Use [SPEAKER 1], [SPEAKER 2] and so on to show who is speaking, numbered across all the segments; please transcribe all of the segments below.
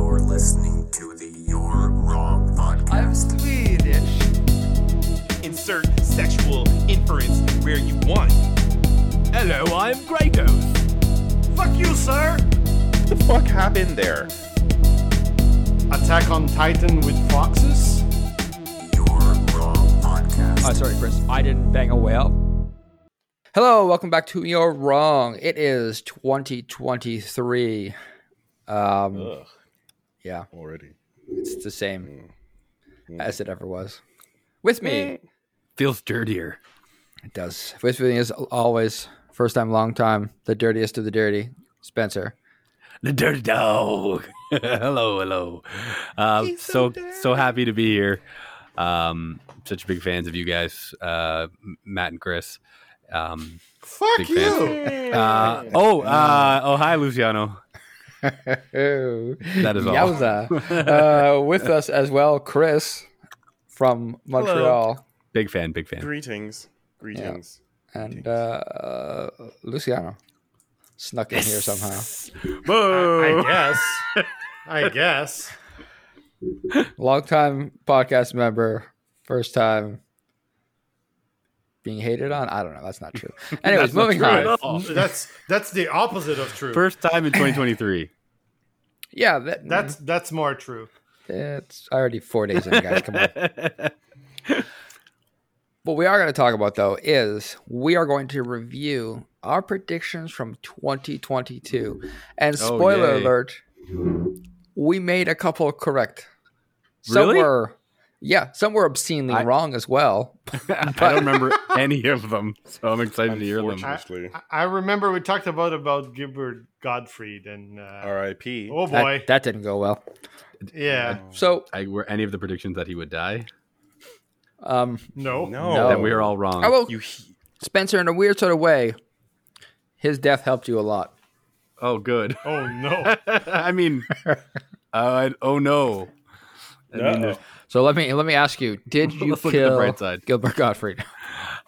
[SPEAKER 1] listening to the You're Wrong podcast.
[SPEAKER 2] I'm Swedish.
[SPEAKER 3] insert sexual inference where you want.
[SPEAKER 4] Hello, I'm Grey Ghost.
[SPEAKER 2] Fuck you, sir.
[SPEAKER 3] What the fuck happened there?
[SPEAKER 2] Attack on Titan with foxes?
[SPEAKER 1] You're Wrong podcast.
[SPEAKER 4] Oh, sorry, Chris. I didn't bang a whale. Hello, welcome back to You're Wrong. It is 2023. Um, Yeah,
[SPEAKER 5] already.
[SPEAKER 4] it's the same
[SPEAKER 6] Mm.
[SPEAKER 4] as it ever was. With me,
[SPEAKER 6] feels dirtier.
[SPEAKER 4] it does. With me is always first time, long time, the dirtiest of the dirty, Spencer.
[SPEAKER 6] The dirty dog. hello, hello. Uh, so so happy to be here. Um, such big fans of you guys, uh, M- Matt and Chris. Um,
[SPEAKER 2] Fuck
[SPEAKER 6] Big
[SPEAKER 2] you.
[SPEAKER 6] uh, oh, uh, oh, hi, Luciano.
[SPEAKER 4] that
[SPEAKER 6] is all.
[SPEAKER 4] Yowza. uh, with us as well, Chris from Montreal.
[SPEAKER 6] Big fan, big fan.
[SPEAKER 5] Greetings. Greetings.
[SPEAKER 4] and uh, Luciano snuck in here somehow.
[SPEAKER 2] I guess. I guess.
[SPEAKER 4] Longtime podcast member, first time being hated on. I don't know. That's not true. Anyways, moving on.
[SPEAKER 2] Oh, that's that's the opposite of true.
[SPEAKER 6] First time in 2023.
[SPEAKER 4] Yeah, that,
[SPEAKER 2] That's that's more true.
[SPEAKER 4] it's already four days in, guys. Come on. What we are going to talk about though is we are going to review our predictions from 2022, and
[SPEAKER 6] Oh,
[SPEAKER 4] spoiler
[SPEAKER 6] yay.
[SPEAKER 4] alert, we made a couple correct. Some
[SPEAKER 6] Really?
[SPEAKER 4] were, yeah, some were obscenely
[SPEAKER 6] I-
[SPEAKER 4] wrong as well.
[SPEAKER 6] I don't remember any of them, so I'm excited to hear them.
[SPEAKER 5] Unfortunately,
[SPEAKER 2] I- I remember we talked about about Gilbert Gottfried and uh,
[SPEAKER 5] R.I.P.
[SPEAKER 2] oh
[SPEAKER 4] That-
[SPEAKER 2] boy,
[SPEAKER 4] That, didn't go well.
[SPEAKER 2] yeah,
[SPEAKER 4] So,
[SPEAKER 6] I, were any of the predictions that he would die?
[SPEAKER 4] um,
[SPEAKER 2] no,
[SPEAKER 5] No.
[SPEAKER 4] No.
[SPEAKER 6] Then we were all wrong.
[SPEAKER 4] I will,
[SPEAKER 5] You he-
[SPEAKER 4] Spencer, in a weird sort of way, his death helped you a lot.
[SPEAKER 6] Oh, good.
[SPEAKER 2] oh no,
[SPEAKER 6] I mean, uh, oh no. I mean,
[SPEAKER 5] no.
[SPEAKER 4] So let me let me ask you: Did you
[SPEAKER 6] Let's
[SPEAKER 4] kill
[SPEAKER 6] look at the bright side.
[SPEAKER 4] Gilbert Gottfried?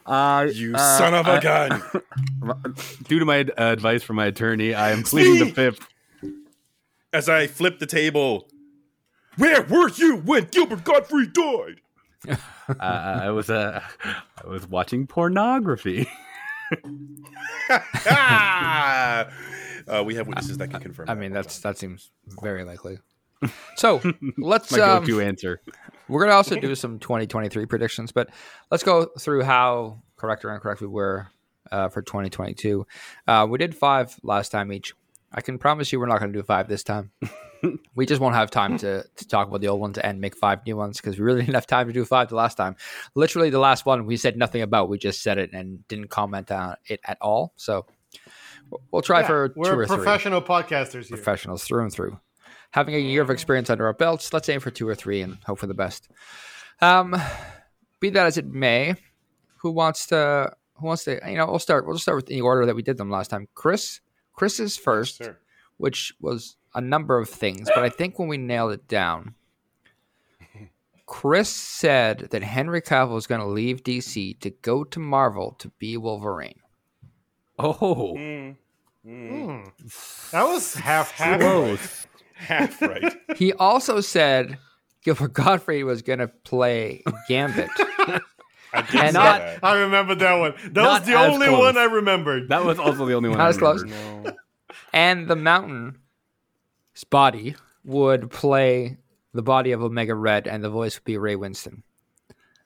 [SPEAKER 6] Uh,
[SPEAKER 5] You
[SPEAKER 6] uh,
[SPEAKER 5] son of a
[SPEAKER 6] I-
[SPEAKER 5] gun.
[SPEAKER 6] Due to my uh, advice from my attorney, I am pleading the
[SPEAKER 5] Sneak!
[SPEAKER 6] fifth.
[SPEAKER 5] As I flip the table. Where were you when Gilbert Godfrey died?
[SPEAKER 6] Uh, I was uh, I was watching pornography.
[SPEAKER 5] Ah! Uh, we have witnesses that can confirm.
[SPEAKER 4] I
[SPEAKER 5] that.
[SPEAKER 4] mean, that's that seems very likely. So let's
[SPEAKER 6] My
[SPEAKER 4] um,
[SPEAKER 6] go-to answer.
[SPEAKER 4] we're gonna also do some 2023 predictions, but let's go through how correct or incorrect we were uh, for 2022. Uh, we did five last time each. I can promise you, we're not gonna do five this time. we just won't have time to, to talk about the old ones and make five new ones because we really didn't have time to do five the last time. Literally, the last one we said nothing about. We just said it and didn't comment on it at all. So we'll try
[SPEAKER 2] Yeah,
[SPEAKER 4] for two
[SPEAKER 2] we're
[SPEAKER 4] or three
[SPEAKER 2] professional podcasters here.
[SPEAKER 4] professionals through and through. Having a year of experience under our belts, let's aim for two or three and hope for the best. Um, be that as it may, who wants to? Who wants to? You know, we'll start. We'll just start with the order that we did them last time. Chris, Chris is first,
[SPEAKER 5] Sir.
[SPEAKER 4] which was a number of things, but I think when we nailed it down, Chris said that Henry Cavill is going to leave DC to go to Marvel to be Wolverine.
[SPEAKER 6] Oh,
[SPEAKER 5] Mm, mm,
[SPEAKER 2] Hmm. That was half half.
[SPEAKER 6] close.
[SPEAKER 5] half right.
[SPEAKER 4] He also said Gilbert Godfrey was going to play Gambit.
[SPEAKER 5] I did
[SPEAKER 4] And
[SPEAKER 5] say
[SPEAKER 4] not-
[SPEAKER 5] that.
[SPEAKER 2] I remember that one. That
[SPEAKER 6] Not
[SPEAKER 2] was the
[SPEAKER 6] as
[SPEAKER 2] only
[SPEAKER 6] close.
[SPEAKER 2] one I remembered.
[SPEAKER 6] That was also the only one.
[SPEAKER 4] Not
[SPEAKER 6] I
[SPEAKER 4] as close.
[SPEAKER 6] remembered.
[SPEAKER 5] No.
[SPEAKER 4] and the mountain's body would play the body of Omega Red, and the voice would be Ray Winston.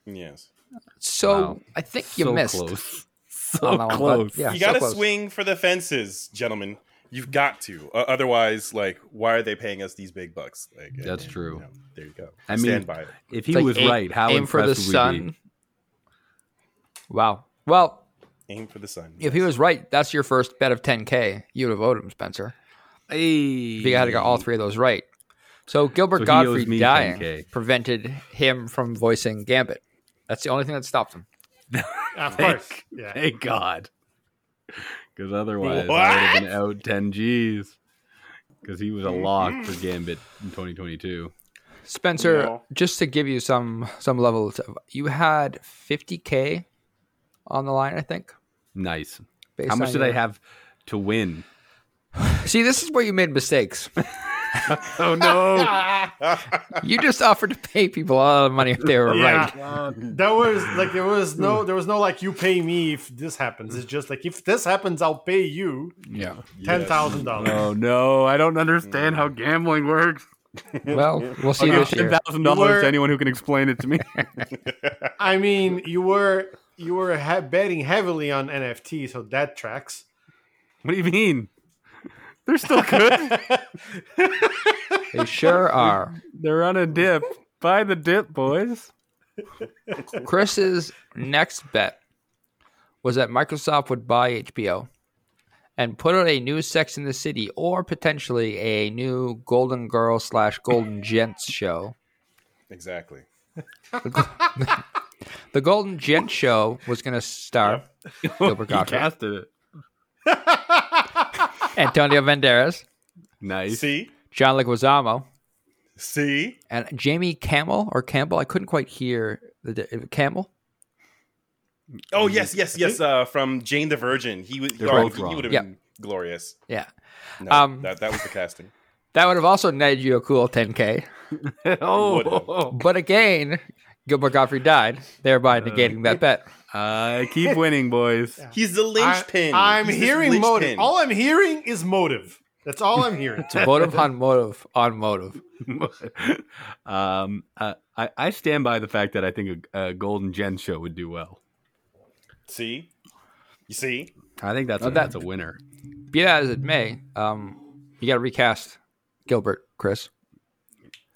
[SPEAKER 5] Yes.
[SPEAKER 4] So
[SPEAKER 6] Wow.
[SPEAKER 4] I think you
[SPEAKER 6] so
[SPEAKER 4] missed.
[SPEAKER 6] close.
[SPEAKER 4] on
[SPEAKER 6] So
[SPEAKER 4] that one, but
[SPEAKER 6] close.
[SPEAKER 4] yeah,
[SPEAKER 5] you
[SPEAKER 4] so
[SPEAKER 5] gotta
[SPEAKER 4] close.
[SPEAKER 5] swing for the fences, gentlemen. You've got to. Uh, otherwise, like, why are they paying us these big bucks? Like,
[SPEAKER 6] That's true.
[SPEAKER 5] you know, there you go.
[SPEAKER 6] I mean-
[SPEAKER 5] stand by it.
[SPEAKER 6] If he
[SPEAKER 4] It's like
[SPEAKER 6] was
[SPEAKER 4] aim-
[SPEAKER 6] right, how
[SPEAKER 4] aim for the
[SPEAKER 6] impressed would we be?
[SPEAKER 4] sun. Wow. Well,
[SPEAKER 5] Aim for the sun.
[SPEAKER 4] if he was right, that's your first bet of 10k. You would have owed him, Spencer. If you had to got all three of those right. So Gilbert
[SPEAKER 6] So he owes
[SPEAKER 4] Godfrey
[SPEAKER 6] me
[SPEAKER 4] dying
[SPEAKER 6] 10K.
[SPEAKER 4] prevented him from voicing Gambit. That's the only thing that stopped him.
[SPEAKER 2] Of course. Yeah.
[SPEAKER 6] Thank God. Because otherwise, I would have been out 10 G's. Because he was a lock for Gambit in 2022.
[SPEAKER 4] Spencer,
[SPEAKER 5] No.
[SPEAKER 4] just to give you some some levels of you had 50k on the line, I think.
[SPEAKER 6] Nice.
[SPEAKER 4] based
[SPEAKER 6] How much
[SPEAKER 4] on
[SPEAKER 6] did I
[SPEAKER 4] your-
[SPEAKER 6] have to win?
[SPEAKER 4] See, this is where you made mistakes.
[SPEAKER 6] oh no!
[SPEAKER 4] You just offered to pay people a lot of money if they were
[SPEAKER 2] Yeah.
[SPEAKER 4] right.
[SPEAKER 2] That was like there was no there was no like you pay me if this happens. It's just like if this happens, I'll pay you
[SPEAKER 4] Yeah.
[SPEAKER 2] ten thousand dollars.
[SPEAKER 6] Oh no! I don't understand
[SPEAKER 4] Mm.
[SPEAKER 6] how gambling works.
[SPEAKER 4] Well, we'll see
[SPEAKER 6] I'll give
[SPEAKER 4] this
[SPEAKER 6] ten
[SPEAKER 4] year.
[SPEAKER 6] thousand dollars
[SPEAKER 2] We're-
[SPEAKER 6] to anyone who can explain it to me.
[SPEAKER 2] I mean, you were you were ha- betting heavily on NFT, so that tracks.
[SPEAKER 6] what do you mean? They're still good.
[SPEAKER 4] They sure are.
[SPEAKER 6] They're on a dip. Buy the dip, boys.
[SPEAKER 4] Chris's next bet was that Microsoft would buy HBO and put out a new Sex in the City or potentially a new Golden Girl slash Golden Gents show.
[SPEAKER 5] Exactly.
[SPEAKER 4] The Golden Gent show was going to star Gilbert
[SPEAKER 6] He
[SPEAKER 4] Gottfried,
[SPEAKER 6] casted it.
[SPEAKER 4] Antonio Banderas,
[SPEAKER 6] Nice.
[SPEAKER 5] See,
[SPEAKER 4] John Leguizamo,
[SPEAKER 5] see,
[SPEAKER 4] and Jamie Camel or Campbell. I couldn't quite hear the di- Camel.
[SPEAKER 5] Oh yes, yes, yes. Uh, from Jane the Virgin, he would.
[SPEAKER 6] They're
[SPEAKER 5] oh,
[SPEAKER 6] both
[SPEAKER 5] he,
[SPEAKER 6] wrong.
[SPEAKER 5] would have
[SPEAKER 4] Yeah.
[SPEAKER 5] been glorious.
[SPEAKER 4] Yeah,
[SPEAKER 5] No,
[SPEAKER 4] Um,
[SPEAKER 5] that, that was the casting.
[SPEAKER 4] that would have also netted you a cool 10k.
[SPEAKER 6] Oh,
[SPEAKER 4] But again, Gilbert Gottfried died, thereby negating that bet.
[SPEAKER 6] I keep winning, boys.
[SPEAKER 5] He's the
[SPEAKER 2] I,
[SPEAKER 5] linchpin.
[SPEAKER 2] I'm
[SPEAKER 5] He's his
[SPEAKER 2] hearing motive.
[SPEAKER 5] linchpin.
[SPEAKER 2] All I'm hearing is motive. That's all I'm hearing.
[SPEAKER 4] Motive on motive on motive.
[SPEAKER 6] um, uh, I I stand by the fact that I think a, a Golden Gen show would do well.
[SPEAKER 5] see, you see,
[SPEAKER 6] I think
[SPEAKER 5] Oh,
[SPEAKER 6] that's a,
[SPEAKER 4] that-
[SPEAKER 6] that's a winner.
[SPEAKER 4] Be that as it may, um, you got to recast Gilbert, Chris.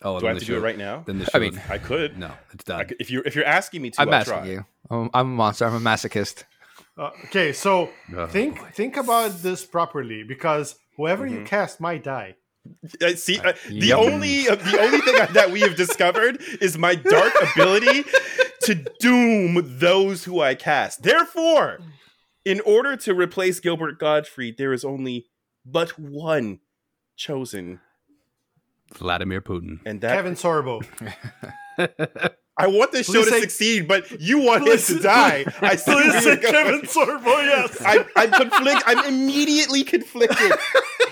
[SPEAKER 6] Oh,
[SPEAKER 5] do
[SPEAKER 6] then
[SPEAKER 5] I have
[SPEAKER 6] the
[SPEAKER 5] to do
[SPEAKER 6] show-
[SPEAKER 5] it right now?
[SPEAKER 6] Then the show,
[SPEAKER 4] I mean-
[SPEAKER 5] I could.
[SPEAKER 6] no, it's
[SPEAKER 5] I
[SPEAKER 6] done.
[SPEAKER 5] could- if you if you're asking me to,
[SPEAKER 4] I'm
[SPEAKER 5] I'll
[SPEAKER 4] asking
[SPEAKER 5] try.
[SPEAKER 4] you. I'm, I'm a monster. I'm a masochist.
[SPEAKER 2] Uh, okay, so
[SPEAKER 6] Oh,
[SPEAKER 2] think think about this properly because whoever
[SPEAKER 5] Mm-hmm.
[SPEAKER 2] you cast might die.
[SPEAKER 5] Uh, see, uh, the
[SPEAKER 4] you-
[SPEAKER 5] only uh, the only thing that we have discovered is my dark ability to doom those who I cast. Therefore, in order to replace Gilbert Gottfried, there is only but one chosen,
[SPEAKER 6] Vladimir Putin.
[SPEAKER 5] and that
[SPEAKER 2] Kevin Sorbo.
[SPEAKER 5] I want this show
[SPEAKER 2] Please
[SPEAKER 5] to
[SPEAKER 2] say-
[SPEAKER 5] succeed, but you want him to die. I see where you're going.
[SPEAKER 2] Sorbo, yes.
[SPEAKER 5] I, I'm conflict. I'm immediately conflicted.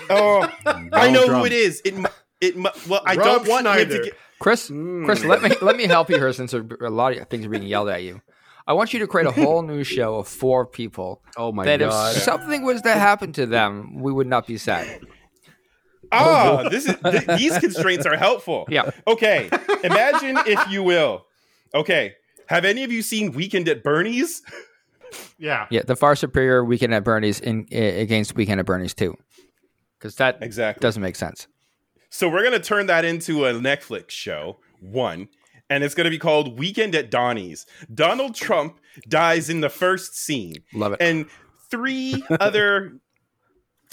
[SPEAKER 5] Oh, I know who it is. It. mu- It. mu- Well, I
[SPEAKER 2] Rob
[SPEAKER 5] don't want him
[SPEAKER 2] Schneider.
[SPEAKER 5] to get.
[SPEAKER 4] Chris,
[SPEAKER 6] Mm.
[SPEAKER 5] Hmm.
[SPEAKER 4] Chris, let me let me help you here since there- a lot of things are being yelled at you. I want you to create a whole new show of four people.
[SPEAKER 6] Oh my
[SPEAKER 4] that
[SPEAKER 6] god!
[SPEAKER 4] if something was to happen to them, we would not be sad.
[SPEAKER 5] Ah, this is th- these constraints are helpful.
[SPEAKER 4] Yeah.
[SPEAKER 5] Okay. Imagine if you will. Okay. Have any of you seen Weekend at Bernie's?
[SPEAKER 2] yeah.
[SPEAKER 4] Yeah, the far superior Weekend at Bernie's in, i- against Weekend at Bernie's too, because that
[SPEAKER 5] Exactly.
[SPEAKER 4] doesn't make sense.
[SPEAKER 5] So we're gonna turn that into a Netflix show. One. And it's going to be called Weekend at Donnie's. Donald Trump dies in the first scene.
[SPEAKER 4] Love it.
[SPEAKER 5] and three other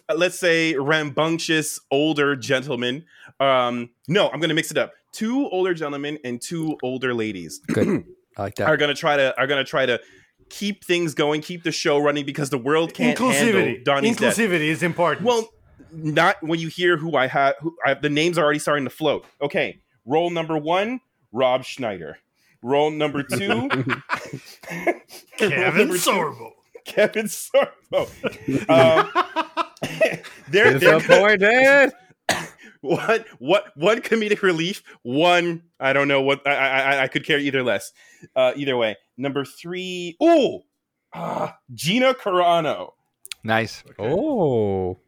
[SPEAKER 5] uh, let's say rambunctious older gentlemen um no i'm gonna mix it up two older gentlemen and two older ladies
[SPEAKER 4] Good. I like that.
[SPEAKER 5] are gonna try to are gonna try to keep things going keep the show running because the world can't handle
[SPEAKER 2] Inclusivity.
[SPEAKER 5] donnie's death
[SPEAKER 2] Inclusivity is important.
[SPEAKER 5] well not when you hear who i have who I, the names are already starting to float okay roll number one rob schneider roll number two
[SPEAKER 2] Kevin Sorbo.
[SPEAKER 5] Kevin Sorbo. Um, there, there
[SPEAKER 6] Disappointed.
[SPEAKER 5] what, what, one comedic relief, one, I don't know what, I, I, I- I could care either less. Uh, either way. Number three, ooh, ah, Gina Carano.
[SPEAKER 4] nice.
[SPEAKER 6] Oh,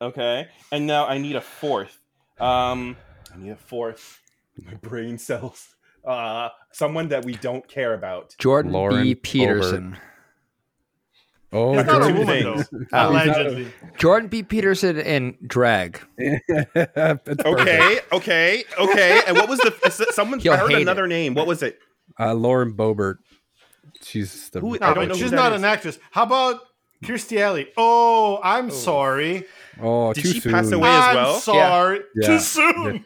[SPEAKER 5] Okay. And now I need a fourth. Um, I need a fourth. My brain cells. Uh, someone that we don't care about.
[SPEAKER 4] Jordan B.
[SPEAKER 6] Lauren
[SPEAKER 4] Peterson.
[SPEAKER 6] oh,
[SPEAKER 2] He's not a
[SPEAKER 5] Jordan
[SPEAKER 2] woman,
[SPEAKER 5] Banks.
[SPEAKER 2] though. Allegedly.
[SPEAKER 4] Jordan B. Peterson in drag.
[SPEAKER 5] Okay, okay, okay. And what was the s- someone?
[SPEAKER 4] He'll
[SPEAKER 5] I heard
[SPEAKER 4] hate it.
[SPEAKER 5] another name. What was it?
[SPEAKER 6] uh, Lauren Bobert. She's the
[SPEAKER 5] Who-
[SPEAKER 2] No,
[SPEAKER 5] I don't
[SPEAKER 2] but
[SPEAKER 5] know who
[SPEAKER 2] she's
[SPEAKER 5] that
[SPEAKER 2] not
[SPEAKER 5] is.
[SPEAKER 2] an actress. How about Kirstie Alley? Oh, I'm sorry.
[SPEAKER 6] oh
[SPEAKER 5] Did
[SPEAKER 6] too
[SPEAKER 5] she
[SPEAKER 6] soon.
[SPEAKER 5] pass away? as
[SPEAKER 2] I'm
[SPEAKER 5] well?
[SPEAKER 2] sorry.
[SPEAKER 6] Yeah. Yeah.
[SPEAKER 2] Too soon.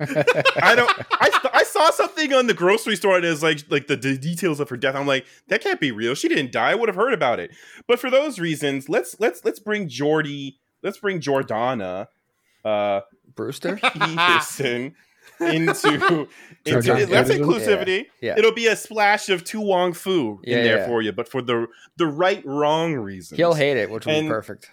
[SPEAKER 5] I don't. I, th- I saw something on the grocery store and it was like like the d- details of her death. I'm like, that can't be real. She didn't die. I would have heard about it. But for those reasons, let's let's let's bring Jordy. Let's bring Jordana uh,
[SPEAKER 4] Brewster?
[SPEAKER 5] Peterson into. into
[SPEAKER 4] Jordana
[SPEAKER 5] that's
[SPEAKER 4] Peterson?
[SPEAKER 5] inclusivity.
[SPEAKER 4] Yeah, yeah.
[SPEAKER 5] It'll be a splash of Tu Wong Fu
[SPEAKER 4] Yeah,
[SPEAKER 5] in there
[SPEAKER 4] yeah.
[SPEAKER 5] for you, but for the the right wrong reasons.
[SPEAKER 4] He'll hate it, which will be
[SPEAKER 5] And-
[SPEAKER 4] perfect.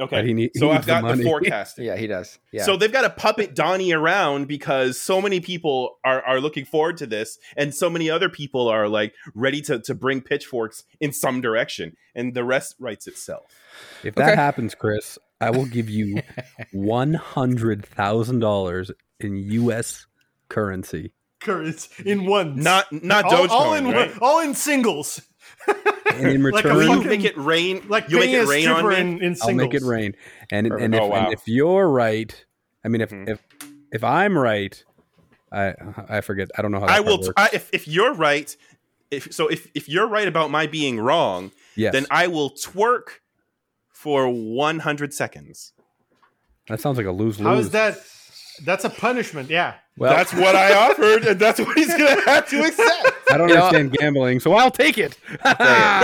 [SPEAKER 5] Okay.
[SPEAKER 6] But he need- he
[SPEAKER 5] so I've
[SPEAKER 6] needs the
[SPEAKER 5] got the,
[SPEAKER 6] money.
[SPEAKER 5] forecasting.
[SPEAKER 4] Yeah, he does. Yeah.
[SPEAKER 5] So they've got to puppet Donnie around because so many people are, are looking forward to this, and so many other people are like ready to, to bring pitchforks in some direction, and the rest writes itself.
[SPEAKER 6] If that
[SPEAKER 4] Okay.
[SPEAKER 6] happens, Chris, I will give you one hundred thousand dollars in U.S. currency.
[SPEAKER 2] Currents in one.
[SPEAKER 5] Not not
[SPEAKER 2] all,
[SPEAKER 5] Dogecoin.
[SPEAKER 2] all in
[SPEAKER 5] right?
[SPEAKER 2] one, all in singles.
[SPEAKER 6] And in
[SPEAKER 2] Like a
[SPEAKER 6] return,
[SPEAKER 5] You
[SPEAKER 2] fucking-
[SPEAKER 5] make it rain.
[SPEAKER 2] Like
[SPEAKER 5] you make
[SPEAKER 2] paying
[SPEAKER 5] it
[SPEAKER 2] a
[SPEAKER 5] rain on
[SPEAKER 2] stripper
[SPEAKER 5] me.
[SPEAKER 2] in, in singles.
[SPEAKER 6] I'll make it rain. And
[SPEAKER 4] Perfect.
[SPEAKER 6] and if
[SPEAKER 5] Oh, wow.
[SPEAKER 6] and if you're right, I mean if
[SPEAKER 5] Mhm.
[SPEAKER 6] if if I'm right, I I forget. I don't know how. That
[SPEAKER 5] I will.
[SPEAKER 6] part
[SPEAKER 5] T-
[SPEAKER 6] works.
[SPEAKER 5] I, if if you're right, if so, if if you're right about my being wrong,
[SPEAKER 6] yes,
[SPEAKER 5] then I will twerk for 100 seconds.
[SPEAKER 6] that sounds like a lose lose.
[SPEAKER 2] How is that? That's a punishment. Yeah.
[SPEAKER 4] well,
[SPEAKER 5] that's what I offered, and that's what he's gonna have to accept.
[SPEAKER 6] I don't
[SPEAKER 4] You know-
[SPEAKER 6] understand gambling, so I'll take it.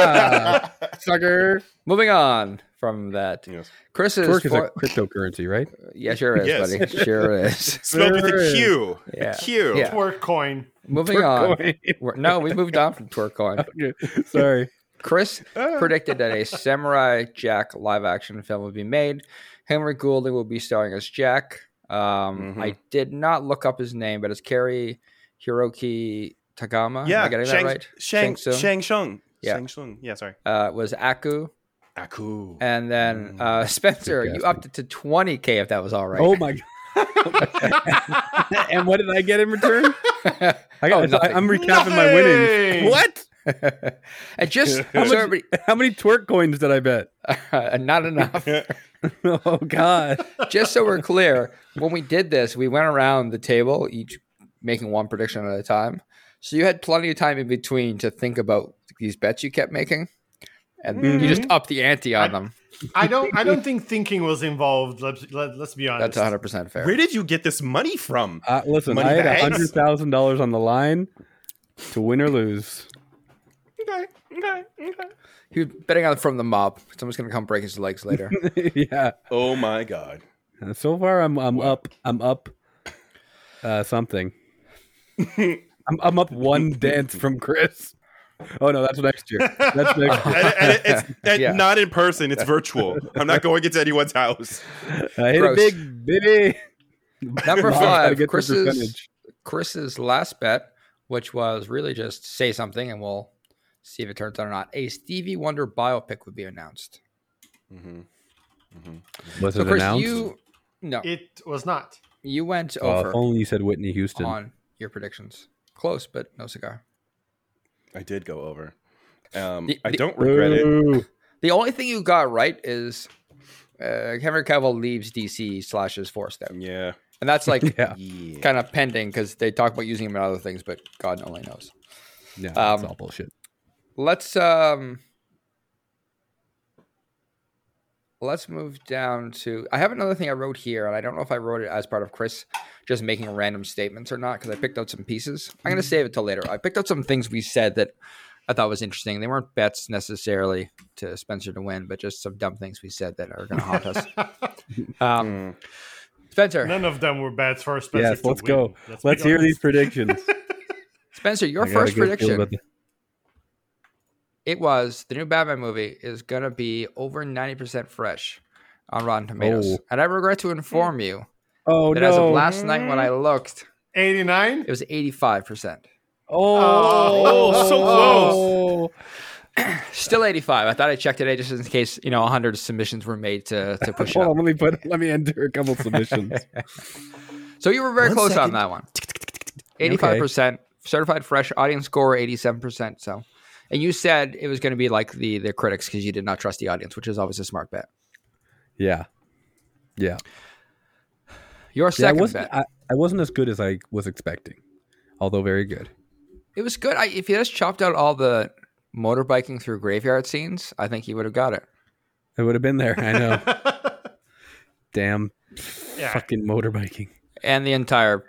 [SPEAKER 6] Sucker.
[SPEAKER 4] moving on from that.
[SPEAKER 5] Yes.
[SPEAKER 4] Chris is.
[SPEAKER 6] Twerk is a
[SPEAKER 4] for-
[SPEAKER 6] cryptocurrency, right?
[SPEAKER 4] yeah, sure is,
[SPEAKER 5] Yes.
[SPEAKER 4] buddy. Sure is.
[SPEAKER 5] Spelled with
[SPEAKER 6] Sure.
[SPEAKER 5] a Q.
[SPEAKER 4] Yeah.
[SPEAKER 5] A Q.
[SPEAKER 4] Yeah.
[SPEAKER 2] Twerk coin.
[SPEAKER 4] Moving on. We're- no, we moved on from Twerkcoin.
[SPEAKER 6] Twerk. Sorry.
[SPEAKER 4] Chris
[SPEAKER 5] Ah.
[SPEAKER 4] predicted that a Samurai Jack live action film would be made. Henry Goulding will be starring as Jack. Um, I did not look up his name, but it's Kerry Hiroki Tagama. Am I
[SPEAKER 5] Yeah,
[SPEAKER 4] getting
[SPEAKER 5] Shang,
[SPEAKER 4] that right?
[SPEAKER 5] Shang,
[SPEAKER 4] Shang Tsung?
[SPEAKER 5] Shang Shung.
[SPEAKER 4] Yeah.
[SPEAKER 5] Shang Shung. Yeah, sorry.
[SPEAKER 4] Uh, was Aku.
[SPEAKER 5] Ah, Aku.
[SPEAKER 4] And then uh, Spencer, you
[SPEAKER 6] Fantastic.
[SPEAKER 4] upped it to 20K if that was all right.
[SPEAKER 6] Oh my god. and what did I get in return? I
[SPEAKER 4] Oh,
[SPEAKER 6] got,
[SPEAKER 4] nothing.
[SPEAKER 6] I'm recapping my winnings.
[SPEAKER 2] Nothing.
[SPEAKER 6] What?
[SPEAKER 4] and just
[SPEAKER 6] How
[SPEAKER 4] so
[SPEAKER 6] much,
[SPEAKER 4] everybody-
[SPEAKER 6] how many twerk coins did I bet?
[SPEAKER 4] not enough.
[SPEAKER 6] Oh god.
[SPEAKER 4] just so we're clear, when we did this, we went around the table, each making one prediction at a time. So you had plenty of time in between to think about these bets you kept making, and you just
[SPEAKER 6] Mm-hmm.
[SPEAKER 4] upped the ante on them.
[SPEAKER 2] I don't. I don't think thinking was involved. Let's let, let's be honest.
[SPEAKER 4] That's 100 percent fair.
[SPEAKER 5] Where did you get this money from?
[SPEAKER 6] Uh, listen,
[SPEAKER 5] Money
[SPEAKER 6] I had
[SPEAKER 5] bags.
[SPEAKER 6] hundred thousand dollars on the line to win or lose.
[SPEAKER 5] Okay, okay, okay.
[SPEAKER 4] He was betting on from the mob. Someone's gonna come break his legs later.
[SPEAKER 6] yeah.
[SPEAKER 5] Oh my god.
[SPEAKER 6] And so far, I'm I'm up. I'm up. Uh, something. I'm I'm up one dance from Chris. Oh no, that's next year. That's next year.
[SPEAKER 5] and, and it- it's and
[SPEAKER 4] Yeah.
[SPEAKER 5] not in person. It's virtual. I'm not going into anyone's house.
[SPEAKER 6] I hit
[SPEAKER 4] Gross.
[SPEAKER 6] a big baby.
[SPEAKER 4] Number
[SPEAKER 6] Gotta
[SPEAKER 4] five,
[SPEAKER 6] get the
[SPEAKER 4] Chris's
[SPEAKER 6] percentage.
[SPEAKER 4] Chris's last bet, which was really just say something, and we'll see if it turns out or not. A Stevie Wonder biopic would be announced.
[SPEAKER 5] Mm-hmm.
[SPEAKER 6] Was
[SPEAKER 4] So
[SPEAKER 6] it
[SPEAKER 4] Chris,
[SPEAKER 6] announced?
[SPEAKER 4] you no,
[SPEAKER 2] It was not.
[SPEAKER 4] you went
[SPEAKER 6] Oh, if
[SPEAKER 4] over.
[SPEAKER 6] only you said Whitney Houston.
[SPEAKER 4] on your predictions. Close, but no cigar.
[SPEAKER 5] I did go over. Um,
[SPEAKER 4] The-
[SPEAKER 5] I
[SPEAKER 4] the-
[SPEAKER 5] don't regret it.
[SPEAKER 6] Ooh.
[SPEAKER 4] The only thing you got right is uh, Henry Cavill leaves DC slash is forced out,
[SPEAKER 5] Yeah.
[SPEAKER 4] and that's like
[SPEAKER 6] Yeah,
[SPEAKER 5] yeah.
[SPEAKER 4] kind of pending because they talk about using him in other things, but God only knows.
[SPEAKER 6] yeah,
[SPEAKER 4] Um,
[SPEAKER 6] it's all bullshit.
[SPEAKER 4] Let's um, let's move down to. I have another thing I wrote here, and I don't know if I wrote it as part of Chris just making random statements or not because I picked out some pieces. I'm gonna save it till later. I picked out some things we said that I thought was interesting. They weren't bets necessarily to Spencer to win, but just some dumb things we said that are gonna haunt us. Um,
[SPEAKER 6] Hmm.
[SPEAKER 4] Spencer,
[SPEAKER 2] None of them were bets for Spencer.
[SPEAKER 6] Yes,
[SPEAKER 2] to
[SPEAKER 6] let's
[SPEAKER 2] win.
[SPEAKER 6] go. Let's,
[SPEAKER 2] be
[SPEAKER 6] hear
[SPEAKER 2] honest.
[SPEAKER 6] these predictions.
[SPEAKER 4] Spencer, your
[SPEAKER 6] I got a
[SPEAKER 4] first
[SPEAKER 6] good feel
[SPEAKER 4] prediction.
[SPEAKER 6] about the-
[SPEAKER 4] It was the new Batman movie is gonna be over ninety percent fresh on Rotten Tomatoes,
[SPEAKER 6] Oh.
[SPEAKER 4] and I regret to inform you
[SPEAKER 6] Oh
[SPEAKER 4] that
[SPEAKER 6] no!
[SPEAKER 4] as of last night when I looked,
[SPEAKER 2] 89?
[SPEAKER 4] it was eighty-five percent.
[SPEAKER 6] oh,
[SPEAKER 5] Oh, so
[SPEAKER 6] close.
[SPEAKER 4] Still eighty-five. I thought I checked today just in case you know hundred submissions were made to to push it
[SPEAKER 6] Hold
[SPEAKER 4] up.
[SPEAKER 6] on, let me put let me enter a couple submissions.
[SPEAKER 4] So you were very
[SPEAKER 5] One
[SPEAKER 4] close on
[SPEAKER 5] second.
[SPEAKER 4] that one. Eighty-five percent certified fresh audience score, eighty-seven percent. So, and you said it was going to be like the the critics because you did not trust the audience, which is always a smart bet.
[SPEAKER 6] yeah, yeah.
[SPEAKER 4] Your
[SPEAKER 6] Yeah, I
[SPEAKER 4] second
[SPEAKER 6] wasn't
[SPEAKER 4] bet,
[SPEAKER 6] I, I wasn't as good as I was expecting, although very good.
[SPEAKER 4] it was good. I, if you just chopped out all the motorbiking through graveyard scenes, I think you would have got it.
[SPEAKER 6] I would have been there. I know. Damn
[SPEAKER 2] Yeah.
[SPEAKER 6] fucking motorbiking.
[SPEAKER 4] And the entire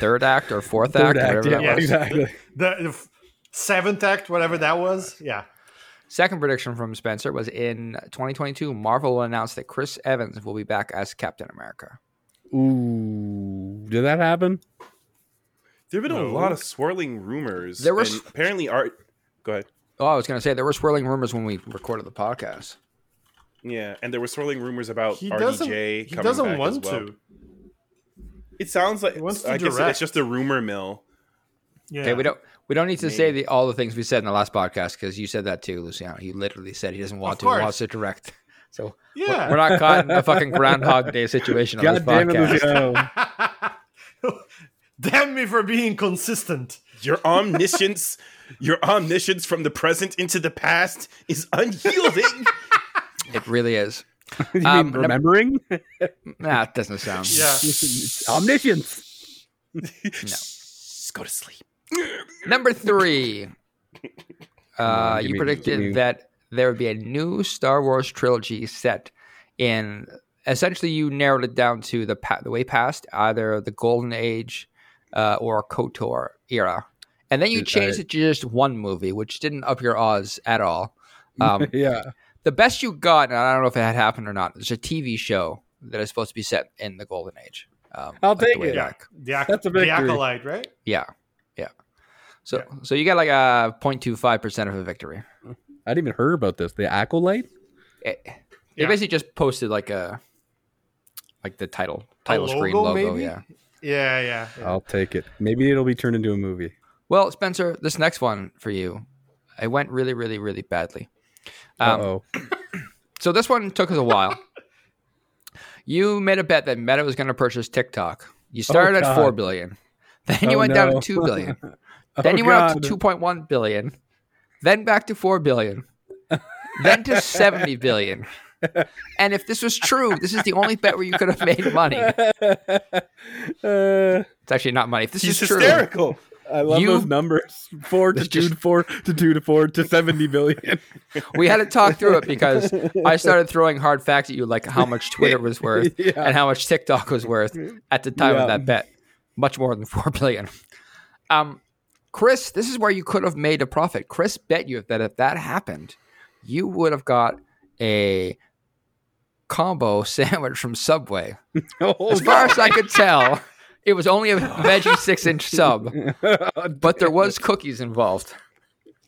[SPEAKER 4] third act or fourth act,
[SPEAKER 6] Third act,
[SPEAKER 4] whatever
[SPEAKER 6] yeah,
[SPEAKER 4] that was.
[SPEAKER 6] exactly.
[SPEAKER 2] The, the f- seventh act, whatever that was. Yeah.
[SPEAKER 4] Second prediction from Spencer was in 2022, Marvel will announce that Chris Evans will be back as Captain America.
[SPEAKER 6] Ooh, did that happen?
[SPEAKER 5] There have been a lot of swirling rumors.
[SPEAKER 4] There were
[SPEAKER 5] and
[SPEAKER 4] s-
[SPEAKER 5] apparently art. Go ahead.
[SPEAKER 4] Oh, I was going to say there were swirling rumors when we recorded the podcast.
[SPEAKER 5] Yeah, and there were swirling rumors about
[SPEAKER 2] He doesn't.
[SPEAKER 5] RDJ.
[SPEAKER 2] He
[SPEAKER 5] coming
[SPEAKER 2] doesn't
[SPEAKER 5] back
[SPEAKER 2] want
[SPEAKER 5] as well.
[SPEAKER 2] to.
[SPEAKER 5] It sounds like
[SPEAKER 2] He wants to
[SPEAKER 5] I guess
[SPEAKER 2] direct.
[SPEAKER 5] it's just a rumor mill.
[SPEAKER 2] Yeah.
[SPEAKER 4] Okay, we don't we don't need to say the, all the things we said in the last podcast because you said that too, Luciano. You literally said he doesn't want
[SPEAKER 2] Of
[SPEAKER 4] to. He
[SPEAKER 2] course.
[SPEAKER 4] wants to direct. So we're-
[SPEAKER 2] Yeah.
[SPEAKER 4] we're not caught in a fucking Groundhog Day situation on
[SPEAKER 6] God
[SPEAKER 4] this
[SPEAKER 6] damn it,
[SPEAKER 4] podcast.
[SPEAKER 6] Luciano.
[SPEAKER 2] Damn me for being consistent.
[SPEAKER 5] Your omniscience, your omniscience from the present into the past is unyielding.
[SPEAKER 4] It really is.
[SPEAKER 6] you
[SPEAKER 4] Um,
[SPEAKER 6] mean
[SPEAKER 4] num-
[SPEAKER 6] remembering?
[SPEAKER 4] Nah, it doesn't sound.
[SPEAKER 2] Yeah.
[SPEAKER 6] Omniscience.
[SPEAKER 5] Just go to sleep.
[SPEAKER 4] Number three, uh,
[SPEAKER 6] give
[SPEAKER 4] you
[SPEAKER 6] me-
[SPEAKER 4] predicted
[SPEAKER 6] give me-
[SPEAKER 4] that there would be a new Star Wars trilogy set in. Essentially, you narrowed it down to the pa- the way past, either the Golden Age uh, or Kotor era, and then you
[SPEAKER 6] Dude,
[SPEAKER 4] changed
[SPEAKER 6] I-
[SPEAKER 4] it to just one movie, which didn't up your odds at all. Um,
[SPEAKER 6] yeah.
[SPEAKER 4] the best you got, and I don't know if it had happened or not, is a TV show that is supposed to be set in the Golden Age. Um,
[SPEAKER 6] I'll
[SPEAKER 4] like the
[SPEAKER 6] take
[SPEAKER 4] way
[SPEAKER 6] it.
[SPEAKER 2] Yeah.
[SPEAKER 4] back.
[SPEAKER 2] The, ac-
[SPEAKER 6] That's a
[SPEAKER 2] the
[SPEAKER 6] victory.
[SPEAKER 2] acolyte, right?
[SPEAKER 4] Yeah. Yeah. So so you got like a 0.25% of a victory.
[SPEAKER 6] I didn't even hear about this. The acolyte.
[SPEAKER 4] It, they
[SPEAKER 2] Yeah.
[SPEAKER 4] basically just posted like a like the title title screen
[SPEAKER 2] logo,
[SPEAKER 4] logo,
[SPEAKER 2] maybe?
[SPEAKER 4] yeah.
[SPEAKER 2] Yeah, yeah. yeah.
[SPEAKER 6] I'll take it. Maybe it'll be turned into a movie.
[SPEAKER 4] Well, Spencer, this next one for you. It went really really really badly. Um,
[SPEAKER 6] oh,
[SPEAKER 4] so this one took us a while. you made a bet that Meta was going to purchase TikTok. You started at
[SPEAKER 6] Oh, God.
[SPEAKER 4] 4 billion. Then you
[SPEAKER 6] Oh,
[SPEAKER 4] went down to
[SPEAKER 6] no. Oh,
[SPEAKER 4] 2 billion. Then you went up to 2.1 billion, then back to 4 billion, then to 70 billion. And if this was true, this is the only bet where you could have made money. It's
[SPEAKER 6] uh,
[SPEAKER 4] actually not money. If this
[SPEAKER 5] He's
[SPEAKER 4] is true,
[SPEAKER 5] hysterical.
[SPEAKER 6] I love
[SPEAKER 4] You-
[SPEAKER 6] those numbers. Four to
[SPEAKER 4] That's
[SPEAKER 6] two
[SPEAKER 4] just-
[SPEAKER 6] to four to two to four to seventy billion.
[SPEAKER 4] we had to talk through it because I started throwing hard facts at you, like how much Twitter was worth
[SPEAKER 6] Yeah.
[SPEAKER 4] and how much TikTok was worth at the time
[SPEAKER 6] Yeah.
[SPEAKER 4] of that bet, much more than 4 billion. Um, Chris, this is where you could have made a profit. Chris bet you that if that happened, you would have got a combo sandwich from Subway. As far as I could tell, it was only a veggie six inch sub, but there was cookies involved.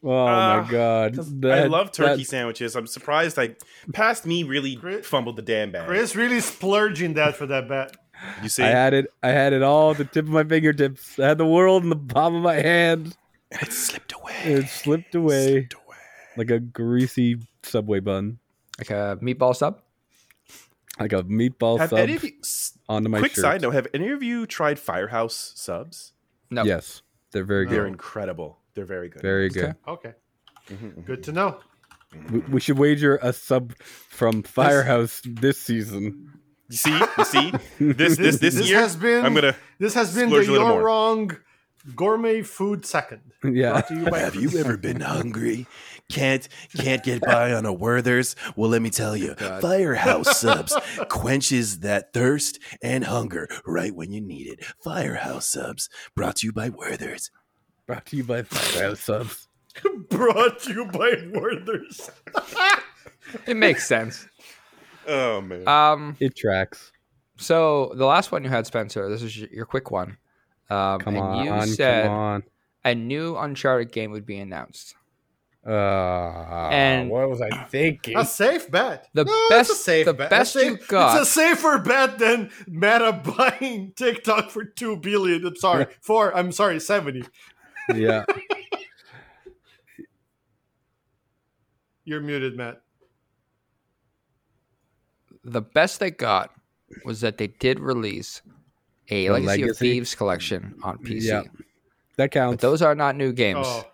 [SPEAKER 6] Oh
[SPEAKER 5] Ah,
[SPEAKER 6] my god!
[SPEAKER 5] I
[SPEAKER 6] That-
[SPEAKER 5] love turkey
[SPEAKER 6] that-
[SPEAKER 5] sandwiches. I'm surprised. Like, past me really
[SPEAKER 2] Chris-
[SPEAKER 5] fumbled the damn bag.
[SPEAKER 2] Chris really splurging that for that bet.
[SPEAKER 5] you see,
[SPEAKER 6] I had it. I had it all at the tip of my fingertips. I had the world in the palm of my hand.
[SPEAKER 5] it slipped away.
[SPEAKER 6] It slipped away
[SPEAKER 5] Slipped away.
[SPEAKER 6] like a greasy subway bun,
[SPEAKER 4] Like a meatball sub?
[SPEAKER 6] like a meatball
[SPEAKER 5] Have
[SPEAKER 6] sub
[SPEAKER 5] any of you? s-
[SPEAKER 6] onto my
[SPEAKER 5] quick
[SPEAKER 6] shirt.
[SPEAKER 5] side note: Have any of you tried Firehouse subs?
[SPEAKER 4] No.
[SPEAKER 6] Yes, they're very
[SPEAKER 2] Oh.
[SPEAKER 5] They're
[SPEAKER 6] good.
[SPEAKER 5] incredible. They're very good.
[SPEAKER 6] Very good.
[SPEAKER 2] Okay.
[SPEAKER 5] Mhm.
[SPEAKER 2] Good to know.
[SPEAKER 6] We, we should wager a sub from Firehouse this season.
[SPEAKER 5] You see, you see, this this this,
[SPEAKER 2] This
[SPEAKER 5] year
[SPEAKER 2] has been-
[SPEAKER 5] I'm gonna.
[SPEAKER 2] This has been
[SPEAKER 5] Splurge a
[SPEAKER 2] the
[SPEAKER 5] little
[SPEAKER 2] You're
[SPEAKER 5] more.
[SPEAKER 2] Wrong Gourmet Food Second.
[SPEAKER 6] Yeah.
[SPEAKER 2] Brought to you by
[SPEAKER 5] Have you ever been hungry? Can't can't get by on a Werther's? Well, let me tell you, Firehouse Subs quenches that thirst and hunger right when you need it. Firehouse Subs, brought to you by Werther's.
[SPEAKER 6] Brought to you by Firehouse Subs.
[SPEAKER 2] brought to you by Werther's.
[SPEAKER 4] It makes sense.
[SPEAKER 5] Oh man,
[SPEAKER 4] Um,
[SPEAKER 6] It tracks.
[SPEAKER 4] so the last one you had, Spencer, this is your your quick one. Um,
[SPEAKER 6] Come
[SPEAKER 4] and
[SPEAKER 6] on.
[SPEAKER 4] you said
[SPEAKER 6] come on.
[SPEAKER 4] a new Uncharted game would be announced.
[SPEAKER 6] Uh,
[SPEAKER 4] And-
[SPEAKER 6] what was I thinking?
[SPEAKER 2] A safe bet.
[SPEAKER 4] The
[SPEAKER 2] no,
[SPEAKER 4] best-
[SPEAKER 2] it's a safe
[SPEAKER 4] the
[SPEAKER 2] bet.
[SPEAKER 4] best
[SPEAKER 2] It's a
[SPEAKER 4] you got.
[SPEAKER 2] It's a safer bet than Meta buying TikTok for two billion. I'm sorry, four. I'm sorry, seventy.
[SPEAKER 6] yeah.
[SPEAKER 2] You're muted, Matt.
[SPEAKER 4] The best they got was that they did release a
[SPEAKER 6] The
[SPEAKER 4] Legacy, of
[SPEAKER 6] Legacy?
[SPEAKER 4] Thieves collection on PC.
[SPEAKER 6] Yeah. That
[SPEAKER 4] But
[SPEAKER 6] counts.
[SPEAKER 4] those are not new games.
[SPEAKER 2] Oh,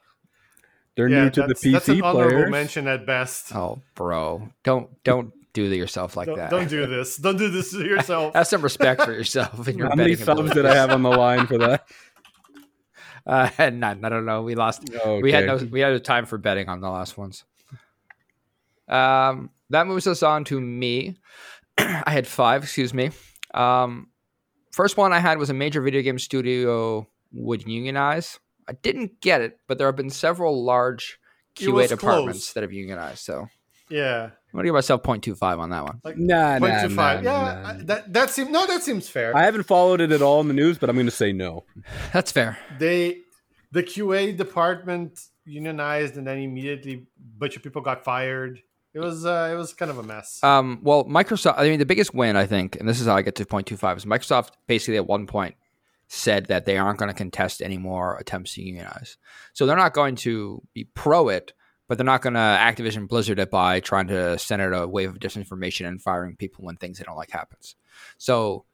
[SPEAKER 6] They're
[SPEAKER 2] yeah,
[SPEAKER 6] new to the
[SPEAKER 2] that's- That's an
[SPEAKER 6] PC
[SPEAKER 2] honorable
[SPEAKER 6] players.
[SPEAKER 2] mention at best.
[SPEAKER 4] Oh, bro, don't don't do to yourself like
[SPEAKER 2] don't,
[SPEAKER 4] that.
[SPEAKER 2] don't do this. Don't do this to yourself.
[SPEAKER 4] Have some respect for yourself and your
[SPEAKER 6] How many
[SPEAKER 4] betting
[SPEAKER 6] subs
[SPEAKER 4] ability.
[SPEAKER 6] did I have on the line for that?
[SPEAKER 4] Uh, none. I don't know. We lost.
[SPEAKER 6] Okay.
[SPEAKER 4] We had no. We had no time for betting on the last ones. Um, that moves us on to me. I had five. Excuse me. Um, first one I had was a major video game studio would unionize. I didn't get it, but there have been several large
[SPEAKER 2] It was
[SPEAKER 4] QA departments
[SPEAKER 2] close.
[SPEAKER 4] that have unionized. So I'm
[SPEAKER 2] yeah,
[SPEAKER 4] gonna give myself 0.25 on that one.
[SPEAKER 2] like
[SPEAKER 6] Nah, nah,
[SPEAKER 2] point two five.
[SPEAKER 6] nah,
[SPEAKER 2] yeah,
[SPEAKER 6] nah.
[SPEAKER 2] I- that that seems no, that seems fair.
[SPEAKER 6] I haven't followed it at all in the news, but I'm going to say no.
[SPEAKER 4] That's fair.
[SPEAKER 2] they the QA department unionized and then immediately a bunch of people got fired. It was uh, it was kind of a mess.
[SPEAKER 4] Um, well, Microsoft. I mean, the biggest win, I think, and this is how I get to point two five is Microsoft basically at one point said that they aren't going to contest any more attempts to unionize. So they're not going to be pro it, but they're not going to Activision Blizzard it by trying to send out a wave of disinformation and firing people when things they don't like happens. So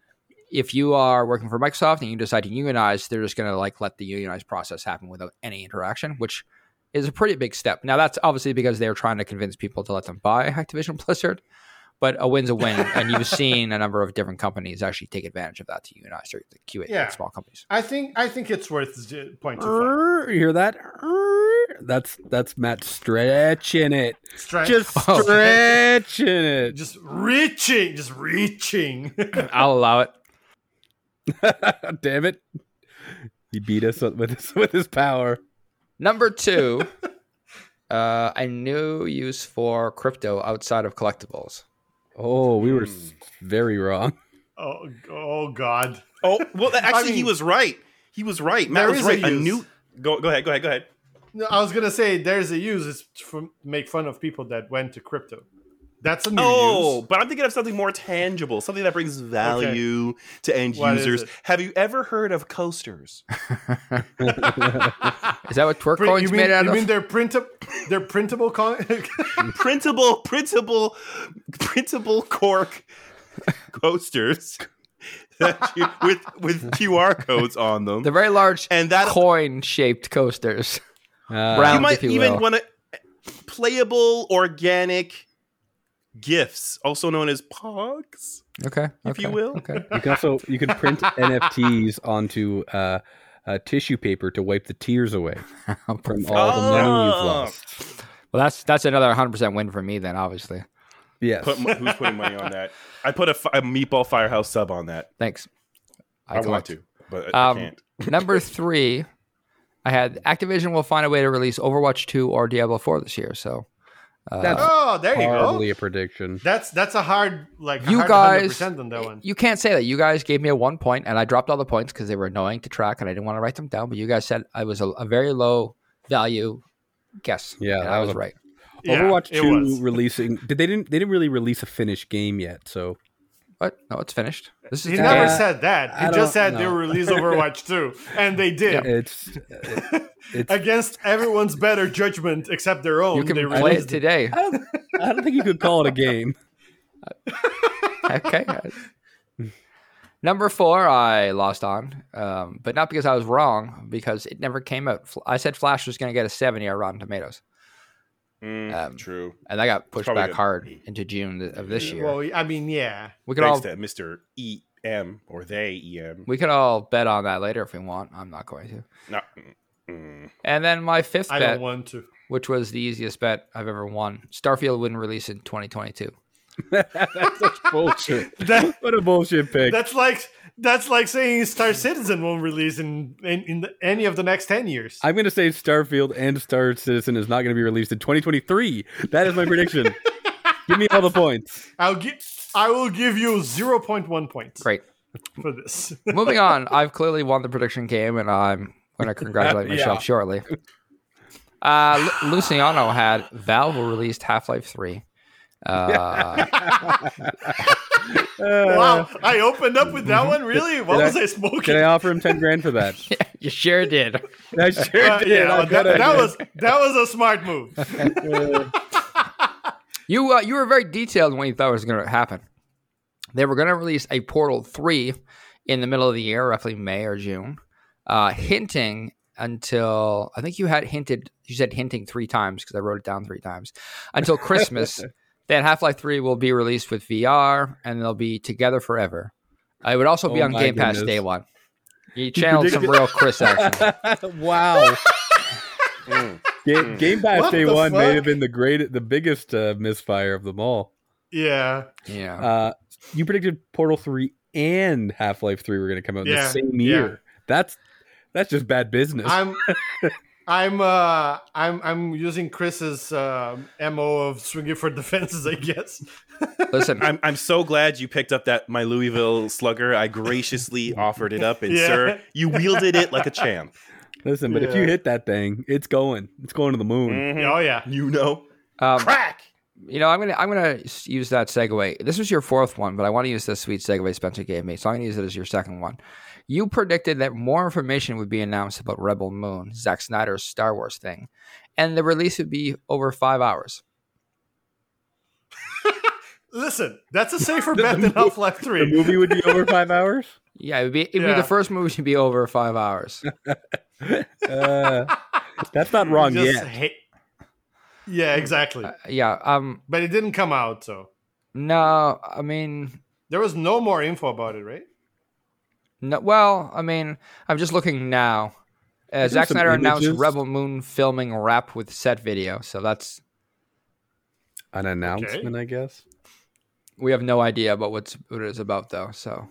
[SPEAKER 4] if you are working for Microsoft and you decide to unionize, they're just going to like let the unionized process happen without any interaction, which is a pretty big step. Now that's obviously because they're trying to convince people to let them buy Activision Blizzard, but a win's a win, and you've seen a number of different companies actually take advantage of that to unionize their the QA
[SPEAKER 2] Yeah.
[SPEAKER 4] small companies.
[SPEAKER 2] I think I think it's worth z- point two five.
[SPEAKER 6] You hear that? That's that's Matt stretching it.
[SPEAKER 2] Stretch-
[SPEAKER 6] Just
[SPEAKER 4] Oh.
[SPEAKER 6] stretching it.
[SPEAKER 2] just reaching, just reaching.
[SPEAKER 4] I'll allow it.
[SPEAKER 6] Damn it. He beat us with his, with his power.
[SPEAKER 4] Number two, uh, a new use for crypto outside of collectibles.
[SPEAKER 6] Oh, we
[SPEAKER 2] Hmm.
[SPEAKER 6] were s- very wrong.
[SPEAKER 2] oh, oh God.
[SPEAKER 5] Oh well, actually, he
[SPEAKER 2] mean-
[SPEAKER 5] was right. He was right. Matt
[SPEAKER 2] There
[SPEAKER 5] was
[SPEAKER 2] is a
[SPEAKER 5] right. A,
[SPEAKER 2] use.
[SPEAKER 5] new. Go go ahead. Go ahead. Go ahead.
[SPEAKER 2] No, I was gonna say there's a use. It's to make fun of people that went to crypto. That's a new
[SPEAKER 5] oh,
[SPEAKER 2] use.
[SPEAKER 5] but I'm thinking of something more tangible, something that brings value to end
[SPEAKER 2] What is
[SPEAKER 5] users.
[SPEAKER 2] it?
[SPEAKER 5] Have you ever heard of coasters?
[SPEAKER 4] Is that what twerk
[SPEAKER 2] Print-
[SPEAKER 4] coins
[SPEAKER 2] you mean,
[SPEAKER 4] made out
[SPEAKER 2] you
[SPEAKER 4] of?
[SPEAKER 2] mean they're printable? They're printable. Con-
[SPEAKER 5] printable, printable, printable cork coasters that you, with with QR codes on them.
[SPEAKER 4] the very large
[SPEAKER 5] and that
[SPEAKER 4] coin shaped coasters.
[SPEAKER 6] Uh,
[SPEAKER 4] Brown-
[SPEAKER 5] you
[SPEAKER 4] round,
[SPEAKER 5] might
[SPEAKER 4] if you
[SPEAKER 5] even
[SPEAKER 4] will.
[SPEAKER 5] want to playable organic gifts, also known as pogs.
[SPEAKER 4] Okay.
[SPEAKER 5] If you
[SPEAKER 4] okay,
[SPEAKER 5] will.
[SPEAKER 4] Okay.
[SPEAKER 6] you can also you can print NFTs onto uh, uh, tissue paper to wipe the tears away
[SPEAKER 4] I'll put
[SPEAKER 6] from all the money you've
[SPEAKER 5] Oh.
[SPEAKER 6] lost.
[SPEAKER 4] Well, that's that's another 100% win for me then, obviously.
[SPEAKER 6] Yes.
[SPEAKER 5] Put, mo- who's putting money on that? I put a, fi- a meatball firehouse sub on that.
[SPEAKER 4] Thanks.
[SPEAKER 5] I, want
[SPEAKER 4] collect.
[SPEAKER 5] to, but I
[SPEAKER 4] Um,
[SPEAKER 5] can't.
[SPEAKER 4] Number three, I had Activision will find a way to release Overwatch 2 or Diablo 4 this year. So
[SPEAKER 6] That's
[SPEAKER 2] oh, there you
[SPEAKER 6] hardly
[SPEAKER 2] go.
[SPEAKER 6] a prediction.
[SPEAKER 2] That's that's a hard like a
[SPEAKER 4] You
[SPEAKER 2] hard
[SPEAKER 4] guys-
[SPEAKER 2] 100% on that one.
[SPEAKER 4] you can't say that. You guys gave me a one point, and I dropped all the points because they were annoying to track, and I didn't want to write them down. But you guys said I was a, a very low value guess.
[SPEAKER 6] Yeah,
[SPEAKER 4] and
[SPEAKER 6] that
[SPEAKER 4] I was
[SPEAKER 6] was a-
[SPEAKER 4] right.
[SPEAKER 2] Yeah,
[SPEAKER 6] Overwatch
[SPEAKER 2] it
[SPEAKER 6] two
[SPEAKER 2] was.
[SPEAKER 6] releasing did they didn't they didn't really release a finished game yet, so
[SPEAKER 4] But no, it's finished. This is
[SPEAKER 2] He
[SPEAKER 4] the
[SPEAKER 2] never
[SPEAKER 4] game.
[SPEAKER 6] Uh,
[SPEAKER 2] said that. He
[SPEAKER 6] I
[SPEAKER 2] just
[SPEAKER 6] don't
[SPEAKER 2] said they
[SPEAKER 6] know.
[SPEAKER 2] will release Overwatch 2, and they did.
[SPEAKER 6] it's it, it's
[SPEAKER 2] Against everyone's better judgment except their own.
[SPEAKER 4] you
[SPEAKER 2] they
[SPEAKER 4] can play it
[SPEAKER 2] released
[SPEAKER 4] today.
[SPEAKER 6] I don't, I don't think you could call it a game.
[SPEAKER 4] okay. Number four, I lost on, um, but not because I was wrong, because it never came out. Fl- I said Flash was going to get a 70 on Rotten Tomatoes,
[SPEAKER 5] Mm,
[SPEAKER 4] um,
[SPEAKER 5] true.
[SPEAKER 4] and that got pushed
[SPEAKER 5] probably
[SPEAKER 4] back
[SPEAKER 5] good.
[SPEAKER 4] hard into June th- of this year.
[SPEAKER 2] Well, I mean, yeah.
[SPEAKER 4] we could
[SPEAKER 5] Thanks
[SPEAKER 4] all
[SPEAKER 5] to Mr. E M or they E M.
[SPEAKER 4] we could all bet on that later if we want. I'm not going to.
[SPEAKER 5] No. mm, mm.
[SPEAKER 4] And then my fifth
[SPEAKER 2] I
[SPEAKER 4] bet,
[SPEAKER 2] don't want to.
[SPEAKER 4] which was the easiest bet I've ever won, Starfield wouldn't release in 2022.
[SPEAKER 6] That's such bullshit.
[SPEAKER 2] That-
[SPEAKER 6] what a bullshit pick.
[SPEAKER 2] That's like that's like saying Star Citizen won't release in in, in the, any of the next ten years.
[SPEAKER 6] I'm going to say Starfield and Star Citizen is not going to be released in 2023. That is my prediction. Give me all the points.
[SPEAKER 2] I'll give I will give you zero point one points
[SPEAKER 4] Great.
[SPEAKER 2] for this.
[SPEAKER 4] Moving on, I've clearly won the prediction game, and I'm going to congratulate
[SPEAKER 6] Yeah.
[SPEAKER 4] myself shortly. Uh, Lu- Luciano had Valve released Half Life Three. Uh,
[SPEAKER 2] wow, Uh, I opened up with that one. Really?
[SPEAKER 6] Mm-hmm.
[SPEAKER 2] What
[SPEAKER 6] Did I-
[SPEAKER 2] was I,
[SPEAKER 6] Uh, Can
[SPEAKER 2] smoking? Uh,
[SPEAKER 6] I offer him 10 grand for that?
[SPEAKER 4] you sure did.
[SPEAKER 6] I sure
[SPEAKER 2] Uh,
[SPEAKER 6] did.
[SPEAKER 2] yeah,
[SPEAKER 6] I
[SPEAKER 2] that,
[SPEAKER 6] gotta-
[SPEAKER 2] that was that was a smart move.
[SPEAKER 4] You uh, you were very detailed when you thought it was going to happen. They were going to release a Portal Three in the middle of the year, roughly May or June, uh, hinting until I think you had hinted. You said hinting three times because I wrote it down three times until Christmas. that Half Life Three will be released with VR, and they'll be together forever. Uh, it would also be
[SPEAKER 6] Oh
[SPEAKER 4] on
[SPEAKER 6] my
[SPEAKER 4] Game Pass
[SPEAKER 6] goodness.
[SPEAKER 4] day one. You channeled some
[SPEAKER 6] predicted-
[SPEAKER 4] real Chris action.
[SPEAKER 6] wow.
[SPEAKER 5] Mm.
[SPEAKER 6] Game, Game Pass
[SPEAKER 2] What
[SPEAKER 6] Day
[SPEAKER 2] the
[SPEAKER 6] One may
[SPEAKER 2] fuck?
[SPEAKER 6] have been the great, the biggest uh, misfire of them all.
[SPEAKER 2] Yeah,
[SPEAKER 5] Oh.
[SPEAKER 4] Yeah,
[SPEAKER 6] Uh, you predicted Portal Three and Half Life Three were going to come out in
[SPEAKER 2] Yeah,
[SPEAKER 6] the same
[SPEAKER 2] yeah.
[SPEAKER 6] year. That's that's just bad business.
[SPEAKER 2] I'm. I'm uh I'm I'm using Chris's uh, mo of swinging for defenses, I guess.
[SPEAKER 4] listen.
[SPEAKER 5] I'm I'm so glad you picked up that my Louisville slugger. I graciously offered it up, and
[SPEAKER 2] Yeah.
[SPEAKER 5] sir, you wielded it like a champ.
[SPEAKER 6] Listen, but if
[SPEAKER 2] Yeah.
[SPEAKER 5] Mm.
[SPEAKER 6] Mm-hmm. you hit that thing, it's going. It's going to the moon.
[SPEAKER 5] Mhm.
[SPEAKER 2] Oh yeah,
[SPEAKER 5] You know,
[SPEAKER 4] Um,
[SPEAKER 5] crack.
[SPEAKER 4] You know, I'm gonna I'm gonna s- use that segue. This was your fourth one, but I want to use this sweet segue Spencer gave me, so I'm gonna use it as your second one. You predicted that more information would be announced about Rebel Moon, Zack Snyder's Star Wars thing, and the release would be over five hours.
[SPEAKER 2] Listen, that's a safer bet than Half Life
[SPEAKER 6] The
[SPEAKER 2] 3.
[SPEAKER 6] movie would be over five hours.
[SPEAKER 4] Yeah, it would be, it'd
[SPEAKER 2] Yeah.
[SPEAKER 4] be the first movie to be over five hours.
[SPEAKER 6] Uh, that's not wrong
[SPEAKER 2] Just
[SPEAKER 6] yet.
[SPEAKER 2] hate- Yeah, exactly.
[SPEAKER 4] Uh, yeah. Um.
[SPEAKER 2] But it didn't come out, so
[SPEAKER 4] No, I mean,
[SPEAKER 2] there was no more info about it, right?
[SPEAKER 4] No, well, I mean, I'm just looking now. Uh,
[SPEAKER 6] Is there
[SPEAKER 4] Zack
[SPEAKER 6] some
[SPEAKER 4] Snyder announced
[SPEAKER 6] images?
[SPEAKER 4] Rebel Moon filming wrap with set video, so that's
[SPEAKER 6] An announcement, I guess.
[SPEAKER 4] we have no idea about what's what it is about though. So,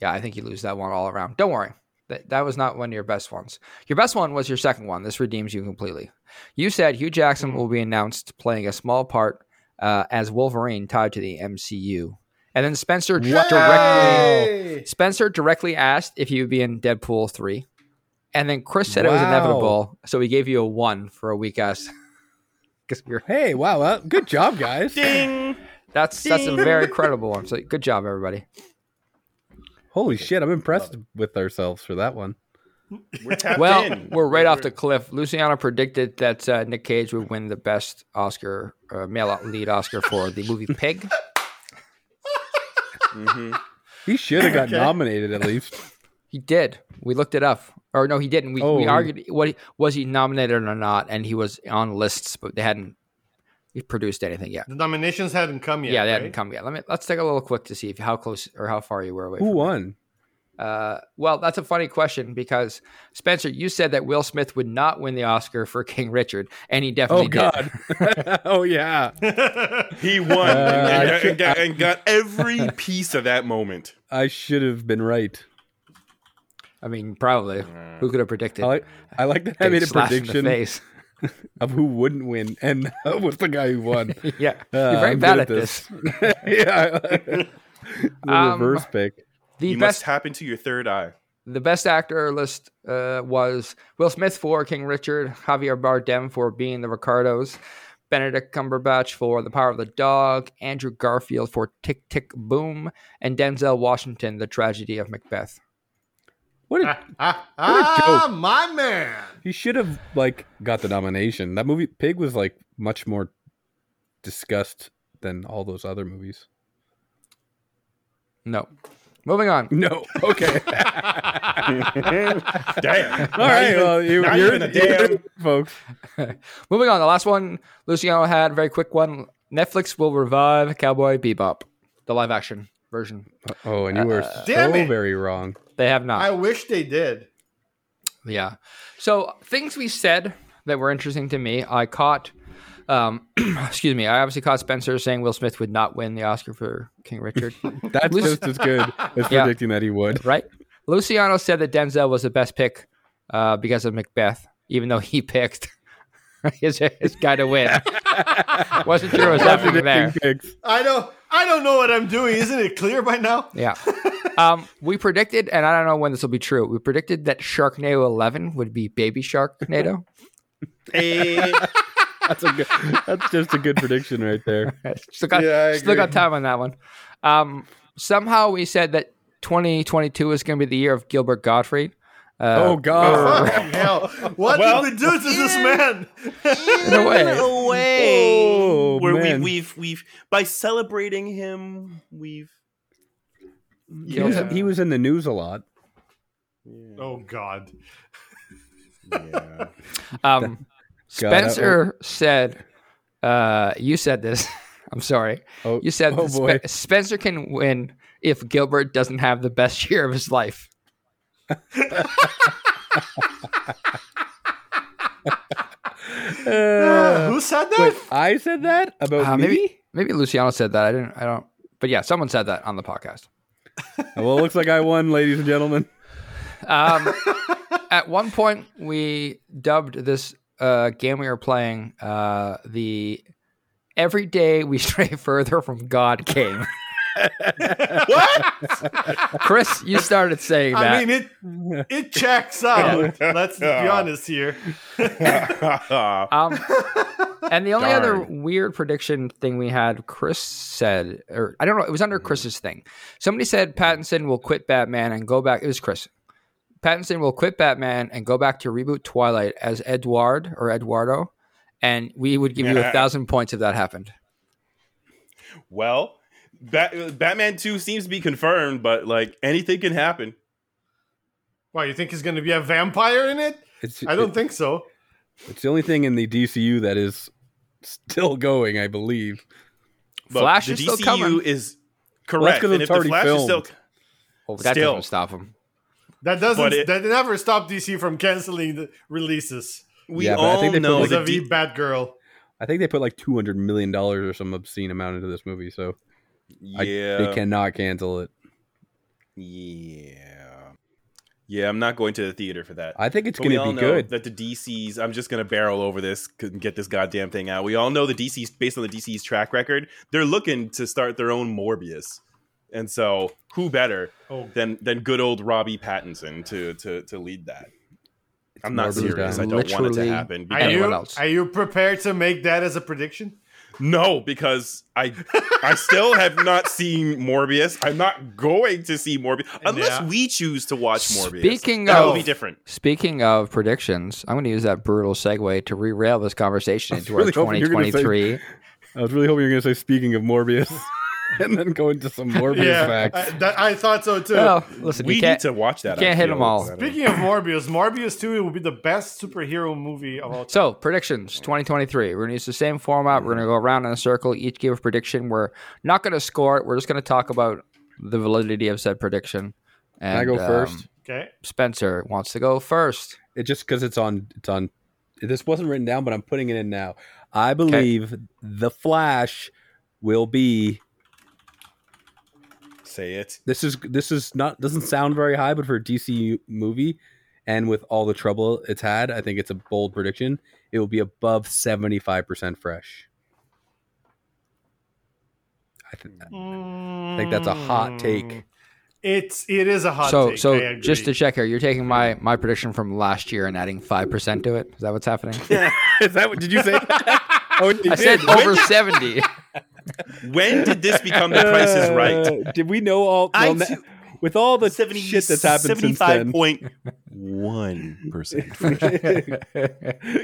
[SPEAKER 4] yeah, I think you lose that one all around. Don't worry, that that was not one of your best ones. Your best one was your second one. This redeems you completely. You said Hugh Jackson will be announced playing a small part uh, as Wolverine tied to the MCU, and then Spencer directly. Spencer directly asked if he would be in Deadpool 3. And then Chris said it was
[SPEAKER 6] Wow.
[SPEAKER 4] inevitable. So he gave you a one for a weak ass. Because we were,
[SPEAKER 6] Hey, wow, well, good job, guys.
[SPEAKER 4] that's that's a very credible one. So good job, everybody.
[SPEAKER 6] Holy shit, I'm impressed with ourselves for that one.
[SPEAKER 5] We're tapped
[SPEAKER 4] well,
[SPEAKER 5] in.
[SPEAKER 4] we're right off the cliff. Luciano predicted that uh, Nick Cage would win the best Oscar, uh, male lead Oscar for the movie Pig.
[SPEAKER 5] Mhm.
[SPEAKER 6] He should have got nominated at least.
[SPEAKER 4] He did. We looked it up. Or no, he didn't. We,
[SPEAKER 6] Oh,
[SPEAKER 4] we
[SPEAKER 6] he-
[SPEAKER 4] argued what he- was he nominated or not, and he was on lists, but they hadn't produced anything yet.
[SPEAKER 2] The nominations hadn't come yet.
[SPEAKER 4] Yeah, they
[SPEAKER 2] right?
[SPEAKER 4] hadn't come yet. Let me let's take a little quick to see if how close or how far you were away.
[SPEAKER 6] Who
[SPEAKER 4] from-
[SPEAKER 6] won?
[SPEAKER 4] Uh, well, that's a funny question because Spencer, you said that Will Smith would not win the Oscar for King Richard, and he definitely
[SPEAKER 6] Oh
[SPEAKER 4] did.
[SPEAKER 6] God! oh yeah!
[SPEAKER 5] He won
[SPEAKER 6] Uh, I
[SPEAKER 5] and,
[SPEAKER 6] should-
[SPEAKER 5] got, and got every piece of that moment.
[SPEAKER 6] I should have been right.
[SPEAKER 4] I mean, probably. Who could have predicted?
[SPEAKER 6] I like, I like that I
[SPEAKER 4] Getting
[SPEAKER 6] made a
[SPEAKER 4] slashed in The
[SPEAKER 6] prediction
[SPEAKER 4] face.
[SPEAKER 6] of who wouldn't win and was the guy who won.
[SPEAKER 4] yeah,
[SPEAKER 6] Uh,
[SPEAKER 4] you're very
[SPEAKER 6] I'm
[SPEAKER 4] bad
[SPEAKER 6] good
[SPEAKER 4] at this.
[SPEAKER 6] yeah, I- the
[SPEAKER 4] Um,
[SPEAKER 6] reverse pick.
[SPEAKER 4] The
[SPEAKER 5] You must
[SPEAKER 4] best,
[SPEAKER 5] tap into your third eye.
[SPEAKER 4] the best actor list uh, was Will Smith for King Richard, Javier Bardem for Being the Ricardos, Benedict Cumberbatch for The Power of the Dog, Andrew Garfield for Tick Tick Boom, and Denzel Washington, The Tragedy of Macbeth.
[SPEAKER 6] What? A,
[SPEAKER 2] Ah, ah,
[SPEAKER 6] What a
[SPEAKER 2] ah, my man.
[SPEAKER 6] he should have like got the nomination. That movie Pig was like much more discussed than all those other movies.
[SPEAKER 4] No. Moving on.
[SPEAKER 6] No. Okay.
[SPEAKER 5] Damn.
[SPEAKER 6] all right. Well, you,
[SPEAKER 5] not
[SPEAKER 6] you're,
[SPEAKER 5] even a
[SPEAKER 6] you're-
[SPEAKER 5] damn-
[SPEAKER 6] folks.
[SPEAKER 4] Moving on. The last one Luciano had, very quick one. Netflix will revive Cowboy Bebop, the live action version.
[SPEAKER 6] Oh, and you were
[SPEAKER 2] Damn
[SPEAKER 6] so
[SPEAKER 2] it.
[SPEAKER 6] very wrong.
[SPEAKER 4] They have not.
[SPEAKER 2] I wish they did.
[SPEAKER 4] Yeah. So things we said that were interesting to me, I caught. Um, excuse me. I obviously caught Spencer saying Will Smith would not win the Oscar for King Richard,
[SPEAKER 6] That's just as good as
[SPEAKER 4] Yeah.
[SPEAKER 6] predicting that he would.
[SPEAKER 4] right? Luciano said that Denzel was the best pick uh, because of Macbeth, even though he picked his, his guy to win. Wasn't sure it was happening there.
[SPEAKER 6] Picks.
[SPEAKER 2] I don't I don't know what I'm doing. Isn't it clear by now?
[SPEAKER 4] Yeah. Um, we predicted, and I don't know when this will be true. We predicted that Sharknado 11 would be Baby Sharknado.
[SPEAKER 6] That's a good, that's just a good prediction right there.
[SPEAKER 4] still got,
[SPEAKER 5] Yeah, I
[SPEAKER 4] still got
[SPEAKER 5] agree.
[SPEAKER 4] time on that one. Um, somehow we said that 2022 is going to be the year of Gilbert Gottfried. Uh,
[SPEAKER 6] oh God!
[SPEAKER 2] Fucking hell. What
[SPEAKER 5] Well-
[SPEAKER 2] did we do to this man?
[SPEAKER 4] in a way.
[SPEAKER 5] away
[SPEAKER 6] Oh,
[SPEAKER 5] where
[SPEAKER 6] man.
[SPEAKER 5] we we've we've by celebrating him we've
[SPEAKER 6] He was- he was in the news a lot.
[SPEAKER 2] Oh god.
[SPEAKER 4] Um,
[SPEAKER 6] God, that-
[SPEAKER 4] Spencer said, uh, "You said this." I'm sorry.
[SPEAKER 6] Oh,
[SPEAKER 4] You said
[SPEAKER 6] oh
[SPEAKER 4] that Spe-
[SPEAKER 6] boy.
[SPEAKER 4] Spencer can win if Gilbert doesn't have the best year of his life.
[SPEAKER 6] Uh,
[SPEAKER 2] Who said that?
[SPEAKER 6] wait, I said that about
[SPEAKER 4] Uh,
[SPEAKER 6] Oh, me.
[SPEAKER 4] maybe maybe Luciano said that. I didn't. I don't. But yeah, someone said that on the podcast.
[SPEAKER 6] Well, it looks like I won, ladies and gentlemen.
[SPEAKER 4] Um, at one point, we dubbed this uh, game we were playing uh, the "Every Day We Stray Further from God" game.
[SPEAKER 5] What?
[SPEAKER 4] Chris, you started saying that.
[SPEAKER 2] I mean, it it checks out. Let's be honest here.
[SPEAKER 4] Um, and the only other
[SPEAKER 6] Darn.
[SPEAKER 4] weird prediction thing we had, Chris said, or I don't know, it was
[SPEAKER 6] Mm.
[SPEAKER 4] under Chris's thing. Somebody said Pattinson will quit Batman and go back. It was Chris. Pattinson will quit Batman and go back to reboot Twilight as Edward or Eduardo, and we would give you a thousand points if that happened.
[SPEAKER 5] well, Bat- Batman 2 seems to be confirmed, but like anything can happen.
[SPEAKER 2] Why you think he's going to be a vampire in it?
[SPEAKER 6] It's,
[SPEAKER 2] I don't think so.
[SPEAKER 6] it's the only thing in the DCU that is still going, I believe.
[SPEAKER 5] But
[SPEAKER 4] Flash
[SPEAKER 5] the
[SPEAKER 4] is
[SPEAKER 5] DCU
[SPEAKER 4] still coming.
[SPEAKER 5] is correct.
[SPEAKER 6] Well, that's 'cause
[SPEAKER 5] and if
[SPEAKER 6] it's
[SPEAKER 5] the
[SPEAKER 6] already
[SPEAKER 5] Flash is still
[SPEAKER 6] filmed.
[SPEAKER 4] Well, that
[SPEAKER 5] Still.
[SPEAKER 4] doesn't stop him.
[SPEAKER 2] That doesn't.
[SPEAKER 5] But it-
[SPEAKER 2] that never stopped DC from canceling the releases
[SPEAKER 5] we
[SPEAKER 6] Yeah, but I
[SPEAKER 5] all
[SPEAKER 6] think they
[SPEAKER 5] know
[SPEAKER 6] put, like,
[SPEAKER 5] Oh, the
[SPEAKER 2] vis-a-vis Batgirl.
[SPEAKER 6] I think they put like two hundred million dollars or some obscene amount into this movie, so
[SPEAKER 5] D-
[SPEAKER 6] I-
[SPEAKER 5] yeah.
[SPEAKER 6] they cannot cancel it.
[SPEAKER 5] Yeah. Yeah, I'm not going to the theater for that.
[SPEAKER 6] I think it's
[SPEAKER 5] But we
[SPEAKER 6] going
[SPEAKER 5] all
[SPEAKER 6] to be
[SPEAKER 5] know
[SPEAKER 6] good.
[SPEAKER 5] That the DC's, I'm just going to barrel over this and get this goddamn thing out. We all know the DC's, based on the DC's track record, they're looking to start their own Morbius. And so, who better
[SPEAKER 2] Oh,
[SPEAKER 5] than than good old Robbie Pattinson to to to lead that? I'm not
[SPEAKER 6] Morbius
[SPEAKER 5] serious.
[SPEAKER 6] guy.
[SPEAKER 5] I don't want it to
[SPEAKER 4] Literally
[SPEAKER 5] happen.
[SPEAKER 2] are
[SPEAKER 5] Because,
[SPEAKER 2] you
[SPEAKER 4] Anyone else?
[SPEAKER 2] are you prepared to make that as a prediction?
[SPEAKER 5] no, because I I still have not seen Morbius. I'm not going to see Morbius unless
[SPEAKER 2] Yeah.
[SPEAKER 5] we choose to watch Morbius.
[SPEAKER 4] Speaking
[SPEAKER 5] that will
[SPEAKER 4] of-
[SPEAKER 5] be different.
[SPEAKER 4] Speaking of predictions, I'm going to use that brutal segue to rerail this conversation
[SPEAKER 6] I was
[SPEAKER 4] into
[SPEAKER 6] really
[SPEAKER 4] our
[SPEAKER 6] hoping you were gonna say-
[SPEAKER 4] 2023.
[SPEAKER 6] I was really hoping you were going to say speaking of Morbius, and then go into some Morbius
[SPEAKER 2] Yeah,
[SPEAKER 6] facts.
[SPEAKER 2] I, that, I thought so too.
[SPEAKER 4] Well, listen,
[SPEAKER 5] We
[SPEAKER 4] you can't,
[SPEAKER 5] need to watch that. I
[SPEAKER 4] can't hit
[SPEAKER 5] feel.
[SPEAKER 4] 'em all.
[SPEAKER 2] Speaking of Morbius, Morbius 2 will be the best superhero movie of all time.
[SPEAKER 4] So predictions 2023. We're gonna use the same format. We're gonna go around in a circle. Each give a prediction. We're not gonna score it. We're just gonna talk about the validity of said prediction. And,
[SPEAKER 6] Can I go
[SPEAKER 4] um,
[SPEAKER 6] first?
[SPEAKER 2] Okay.
[SPEAKER 4] Spencer wants to go first.
[SPEAKER 6] It just because it's on. It's on. This wasn't written down, but I'm putting it in now. I believe the Flash will be.
[SPEAKER 5] Say it.
[SPEAKER 6] This is this is not doesn't sound very high, but for a DC movie, and with all the trouble it's had, I think it's a bold prediction. It will be above seventy five percent fresh. I, th- I think that's a hot take.
[SPEAKER 2] Mm, It's it is a hot
[SPEAKER 4] so
[SPEAKER 2] take. I
[SPEAKER 4] so
[SPEAKER 2] agree.
[SPEAKER 4] just to check here, you're taking my my prediction from last year and adding five percent to it. Is that what's happening?
[SPEAKER 6] is that what did you say? oh, you
[SPEAKER 4] I said
[SPEAKER 6] did.
[SPEAKER 4] over 70.
[SPEAKER 5] When did this become the Price is Right?
[SPEAKER 6] Uh, Did we know all?
[SPEAKER 5] I
[SPEAKER 6] well, na-
[SPEAKER 5] do-
[SPEAKER 6] with all the shit that's happened since then,
[SPEAKER 5] point one percent.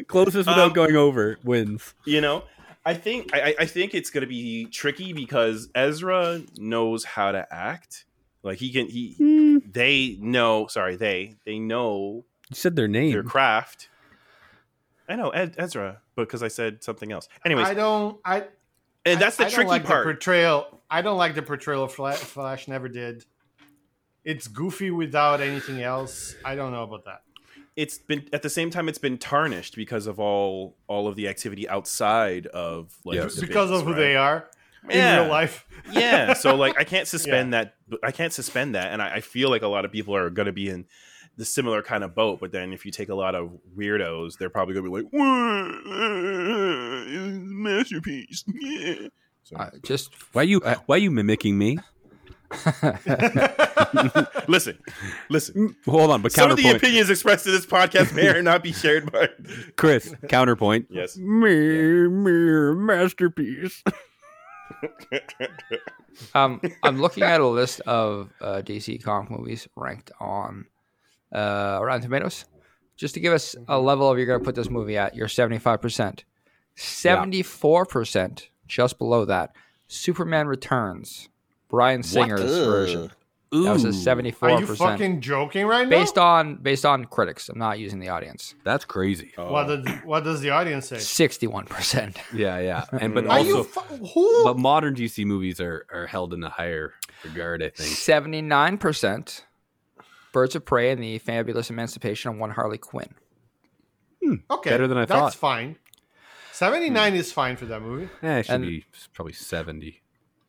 [SPEAKER 6] closest without
[SPEAKER 5] Um,
[SPEAKER 6] going over wins.
[SPEAKER 5] You know, I think I, I- I think it's gonna be tricky because Ezra knows how to act. Like he can he
[SPEAKER 6] Hmm.
[SPEAKER 5] they know sorry they they know
[SPEAKER 6] You said their name.
[SPEAKER 5] their craft. I know Ed, Ezra because I said something else. Anyways,
[SPEAKER 2] I don't I
[SPEAKER 5] and that's the
[SPEAKER 2] I- I don't
[SPEAKER 5] tricky
[SPEAKER 2] like
[SPEAKER 5] part.
[SPEAKER 2] The portrayal I don't like the portrayal of Flash, Flash never did. It's goofy without anything else. I don't know about that.
[SPEAKER 5] it's been at the same time it's been tarnished because of all all of the activity outside of like
[SPEAKER 6] Yeah.
[SPEAKER 5] the
[SPEAKER 2] because of
[SPEAKER 5] villains,
[SPEAKER 2] who
[SPEAKER 5] right?
[SPEAKER 2] they are
[SPEAKER 5] Yeah.
[SPEAKER 2] in real life.
[SPEAKER 5] yeah so like i can't suspend that i can't suspend that and I, I feel like a lot of people are going to be in the similar kind of boat but then if you take a lot of weirdos they're probably going to be like "Wah, it's a masterpiece yeah. so,
[SPEAKER 4] Uh, just
[SPEAKER 6] Why you? Why you mimicking me?
[SPEAKER 5] listen listen
[SPEAKER 6] Hold on, but
[SPEAKER 5] some of
[SPEAKER 6] counterpoint,
[SPEAKER 5] the opinions expressed in this podcast may or not be shared by
[SPEAKER 6] Chris. Counterpoint.
[SPEAKER 5] yes
[SPEAKER 6] Me, me, masterpiece.
[SPEAKER 4] um, I'm looking at a list of uh, DC comic movies ranked on uh, Rotten Tomatoes, just to give us a level of you're going to put this movie at. You're 75 percent, 74 percent, just below that. Superman Returns, Brian Singer's version. That was a 74
[SPEAKER 2] Are you
[SPEAKER 4] percent
[SPEAKER 2] fucking joking right now?
[SPEAKER 4] based on based on critics. I'm not using the audience.
[SPEAKER 6] That's crazy.
[SPEAKER 2] what, does, what does the audience say?
[SPEAKER 4] 61 percent.
[SPEAKER 6] Yeah, yeah, and but
[SPEAKER 5] Are
[SPEAKER 2] Are
[SPEAKER 6] also,
[SPEAKER 2] you fu- who?
[SPEAKER 6] but modern DC movies are are held in a higher regard. I think.
[SPEAKER 4] 79 percent. Birds of Prey and the Fabulous Emancipation of One Harley Quinn.
[SPEAKER 2] okay,
[SPEAKER 6] better than I
[SPEAKER 2] that's
[SPEAKER 6] thought.
[SPEAKER 2] fine. Seventy nine is fine for that movie.
[SPEAKER 6] Eh, it should
[SPEAKER 4] And-
[SPEAKER 6] be probably seventy.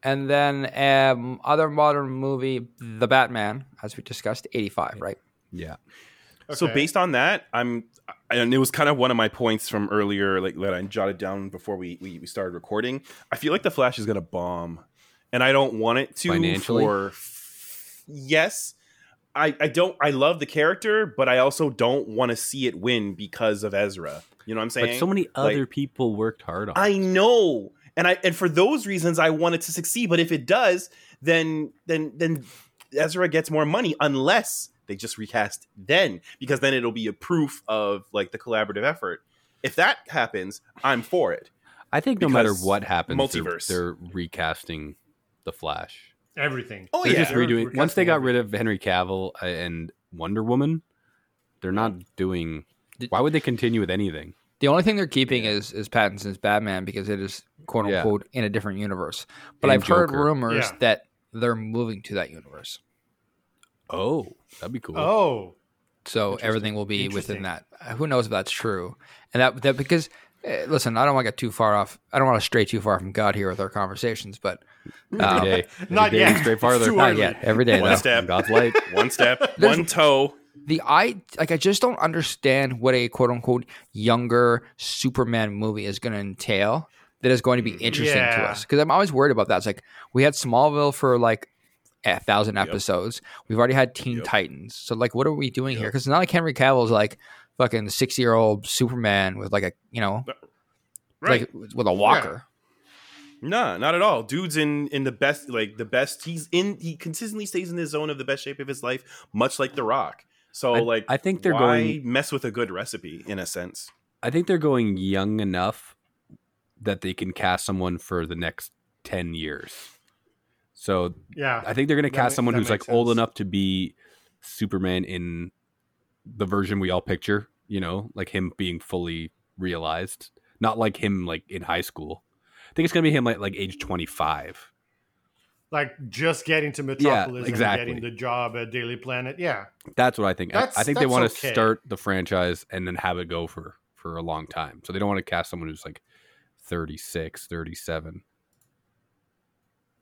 [SPEAKER 4] And then um, other modern movie, The Batman, as we discussed, eighty five, right?
[SPEAKER 6] Yeah.
[SPEAKER 5] So
[SPEAKER 2] Okay.
[SPEAKER 5] based on that, I'm, I- and it was kind of one of my points from earlier, like that I jotted down before we we, we started recording. I feel like the Flash is gonna bomb, and I don't want it to
[SPEAKER 6] Financially?
[SPEAKER 5] for yes. I, I don't I love the character, but I also don't want to see it win because of Ezra. You know what I'm saying?
[SPEAKER 6] But so many
[SPEAKER 5] Like-
[SPEAKER 6] other people worked hard on.
[SPEAKER 5] I
[SPEAKER 6] it.
[SPEAKER 5] know. And I and for those reasons I want it to succeed, but if it does, then then then Ezra gets more money unless they just recast then because then it'll be a proof of like the collaborative effort. If that happens, I'm for it.
[SPEAKER 6] I think no matter
[SPEAKER 5] because
[SPEAKER 6] what happens, they're-
[SPEAKER 5] multiverse.
[SPEAKER 6] They're, recasting the Flash.
[SPEAKER 2] Everything.
[SPEAKER 5] Oh
[SPEAKER 6] they're
[SPEAKER 5] yeah.
[SPEAKER 6] just redoing.
[SPEAKER 2] Recasting
[SPEAKER 6] Once they got
[SPEAKER 2] everything.
[SPEAKER 6] rid of Henry Cavill uh, and Wonder Woman, they're not doing.
[SPEAKER 4] Did-
[SPEAKER 6] Why would they continue with anything?
[SPEAKER 4] The only thing they're keeping is is Pattinson's Batman because it is quote
[SPEAKER 6] Yeah.
[SPEAKER 4] unquote in a different universe. But
[SPEAKER 6] And
[SPEAKER 4] I've heard
[SPEAKER 6] Joker.
[SPEAKER 4] rumors
[SPEAKER 2] Yeah.
[SPEAKER 4] that they're moving to that universe,
[SPEAKER 6] Oh, that'd be cool.
[SPEAKER 2] Oh,
[SPEAKER 4] so everything will be
[SPEAKER 2] Interesting.
[SPEAKER 4] within that. Uh, Who knows if that's true? And that that because eh, listen, I don't want to get too far off. I don't want to stray too far from God here with our conversations, but
[SPEAKER 6] Every
[SPEAKER 4] um,
[SPEAKER 6] day. Every
[SPEAKER 2] not
[SPEAKER 6] day
[SPEAKER 2] yet.
[SPEAKER 6] we stray
[SPEAKER 2] It's
[SPEAKER 6] farther.
[SPEAKER 2] too
[SPEAKER 6] Not
[SPEAKER 2] early.
[SPEAKER 6] yet.
[SPEAKER 4] every day
[SPEAKER 5] One
[SPEAKER 4] though.
[SPEAKER 5] step.
[SPEAKER 6] God's light.
[SPEAKER 5] one step,
[SPEAKER 4] There's-
[SPEAKER 5] one toe.
[SPEAKER 4] the I like I just don't understand what a quote unquote younger Superman movie is going to entail that is going to
[SPEAKER 5] Mm,
[SPEAKER 4] be interesting to
[SPEAKER 2] Yeah.
[SPEAKER 4] us because I'm always worried about that. It's like we had Smallville for like a thousand episodes. We've already had Teen
[SPEAKER 5] Yep.
[SPEAKER 4] Titans, so like what are we doing here? Because not like Henry Cavill's like fucking sixty year old Superman with like a you know
[SPEAKER 5] Right.
[SPEAKER 4] like with a walker.
[SPEAKER 5] Nah, not at all. Dude's in in the best like the best he's in he consistently stays in the zone of the best shape of his life, much like The Rock. So
[SPEAKER 6] I-
[SPEAKER 5] like
[SPEAKER 6] I think they're
[SPEAKER 5] why
[SPEAKER 6] going-
[SPEAKER 5] mess with a good recipe in a sense.
[SPEAKER 6] I think they're going young enough that they can cast someone for the next 10 years. So
[SPEAKER 2] yeah.
[SPEAKER 6] I think they're going to
[SPEAKER 2] That
[SPEAKER 6] cast
[SPEAKER 2] ma-
[SPEAKER 6] someone
[SPEAKER 2] that
[SPEAKER 6] who's like
[SPEAKER 2] makes
[SPEAKER 6] old
[SPEAKER 2] sense.
[SPEAKER 6] enough to be Superman in the version we all picture, you know, like him being fully realized, not like him like in high school. I think it's going to be him like, like age 25.
[SPEAKER 2] Like just getting to Metropolis
[SPEAKER 6] exactly.
[SPEAKER 2] and getting the job at Daily Planet. Yeah.
[SPEAKER 6] That's what I think. I,
[SPEAKER 2] That's-
[SPEAKER 6] I think they
[SPEAKER 2] that's
[SPEAKER 6] want
[SPEAKER 2] okay.
[SPEAKER 6] to start the franchise and then have it go for for a long time. So they don't want to cast someone who's like 36, 37.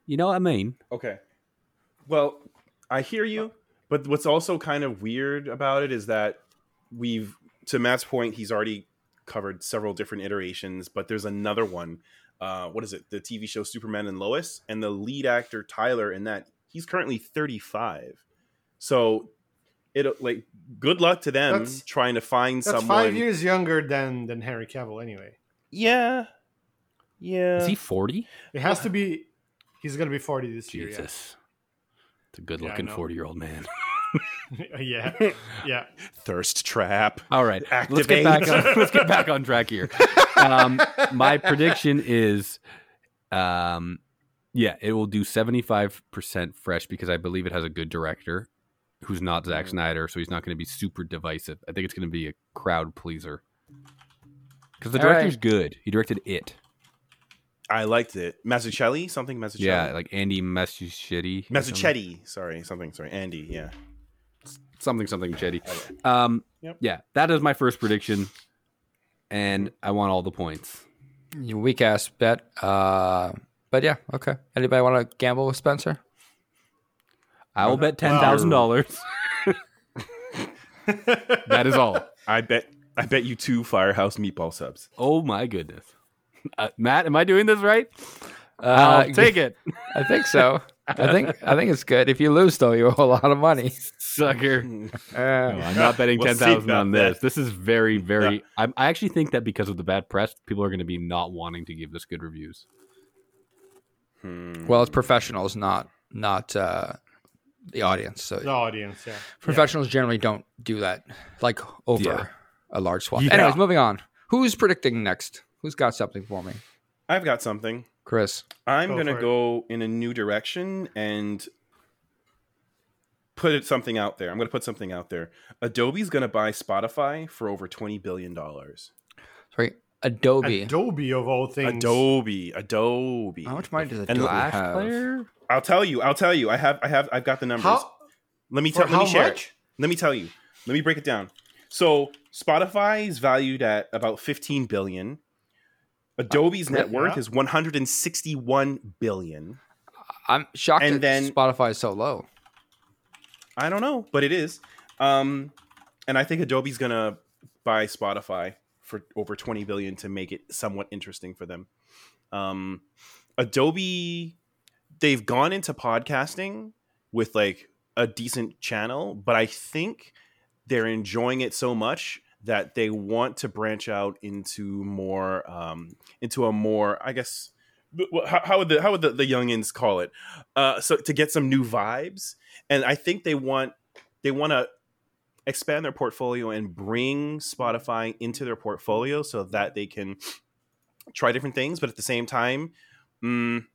[SPEAKER 6] You know what I mean?
[SPEAKER 5] Okay. Well, I hear you, but what's also kind of weird about it is that we've to Matt's point, he's already covered several different iterations, but there's another one. Uh, what is it? The TV show Superman and Lois, and the lead actor Tyler in that he's currently 35. So it'll like good luck to them
[SPEAKER 2] That's-
[SPEAKER 5] trying to find
[SPEAKER 2] That's
[SPEAKER 5] someone.
[SPEAKER 2] five years younger than than Henry Cavill anyway.
[SPEAKER 5] Yeah, yeah.
[SPEAKER 6] Is he 40?
[SPEAKER 2] It has to be. He's gonna be forty this year. yeah.
[SPEAKER 6] Jesus. It's a good
[SPEAKER 2] Yeah, I
[SPEAKER 6] looking
[SPEAKER 2] know.
[SPEAKER 6] 40 year old man.
[SPEAKER 2] yeah, yeah.
[SPEAKER 5] Thirst trap.
[SPEAKER 6] All right. Let's
[SPEAKER 5] Activate.
[SPEAKER 6] get back on, let's get back on track here. Um, my prediction is um yeah, it will do 75% fresh because I believe it has a good director who's not Zack
[SPEAKER 4] Mm-hmm.
[SPEAKER 6] Snyder, so he's not going to be super divisive. I think it's going to be a crowd pleaser. Cuz the
[SPEAKER 4] All right.
[SPEAKER 6] director's good. He directed it.
[SPEAKER 5] I liked it. Mazzucchelli, something Mazzucchelli.
[SPEAKER 6] Yeah, like Andy Messuchetti. or something.
[SPEAKER 5] Mazzucchetti. Sorry, something. Sorry, Andy. Yeah.
[SPEAKER 6] something something shitty. Um,
[SPEAKER 5] Yep.
[SPEAKER 6] yeah, that is my first prediction, and I want all the points.
[SPEAKER 4] You Weak ass bet. Uh, but yeah, okay. Anybody want to gamble with Spencer?
[SPEAKER 6] I
[SPEAKER 4] Uh-huh.
[SPEAKER 6] will bet ten thousand dollars. that is all.
[SPEAKER 5] I bet. I bet you two Firehouse meatball subs.
[SPEAKER 6] Oh my goodness, uh, Matt, am I doing this right?
[SPEAKER 4] Uh,
[SPEAKER 6] I'll take it,
[SPEAKER 4] I think so. I think I think it's good. If you lose, though, you owe a lot of money.
[SPEAKER 6] sucker.
[SPEAKER 4] Uh,
[SPEAKER 2] Oh.
[SPEAKER 6] No, I'm not betting
[SPEAKER 5] We'll
[SPEAKER 6] ten
[SPEAKER 5] see
[SPEAKER 6] thousand
[SPEAKER 5] about
[SPEAKER 6] on this. This is very, very. I'm, I actually think that because of the bad press, people are going to be not wanting to give this good reviews.
[SPEAKER 4] well, it's professionals, not not uh, the audience. So
[SPEAKER 2] The audience. Yeah.
[SPEAKER 4] professionals generally don't do that, like over
[SPEAKER 6] Yeah.
[SPEAKER 4] a large swath.
[SPEAKER 6] Yeah.
[SPEAKER 4] Anyways, moving on. Who's predicting next? Who's got something for me,
[SPEAKER 5] I've got something.
[SPEAKER 4] Chris?
[SPEAKER 5] I'm
[SPEAKER 2] Go
[SPEAKER 5] gonna
[SPEAKER 2] for it.
[SPEAKER 5] go in a new direction and put it- something out there. I'm gonna put something out there. Adobe's gonna buy Spotify for over twenty billion dollars.
[SPEAKER 4] Sorry, Adobe.
[SPEAKER 2] Adobe of all things.
[SPEAKER 5] Adobe, Adobe.
[SPEAKER 4] How much money does
[SPEAKER 5] And
[SPEAKER 4] Adobe
[SPEAKER 5] look-
[SPEAKER 4] have?
[SPEAKER 5] I'll tell you. I'll tell you. I have. I have. I've got the numbers.
[SPEAKER 2] How?
[SPEAKER 5] let me
[SPEAKER 2] For
[SPEAKER 5] tell. Let
[SPEAKER 2] how
[SPEAKER 5] me share. it.
[SPEAKER 2] much?
[SPEAKER 5] Let me tell you. Let me break it down. So Spotify is valued at about 15 billion. Adobe's net worth
[SPEAKER 2] yeah.
[SPEAKER 5] is 161 billion.
[SPEAKER 4] I'm shocked
[SPEAKER 5] And
[SPEAKER 4] that
[SPEAKER 5] then-
[SPEAKER 4] Spotify is so low.
[SPEAKER 5] I don't know, but it is. Um, and I think Adobe's gonna buy Spotify for over 20 billion to make it somewhat interesting for them. Um, Adobe they've gone into podcasting with like a decent channel, but I think they're enjoying it so much that they want to branch out into more um into a more I guess wh- how, how would the how would the, the youngins call it uh so to get some new vibes and I think they want they want to expand their portfolio and bring Spotify into their portfolio so that they can try different things, but at the same time, mm,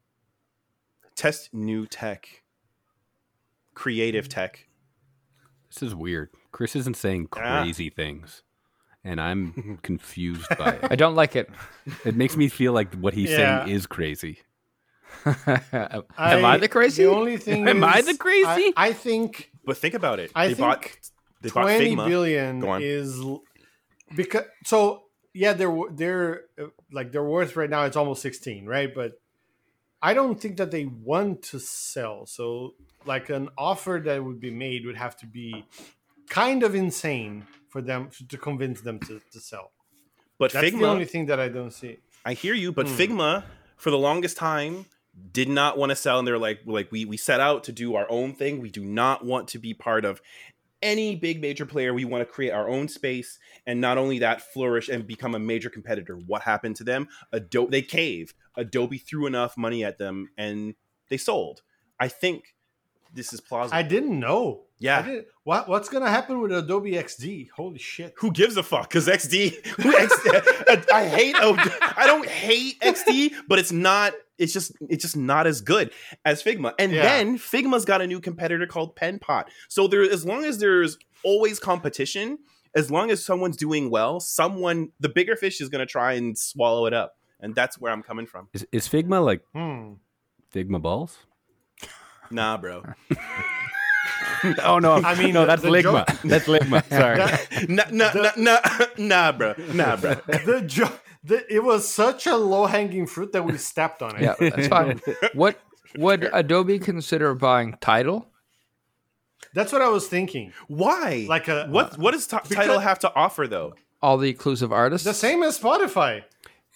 [SPEAKER 5] test new tech, creative tech.
[SPEAKER 6] This is weird. Chris isn't saying
[SPEAKER 5] Ah.
[SPEAKER 6] crazy things, and I'm confused by it.
[SPEAKER 4] I don't like it.
[SPEAKER 6] It makes me feel like what he's
[SPEAKER 2] Yeah.
[SPEAKER 6] saying is crazy.
[SPEAKER 4] Am I the crazy?
[SPEAKER 2] The only thing
[SPEAKER 6] Am I
[SPEAKER 2] is,
[SPEAKER 6] the crazy?
[SPEAKER 2] I, I think
[SPEAKER 5] But think about it.
[SPEAKER 2] I
[SPEAKER 5] they
[SPEAKER 2] think
[SPEAKER 5] bought they bought
[SPEAKER 2] twenty
[SPEAKER 5] Figma.
[SPEAKER 2] billion
[SPEAKER 5] Go on.
[SPEAKER 2] is l- because so yeah they're wo- they're uh, like they're worth right now it's almost 16 right but i don't think that they want to sell so like an offer that would be made would have to be kind of insane for them to convince them to, to sell
[SPEAKER 5] But
[SPEAKER 2] that's
[SPEAKER 5] Figma,
[SPEAKER 2] the only thing that i don't see
[SPEAKER 5] I hear you, but
[SPEAKER 2] Hmm.
[SPEAKER 5] Figma for the longest time did not want to sell, and they're like, like we we set out to do our own thing. We do not want to be part of any big major player. We want to create our own space, and not only that, flourish and become a major competitor. What happened to them? Adobe they caved. Adobe threw enough money at them, and they sold. I think this is plausible.
[SPEAKER 2] i didn't know I
[SPEAKER 5] yeah.
[SPEAKER 2] didn't, what, what's gonna happen with adobe xd holy shit
[SPEAKER 5] Who gives a fuck? Because XD, who X- I hate. Oh, I don't hate XD, but it's not. It's just. It's just not as good as Figma. And
[SPEAKER 2] Yeah.
[SPEAKER 5] then Figma's got a new competitor called Penpot. So there, as long as there's always competition, as long as someone's doing well, someone the bigger fish is going to try and swallow it up. And that's where I'm coming from.
[SPEAKER 6] Is, is Figma like
[SPEAKER 2] hmm.
[SPEAKER 6] Figma balls?
[SPEAKER 5] Nah, bro.
[SPEAKER 6] oh no!
[SPEAKER 2] I mean,
[SPEAKER 6] no,
[SPEAKER 2] the-
[SPEAKER 6] that's
[SPEAKER 2] the
[SPEAKER 6] Ligma.
[SPEAKER 2] joke-
[SPEAKER 6] That's Ligma. Sorry.
[SPEAKER 5] Nah, nah, nah, nah, nah, bro. Nah, bro.
[SPEAKER 2] the, jo- the it was such a low hanging fruit that we stepped on it
[SPEAKER 4] yeah, that's fine. What would Adobe consider buying title?
[SPEAKER 2] That's what I was thinking.
[SPEAKER 5] Why?
[SPEAKER 2] Like a- uh,
[SPEAKER 5] what? What does t- title have to offer though?
[SPEAKER 4] All the inclusive artists.
[SPEAKER 2] The same as Spotify.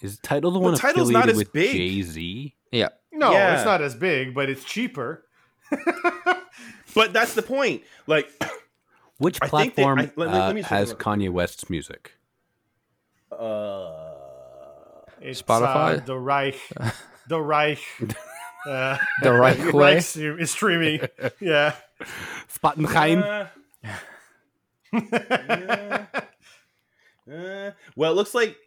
[SPEAKER 6] Is title the one
[SPEAKER 5] title's
[SPEAKER 6] affiliated
[SPEAKER 5] not as
[SPEAKER 6] with
[SPEAKER 5] big.
[SPEAKER 6] Jay Z?
[SPEAKER 4] Yeah.
[SPEAKER 2] No,
[SPEAKER 5] Yeah.
[SPEAKER 2] it's not as big, but it's cheaper.
[SPEAKER 5] But that's the point. Like,
[SPEAKER 6] Which
[SPEAKER 5] I think they- I-
[SPEAKER 6] platform
[SPEAKER 5] let- let- let me
[SPEAKER 6] uh,
[SPEAKER 5] see
[SPEAKER 6] has
[SPEAKER 5] what-
[SPEAKER 6] Kanye West's music?
[SPEAKER 5] uh,
[SPEAKER 2] It's,
[SPEAKER 4] Spotify?
[SPEAKER 2] uh, the Reich, the Reich, uh,
[SPEAKER 4] The right
[SPEAKER 2] Reich
[SPEAKER 4] way.
[SPEAKER 2] stream- is streaming. Yeah,
[SPEAKER 6] Spottenheim.
[SPEAKER 5] uh, yeah. Uh, well, it looks like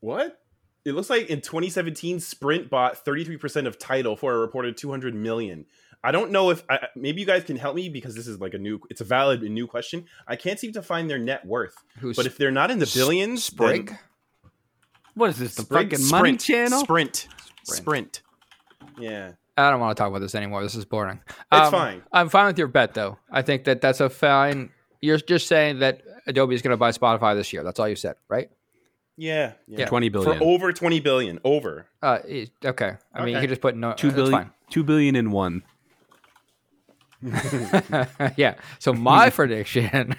[SPEAKER 5] what? It looks like in 2017, Sprint bought 33% of Title for a reported 200 million. I don't know if I, I- maybe you guys can help me because this is like a new, it's a valid and new question. I can't seem to find their net worth,
[SPEAKER 4] Who's
[SPEAKER 5] but if they're not in the billions, then-
[SPEAKER 4] Sprig?
[SPEAKER 6] What is this? The
[SPEAKER 5] Sprint-
[SPEAKER 6] fucking Money
[SPEAKER 5] Sprint,
[SPEAKER 6] Channel.
[SPEAKER 5] Sprint, Sprint. Yeah,
[SPEAKER 4] I don't want to talk about this anymore. This is boring. Um,
[SPEAKER 5] It's fine.
[SPEAKER 4] I'm fine with your bet, though. I think that that's a fine. You're just saying that Adobe is going to buy Spotify this year. That's all you said, right?
[SPEAKER 5] yeah, yeah.
[SPEAKER 6] Twenty billion.
[SPEAKER 5] For over 20 billion, over.
[SPEAKER 4] Uh, it- okay. I mean, you
[SPEAKER 2] Okay.
[SPEAKER 4] could just put no. uh,
[SPEAKER 6] Two
[SPEAKER 4] it's
[SPEAKER 6] billion. Two billion in one.
[SPEAKER 4] fine. yeah. So my prediction.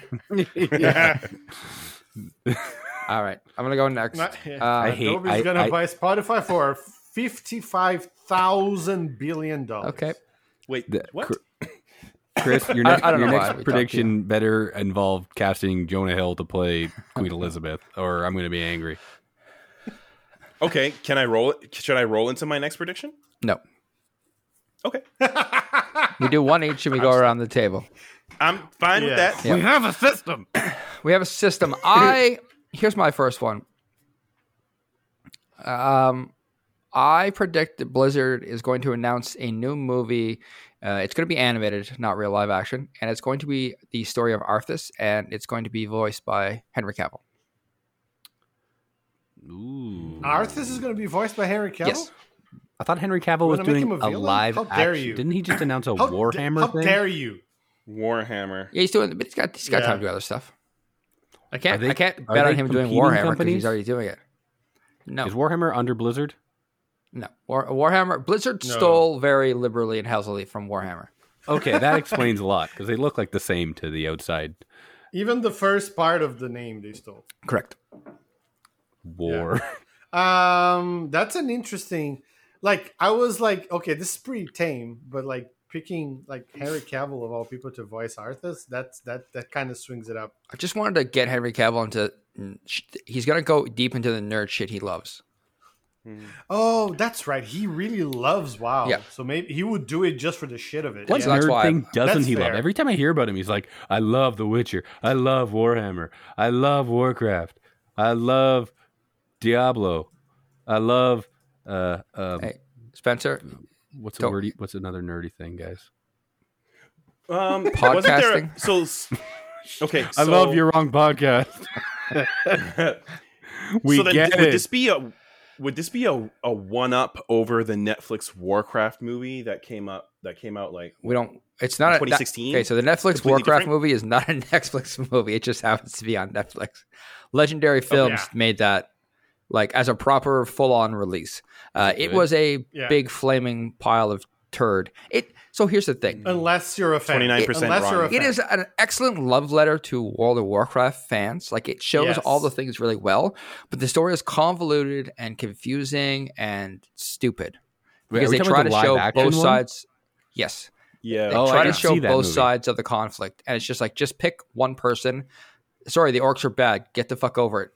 [SPEAKER 4] all right. I'm going to go next.
[SPEAKER 2] Not- yeah.
[SPEAKER 4] Uh,
[SPEAKER 6] I hate-
[SPEAKER 2] Adobe's
[SPEAKER 6] I-
[SPEAKER 2] gonna
[SPEAKER 6] I-
[SPEAKER 2] buy Spotify for fifty-five thousand billion dollars.
[SPEAKER 4] okay.
[SPEAKER 5] Wait,
[SPEAKER 6] The-
[SPEAKER 5] what?
[SPEAKER 6] cr- Chris, your
[SPEAKER 4] I-
[SPEAKER 6] next,
[SPEAKER 4] I don't
[SPEAKER 6] your
[SPEAKER 4] know why we
[SPEAKER 6] next
[SPEAKER 4] talked
[SPEAKER 6] prediction better involved casting Jonah Hill to play Queen Elizabeth, or I'm going to be angry.
[SPEAKER 5] Okay, can I roll it? Should I roll into my next prediction?
[SPEAKER 4] No.
[SPEAKER 5] Okay,
[SPEAKER 4] We do one each and we go around the table.
[SPEAKER 5] I'm fine
[SPEAKER 2] Yeah.
[SPEAKER 5] with that.
[SPEAKER 4] Yeah.
[SPEAKER 6] We have a system.
[SPEAKER 4] We have a system. I here's my first one. Um, I predict that Blizzard is going to announce a new movie. Uh, it's going to be animated, not real live action, and it's going to be the story of Arthas, and it's going to be voiced by Henry Cavill.
[SPEAKER 6] Ooh.
[SPEAKER 2] Arthas is gonna be voiced by Henry Cavill.
[SPEAKER 4] Yes.
[SPEAKER 6] I thought Henry Cavill
[SPEAKER 2] You
[SPEAKER 6] was
[SPEAKER 2] wanna make
[SPEAKER 6] doing
[SPEAKER 2] him a
[SPEAKER 6] a,
[SPEAKER 2] villain?
[SPEAKER 6] live
[SPEAKER 2] How dare
[SPEAKER 6] action.
[SPEAKER 2] you.
[SPEAKER 6] Didn't he just announce a
[SPEAKER 2] How, da-
[SPEAKER 6] Warhammer
[SPEAKER 2] how
[SPEAKER 6] thing?
[SPEAKER 2] dare you?
[SPEAKER 5] Warhammer.
[SPEAKER 4] Yeah, he's doing, but he's got he's got
[SPEAKER 2] Yeah.
[SPEAKER 4] time to do other stuff. I can't
[SPEAKER 6] they-
[SPEAKER 4] I can't
[SPEAKER 6] are
[SPEAKER 4] bet on
[SPEAKER 6] they
[SPEAKER 4] him doing
[SPEAKER 6] competing
[SPEAKER 4] Warhammer because
[SPEAKER 6] companies?
[SPEAKER 4] he's already doing it. No,
[SPEAKER 6] Is Warhammer under Blizzard?
[SPEAKER 4] no, War, Warhammer Blizzard
[SPEAKER 2] No.
[SPEAKER 4] stole very liberally and healthily from Warhammer.
[SPEAKER 6] Okay, that explains a lot because they look like the same to the outside.
[SPEAKER 2] Even the first part of the name they stole.
[SPEAKER 4] Correct.
[SPEAKER 6] War.
[SPEAKER 2] Um, that's an interesting. like I was like, okay, this is pretty tame, but like picking like Henry Cavill of all people to voice Arthas, that's that that kind of swings it up.
[SPEAKER 4] I just wanted to get Henry Cavill into. He's gonna go deep into the nerd shit he loves.
[SPEAKER 2] Oh, that's right. He really loves WoW.
[SPEAKER 4] Yeah.
[SPEAKER 2] So maybe he would do it just for the shit of it.
[SPEAKER 6] What
[SPEAKER 4] So
[SPEAKER 2] Yeah.
[SPEAKER 4] that's
[SPEAKER 6] nerd
[SPEAKER 4] why-
[SPEAKER 6] thing doesn't
[SPEAKER 2] that's
[SPEAKER 6] he love?
[SPEAKER 2] fair.
[SPEAKER 6] Every time I hear about him, he's like, I love The Witcher. I love Warhammer. I love Warcraft. I love Diablo. I love uh um,
[SPEAKER 4] Hey, Spencer,
[SPEAKER 6] what's a
[SPEAKER 4] don't-
[SPEAKER 6] wordy what's another nerdy thing, guys?
[SPEAKER 5] Um, wasn't there a-
[SPEAKER 4] Podcasting?
[SPEAKER 5] so s- okay,
[SPEAKER 6] I love
[SPEAKER 5] so-
[SPEAKER 6] your wrong podcast. we
[SPEAKER 5] so then,
[SPEAKER 6] get
[SPEAKER 5] would
[SPEAKER 6] it.
[SPEAKER 5] this be a would this be a, a one up over the Netflix Warcraft movie that came up that came out like
[SPEAKER 4] we don't. It's not a that-
[SPEAKER 5] 2016?
[SPEAKER 4] Okay, so the Netflix
[SPEAKER 5] Completely
[SPEAKER 4] Warcraft
[SPEAKER 5] different?
[SPEAKER 4] movie is not a Netflix movie. It just happens to be on Netflix. Legendary Films
[SPEAKER 2] yeah.
[SPEAKER 4] made that like as a proper full-on release. Uh,
[SPEAKER 6] Is it
[SPEAKER 4] it
[SPEAKER 6] good?
[SPEAKER 4] was a
[SPEAKER 2] Yeah.
[SPEAKER 4] big flaming pile of turd. It. So here's the thing.
[SPEAKER 2] Unless you're a fan.
[SPEAKER 5] 29%
[SPEAKER 2] Unless you're a
[SPEAKER 5] Ron.
[SPEAKER 2] fan.
[SPEAKER 4] It is an excellent love letter to World of Warcraft fans. Like it shows
[SPEAKER 2] Yes.
[SPEAKER 4] all the things really well, but the story is convoluted and confusing and stupid
[SPEAKER 6] Wait, are
[SPEAKER 4] because
[SPEAKER 6] we
[SPEAKER 4] they
[SPEAKER 6] talking
[SPEAKER 4] try to
[SPEAKER 6] about the
[SPEAKER 4] show
[SPEAKER 6] live-action
[SPEAKER 4] both
[SPEAKER 6] one?
[SPEAKER 4] sides. Yes,
[SPEAKER 5] yeah
[SPEAKER 4] they
[SPEAKER 6] Oh, I
[SPEAKER 4] try to
[SPEAKER 6] didn't
[SPEAKER 4] show
[SPEAKER 6] see
[SPEAKER 4] both
[SPEAKER 6] that movie.
[SPEAKER 4] sides of the conflict, and it's just like just pick one person. Sorry, the orcs are bad. Get the fuck over it.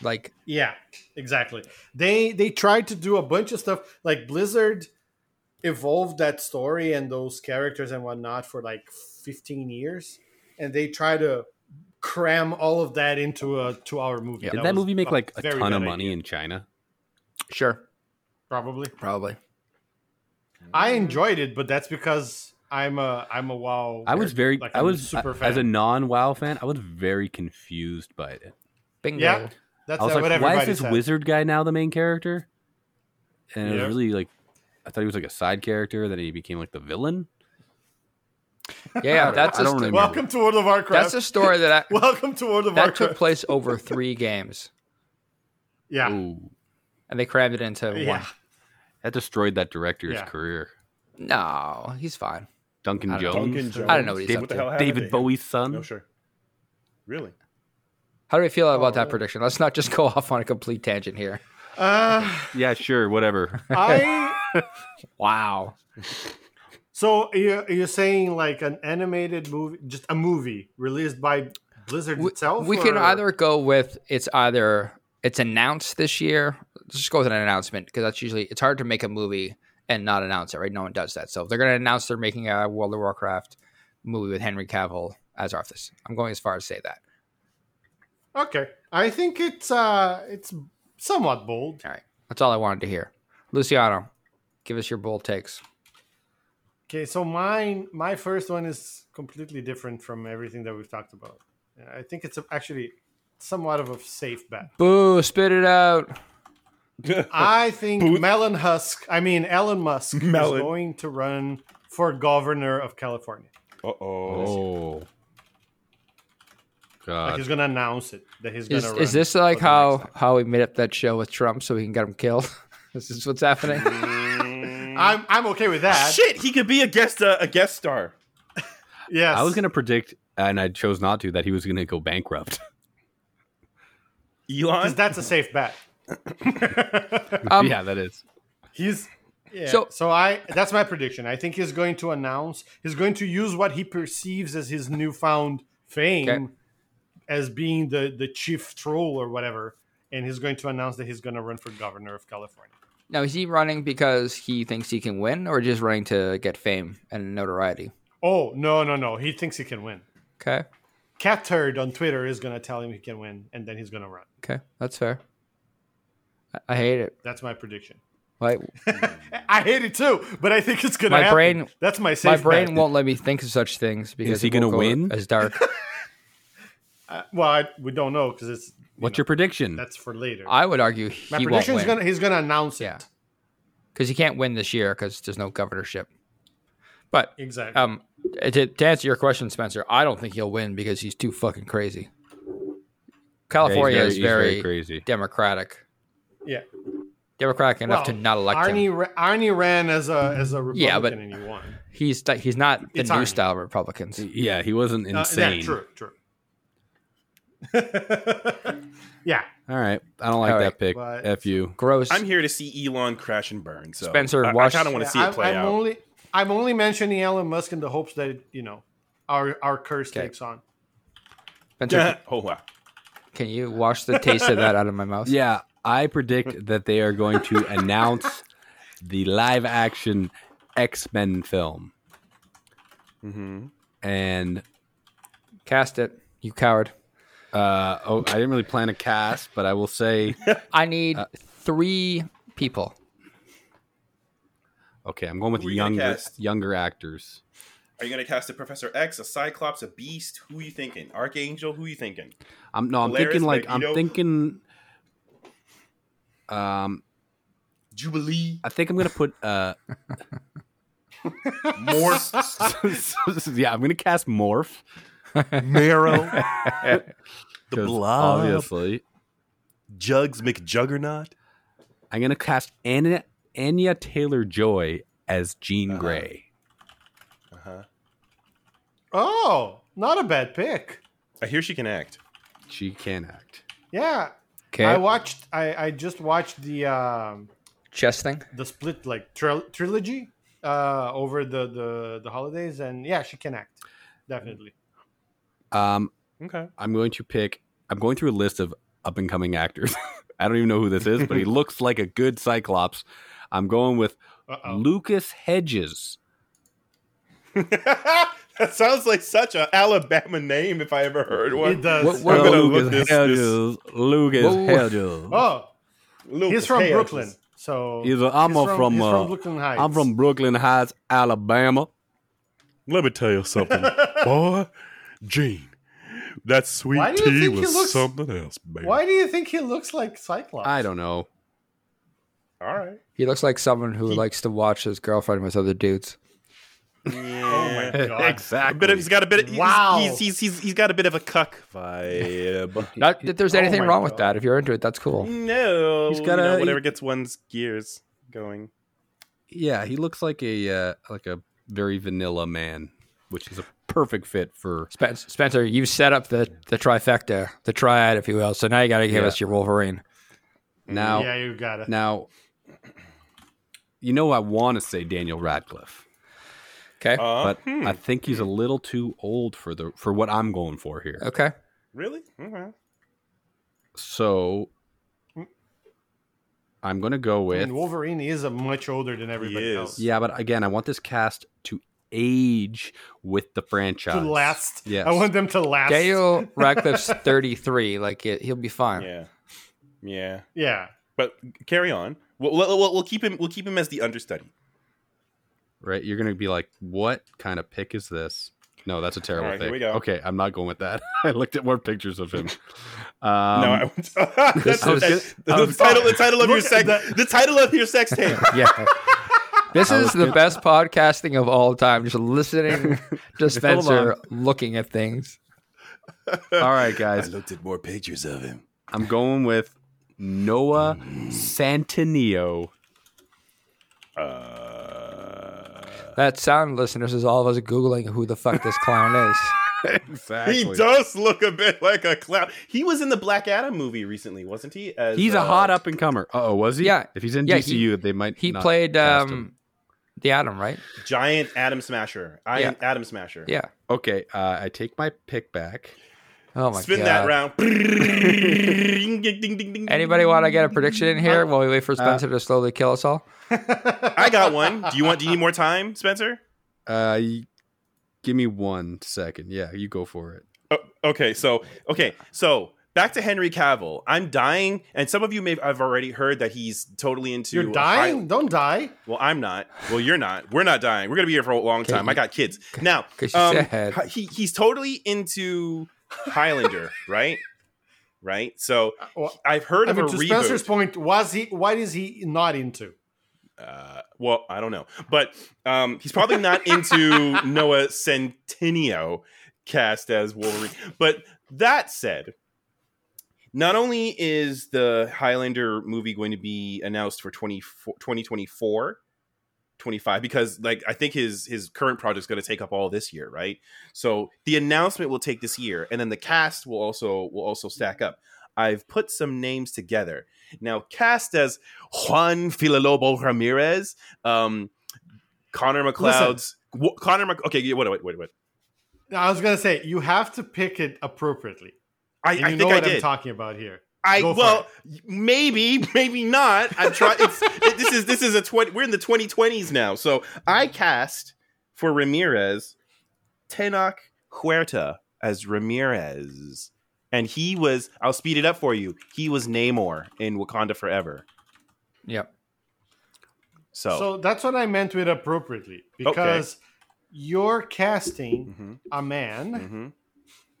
[SPEAKER 4] Like
[SPEAKER 2] Yeah, exactly. They they tried to do a bunch of stuff like Blizzard evolved that story and those characters and whatnot for like 15 years, and they try to cram all of that into a two-hour movie.
[SPEAKER 6] Did that
[SPEAKER 2] was
[SPEAKER 6] movie make like a
[SPEAKER 2] very
[SPEAKER 6] ton of
[SPEAKER 2] bad
[SPEAKER 6] money
[SPEAKER 2] idea,
[SPEAKER 6] in China?
[SPEAKER 4] sure,
[SPEAKER 2] Probably.
[SPEAKER 4] probably.
[SPEAKER 2] I enjoyed it, but that's because I'm a I'm a WoW.
[SPEAKER 6] I was
[SPEAKER 2] nerd.
[SPEAKER 6] very
[SPEAKER 2] Like,
[SPEAKER 6] I
[SPEAKER 2] I'm
[SPEAKER 6] was
[SPEAKER 2] super
[SPEAKER 6] uh,
[SPEAKER 2] fan.
[SPEAKER 6] as a non WoW fan, I was very confused by it.
[SPEAKER 4] Bingo.
[SPEAKER 2] Yeah. that's
[SPEAKER 6] I was
[SPEAKER 2] what
[SPEAKER 6] like, why
[SPEAKER 2] everybody
[SPEAKER 6] is this
[SPEAKER 2] said.
[SPEAKER 6] wizard guy now the main character? And it was
[SPEAKER 2] Yeah.
[SPEAKER 6] really like, I thought he was like a side character. Then he became like the villain.
[SPEAKER 4] Yeah, yeah, that's
[SPEAKER 6] I
[SPEAKER 4] a
[SPEAKER 6] don't
[SPEAKER 4] sto-
[SPEAKER 6] really-
[SPEAKER 2] Welcome to World of Warcraft.
[SPEAKER 4] that's a story that I,
[SPEAKER 2] Welcome to World of
[SPEAKER 4] that
[SPEAKER 2] Warcraft.
[SPEAKER 4] took place over three games,
[SPEAKER 2] yeah,
[SPEAKER 6] Ooh,
[SPEAKER 4] and they crammed it into one.
[SPEAKER 2] yeah.
[SPEAKER 6] that destroyed that director's
[SPEAKER 2] Yeah.
[SPEAKER 6] career.
[SPEAKER 4] No, he's fine.
[SPEAKER 6] Duncan
[SPEAKER 4] I
[SPEAKER 6] Jones,
[SPEAKER 4] don't
[SPEAKER 5] know. Duncan Jones.
[SPEAKER 4] I don't know what he's
[SPEAKER 6] David,
[SPEAKER 4] up to.
[SPEAKER 5] happened
[SPEAKER 6] David
[SPEAKER 5] to him?
[SPEAKER 6] Bowie's son.
[SPEAKER 5] No, sure. Really?
[SPEAKER 4] How do we feel about that prediction? Let's not just go off on a complete tangent here.
[SPEAKER 2] Uh,
[SPEAKER 6] Yeah, sure, whatever.
[SPEAKER 2] I
[SPEAKER 4] Wow.
[SPEAKER 2] So you're, you're saying like an animated movie, just a movie released by Blizzard
[SPEAKER 4] We,
[SPEAKER 2] itself?
[SPEAKER 4] we can
[SPEAKER 2] or-
[SPEAKER 4] either go with it's either it's announced this year. Let's just go with an announcement because that's usually it's hard to make a movie and not announce it, right? No one does that. So if they're going to announce they're making a World of Warcraft movie with Henry Cavill as Arthas, I'm going as far as say that.
[SPEAKER 2] Okay, I think it's uh it's somewhat bold.
[SPEAKER 4] All right, that's all I wanted to hear. Luciano, give us your bold takes.
[SPEAKER 2] Okay, so mine my first one is completely different from everything that we've talked about. I think it's actually somewhat of a safe bet.
[SPEAKER 4] Boo! Spit it out.
[SPEAKER 2] I think Melon Husk, I mean Elon Musk,
[SPEAKER 5] Melon.
[SPEAKER 2] is going to run for governor of California.
[SPEAKER 5] Uh oh.
[SPEAKER 6] oh,
[SPEAKER 2] Like
[SPEAKER 6] God.
[SPEAKER 2] he's going to announce it that he's going
[SPEAKER 4] Uh, Is,
[SPEAKER 2] to.
[SPEAKER 4] is this like how how we made up that show with Trump so we can get him killed? this is what's happening.
[SPEAKER 2] I'm I'm okay with that.
[SPEAKER 5] Shit, he could be a guest uh, a guest star.
[SPEAKER 2] Yes,
[SPEAKER 6] I was gonna predict, and I chose not to, that he was gonna go bankrupt.
[SPEAKER 5] Elon.
[SPEAKER 2] because that's a safe bet.
[SPEAKER 4] Um,
[SPEAKER 6] yeah, that is.
[SPEAKER 2] He's yeah.
[SPEAKER 4] So-
[SPEAKER 2] So, I that's my prediction. I think he's going to announce. He's going to use what he perceives as his newfound fame
[SPEAKER 4] Okay.
[SPEAKER 2] as being the the chief troll or whatever, and he's going to announce that he's going to run for governor of California.
[SPEAKER 4] Now is he running because he thinks he can win, or just running to get fame and notoriety?
[SPEAKER 2] Oh no no no! He thinks he can win.
[SPEAKER 4] Okay,
[SPEAKER 2] Cat turd on Twitter is going to tell him he can win, and then he's going to run.
[SPEAKER 4] okay, that's fair. I, I hate it.
[SPEAKER 2] That's my prediction.
[SPEAKER 4] Like
[SPEAKER 2] I hate it too, but I think it's going to.
[SPEAKER 4] My
[SPEAKER 2] happen.
[SPEAKER 4] brain-
[SPEAKER 2] That's my
[SPEAKER 4] my
[SPEAKER 2] safe
[SPEAKER 4] brain
[SPEAKER 2] bet.
[SPEAKER 4] won't let me think of such things because
[SPEAKER 6] he
[SPEAKER 4] it won't
[SPEAKER 6] gonna
[SPEAKER 4] go
[SPEAKER 6] win?
[SPEAKER 4] As dark.
[SPEAKER 2] Well, I, we don't know because it's
[SPEAKER 6] What's your prediction?
[SPEAKER 2] that's for later.
[SPEAKER 4] I would argue he
[SPEAKER 2] my
[SPEAKER 4] won't
[SPEAKER 2] prediction is
[SPEAKER 4] win
[SPEAKER 2] going to he's going to announce
[SPEAKER 4] Yeah.
[SPEAKER 2] it.
[SPEAKER 4] because he can't win this year because there's no governorship. But
[SPEAKER 2] Exactly.
[SPEAKER 4] um, to, to answer your question, Spencer, I don't think he'll win because he's too fucking crazy. California
[SPEAKER 6] Yeah, he's
[SPEAKER 4] is
[SPEAKER 6] he's
[SPEAKER 4] very,
[SPEAKER 6] crazy.
[SPEAKER 4] democratic,
[SPEAKER 2] yeah.
[SPEAKER 4] democratic enough to
[SPEAKER 2] Well,
[SPEAKER 4] not elect him.
[SPEAKER 2] Arnie, ra- Arnie ran as a as a Republican
[SPEAKER 4] Yeah, but-
[SPEAKER 2] and he won. Uh,
[SPEAKER 4] He's th- he's not the
[SPEAKER 2] It's
[SPEAKER 4] new
[SPEAKER 2] Arnie.
[SPEAKER 4] style Republicans.
[SPEAKER 6] Yeah, he wasn't
[SPEAKER 2] Uh,
[SPEAKER 6] insane.
[SPEAKER 2] yeah, true, true. yeah,
[SPEAKER 6] All right. I don't like
[SPEAKER 4] All
[SPEAKER 6] that
[SPEAKER 4] right,
[SPEAKER 6] pick.
[SPEAKER 2] but-
[SPEAKER 6] F you.
[SPEAKER 4] Gross.
[SPEAKER 5] I'm here to see Elon crash and burn. So
[SPEAKER 4] Spencer,
[SPEAKER 5] I,
[SPEAKER 4] watch-
[SPEAKER 5] I kind of want to see
[SPEAKER 2] Yeah,
[SPEAKER 5] it play
[SPEAKER 2] I'm, I'm
[SPEAKER 5] out.
[SPEAKER 2] only I'm only mentioning Elon Musk in the hopes that you know our our curse takes on.
[SPEAKER 4] Spencer,
[SPEAKER 5] oh wow.
[SPEAKER 4] can you wash the taste of that out of my mouth?
[SPEAKER 6] Yeah, I predict that they are going to announce the live action X Men film.
[SPEAKER 5] Mm-hmm.
[SPEAKER 6] And
[SPEAKER 4] Cast it, you coward.
[SPEAKER 6] uh, oh, I didn't really plan a cast, but I will say,
[SPEAKER 4] I need three people.
[SPEAKER 6] okay, I'm going with
[SPEAKER 5] Who are you gonna
[SPEAKER 6] younger
[SPEAKER 5] cast?
[SPEAKER 6] younger actors.
[SPEAKER 5] Are you gonna cast a Professor X, a Cyclops, a Beast? Who you thinking? Archangel? Who you thinking?
[SPEAKER 6] I'm no, I'm
[SPEAKER 5] Hilarious
[SPEAKER 6] thinking like I'm
[SPEAKER 5] Magneto.
[SPEAKER 6] thinking. Um,
[SPEAKER 5] Jubilee?
[SPEAKER 6] I think I'm gonna put uh,
[SPEAKER 5] Morse?
[SPEAKER 6] yeah, I'm gonna cast Morph,
[SPEAKER 5] Marrow? the
[SPEAKER 6] 'cause
[SPEAKER 5] Blob?
[SPEAKER 6] obviously.
[SPEAKER 5] Jugs McJuggernaut?
[SPEAKER 6] I'm gonna cast Anna Anya Taylor Joy as Jean
[SPEAKER 5] Uh-huh.
[SPEAKER 6] Grey.
[SPEAKER 5] Uh huh.
[SPEAKER 2] Oh, not a bad pick.
[SPEAKER 5] I hear she can act.
[SPEAKER 6] She can act.
[SPEAKER 2] Yeah,
[SPEAKER 4] Okay.
[SPEAKER 2] I watched. I I just watched the um,
[SPEAKER 4] Chess thing.
[SPEAKER 2] the split like tril trilogy uh, over the, the the holidays, and yeah, she can act definitely.
[SPEAKER 6] Um,
[SPEAKER 5] Okay.
[SPEAKER 6] I'm going to pick. I'm going through a list of up and coming actors. I don't even know who this is, but he looks like a good Cyclops. I'm going with
[SPEAKER 2] Uh oh.
[SPEAKER 6] Lucas Hedges.
[SPEAKER 5] that sounds like such an Alabama name if I ever heard
[SPEAKER 2] It
[SPEAKER 5] one.
[SPEAKER 2] does.
[SPEAKER 4] What- what-
[SPEAKER 5] I'm gonna look this-
[SPEAKER 6] Uh, Hedges. Lucas
[SPEAKER 4] Whoa.
[SPEAKER 6] Hedges.
[SPEAKER 2] oh,
[SPEAKER 5] Lucas
[SPEAKER 2] he's from
[SPEAKER 5] Cage.
[SPEAKER 2] Brooklyn, so
[SPEAKER 6] He's a- I'm
[SPEAKER 2] he's
[SPEAKER 6] a- from,
[SPEAKER 2] he's
[SPEAKER 6] uh,
[SPEAKER 2] Brooklyn Heights.
[SPEAKER 6] I'm from Brooklyn Heights, Alabama.
[SPEAKER 7] Let me tell you something, boy. Gene,
[SPEAKER 2] Why
[SPEAKER 7] that sweet
[SPEAKER 2] do you
[SPEAKER 7] tea
[SPEAKER 2] think he
[SPEAKER 7] was
[SPEAKER 2] looks-
[SPEAKER 7] something else, baby.
[SPEAKER 2] Why do you think he looks like Cyclops?
[SPEAKER 6] I don't know.
[SPEAKER 5] All right.
[SPEAKER 4] He looks like someone who likes to watch his girlfriend with other dudes.
[SPEAKER 2] Oh my god.
[SPEAKER 5] A bit of, he's got a bit. Of,
[SPEAKER 2] Wow.
[SPEAKER 5] He's, he's, he's, he's got a bit of a cuck vibe.
[SPEAKER 4] Not that there's anything
[SPEAKER 2] my
[SPEAKER 4] wrong with
[SPEAKER 2] God.
[SPEAKER 4] that. If you're into it, that's cool.
[SPEAKER 5] no,
[SPEAKER 6] He's
[SPEAKER 5] he's
[SPEAKER 6] got
[SPEAKER 5] got you know,
[SPEAKER 6] a-
[SPEAKER 5] whatever gets one's gears going.
[SPEAKER 6] Yeah, he looks like a uh, like a very vanilla man, which is a perfect fit for.
[SPEAKER 4] Spen- Spencer, you've set up the, the trifecta, the triad, if you will. So now you got to give
[SPEAKER 6] Yeah.
[SPEAKER 4] us your Wolverine.
[SPEAKER 6] Now,
[SPEAKER 2] Yeah, you got it.
[SPEAKER 6] now, you know, I want to say Daniel Radcliffe.
[SPEAKER 4] Okay.
[SPEAKER 5] Uh,
[SPEAKER 6] but
[SPEAKER 5] hmm,
[SPEAKER 6] I think he's a little too old for the for what I'm going for here.
[SPEAKER 5] Uh,
[SPEAKER 4] okay.
[SPEAKER 5] really? Okay.
[SPEAKER 6] So I'm going to go
[SPEAKER 2] I
[SPEAKER 6] with
[SPEAKER 2] mean, Wolverine is a much older than everybody
[SPEAKER 5] is.
[SPEAKER 2] else.
[SPEAKER 6] yeah, but again, I want this cast to age with the franchise.
[SPEAKER 2] To last.
[SPEAKER 6] Yes.
[SPEAKER 2] I want them to last.
[SPEAKER 4] Daniel Radcliffe's 33. Like, it, he'll be fine.
[SPEAKER 5] Yeah, yeah.
[SPEAKER 2] Yeah.
[SPEAKER 5] But carry on. We'll, we'll, we'll, we'll keep him. We'll keep him as the understudy.
[SPEAKER 6] right? You're going to be like, what kind of pick is this? No, that's a terrible
[SPEAKER 5] All right,
[SPEAKER 6] pick.
[SPEAKER 5] here we go.
[SPEAKER 6] Okay, I'm not going with that. I looked at more pictures of him. Um,
[SPEAKER 5] no, I, that's,
[SPEAKER 6] I was
[SPEAKER 5] that's-
[SPEAKER 6] gonna- I
[SPEAKER 5] the
[SPEAKER 6] was-
[SPEAKER 5] title. The title of your
[SPEAKER 2] Look at
[SPEAKER 5] sex.
[SPEAKER 2] that.
[SPEAKER 5] The title of your sex tape.
[SPEAKER 4] Yeah. This
[SPEAKER 6] I
[SPEAKER 4] is
[SPEAKER 6] was
[SPEAKER 4] the
[SPEAKER 6] good.
[SPEAKER 4] best podcasting of all time. Just listening to Spencer
[SPEAKER 6] on.
[SPEAKER 4] looking at things.
[SPEAKER 6] all right, guys,
[SPEAKER 5] looked at more pictures of him. Mm-hmm.
[SPEAKER 6] I'm going with Noah Santinio.
[SPEAKER 5] Uh,
[SPEAKER 4] That sound, listeners, is all of us Googling who the fuck this clown is.
[SPEAKER 6] exactly.
[SPEAKER 5] He does look a bit like a clown. He was in the Black Adam movie recently, wasn't he? As,
[SPEAKER 6] He's a
[SPEAKER 5] uh,
[SPEAKER 6] hot up and comer. Oh, was he?
[SPEAKER 4] Yeah.
[SPEAKER 6] If he's in
[SPEAKER 4] Yeah, he-
[SPEAKER 6] DCU, they might.
[SPEAKER 4] He
[SPEAKER 6] not
[SPEAKER 4] played
[SPEAKER 6] cast him.
[SPEAKER 4] um, the Atom, right?
[SPEAKER 5] giant Adam Smasher. I am
[SPEAKER 4] Yeah.
[SPEAKER 5] Adam Smasher.
[SPEAKER 4] Yeah.
[SPEAKER 6] Okay, uh, I take my pick back.
[SPEAKER 4] Oh my
[SPEAKER 5] Spin
[SPEAKER 4] god.
[SPEAKER 5] that round. Ding, ding, ding, ding, ding.
[SPEAKER 4] Anybody want to get a prediction in here while we wait for Spencer to slowly kill us all?
[SPEAKER 5] I got one. Do you want? Do you need more time, Spencer?
[SPEAKER 6] Uh, y- give me one second. Yeah, you go for it.
[SPEAKER 5] Oh, okay, so okay, so back to Henry Cavill. I'm dying, and some of you may have already heard that he's totally into.
[SPEAKER 2] You're
[SPEAKER 5] a
[SPEAKER 2] dying?
[SPEAKER 5] high-
[SPEAKER 2] Don't die.
[SPEAKER 5] well, I'm not. Well, you're not. We're not dying. We're gonna be here for a long time. I got kids now.
[SPEAKER 4] 'Cause you
[SPEAKER 5] Um,
[SPEAKER 4] said-
[SPEAKER 5] hi- he he's totally into Highlander, right? Right. So
[SPEAKER 2] Well,
[SPEAKER 5] I've heard
[SPEAKER 2] I
[SPEAKER 5] of
[SPEAKER 2] mean,
[SPEAKER 5] a
[SPEAKER 2] to
[SPEAKER 5] reboot.
[SPEAKER 2] Spencer's point, was he? What is he not into?
[SPEAKER 5] uh, well, I don't know, but um, he's probably not into Noah Centineo cast as Wolverine. But that said, not only is the Highlander movie going to be announced for 20, 2024, 25 because like I think his his current project's going to take up all this year, right? So the announcement will take this year and then the cast will also will also stack up. I've put some names together. Now cast as Juan Filalobo Ramirez, um Connor McLeod's Wha- Connor Mc, okay, yeah, wait, wait, wait, wait.
[SPEAKER 2] No, I was gonna say you have to pick it appropriately.
[SPEAKER 5] I,
[SPEAKER 2] And
[SPEAKER 5] I
[SPEAKER 2] you know
[SPEAKER 5] think I
[SPEAKER 2] what
[SPEAKER 5] did.
[SPEAKER 2] am talking about here.
[SPEAKER 5] I
[SPEAKER 2] Go for
[SPEAKER 5] well, maybe, maybe not. I try. It's it, this is this is a twenty. We're in the twenty twenties now. So I cast for Ramirez, Tenoch Huerta as Ramirez, and he was. I'll speed it up for you. He was Namor in Wakanda Forever.
[SPEAKER 4] Yep.
[SPEAKER 5] So,
[SPEAKER 2] So that's what I meant with appropriately because you're casting
[SPEAKER 5] Mhm,
[SPEAKER 2] a man
[SPEAKER 5] mhm.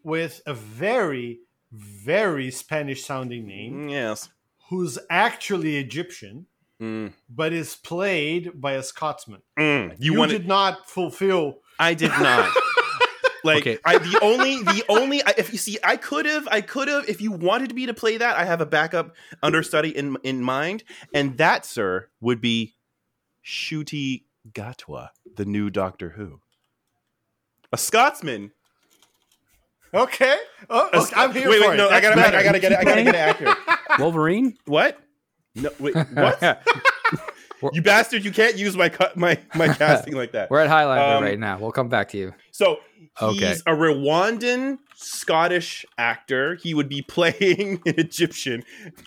[SPEAKER 2] with a very, very Spanish sounding name
[SPEAKER 5] yes,
[SPEAKER 2] who's actually Egyptian
[SPEAKER 5] Mm-hmm. Mm,
[SPEAKER 2] but is played by a Scotsman.
[SPEAKER 5] mm. you,
[SPEAKER 2] You,
[SPEAKER 5] wanted.
[SPEAKER 2] did not fulfill.
[SPEAKER 5] I did not. Like
[SPEAKER 4] Okay.
[SPEAKER 5] I, the only, the only. I- If you see, I could have, I could have. If you wanted me to play that, I have a backup understudy in in mind, and that, sir, would be Shuti Gatwa, the new Doctor Who, a Scotsman.
[SPEAKER 2] Okay, oh,
[SPEAKER 5] A
[SPEAKER 2] okay,
[SPEAKER 5] Sc-
[SPEAKER 2] I'm here
[SPEAKER 5] wait,
[SPEAKER 2] for
[SPEAKER 5] wait,
[SPEAKER 2] it.
[SPEAKER 5] no, I
[SPEAKER 2] That's
[SPEAKER 5] gotta, I
[SPEAKER 2] better.
[SPEAKER 5] gotta, I gotta get it, I gotta get it accurate.
[SPEAKER 6] Wolverine?
[SPEAKER 5] What? No, wait, what? You bastard! You can't use my cut, my my casting like that.
[SPEAKER 4] We're at Highlander
[SPEAKER 5] Um,
[SPEAKER 4] right now. We'll come back to you.
[SPEAKER 5] So he's
[SPEAKER 6] Okay.
[SPEAKER 5] a Rwandan Scottish actor. He would be playing an Egyptian,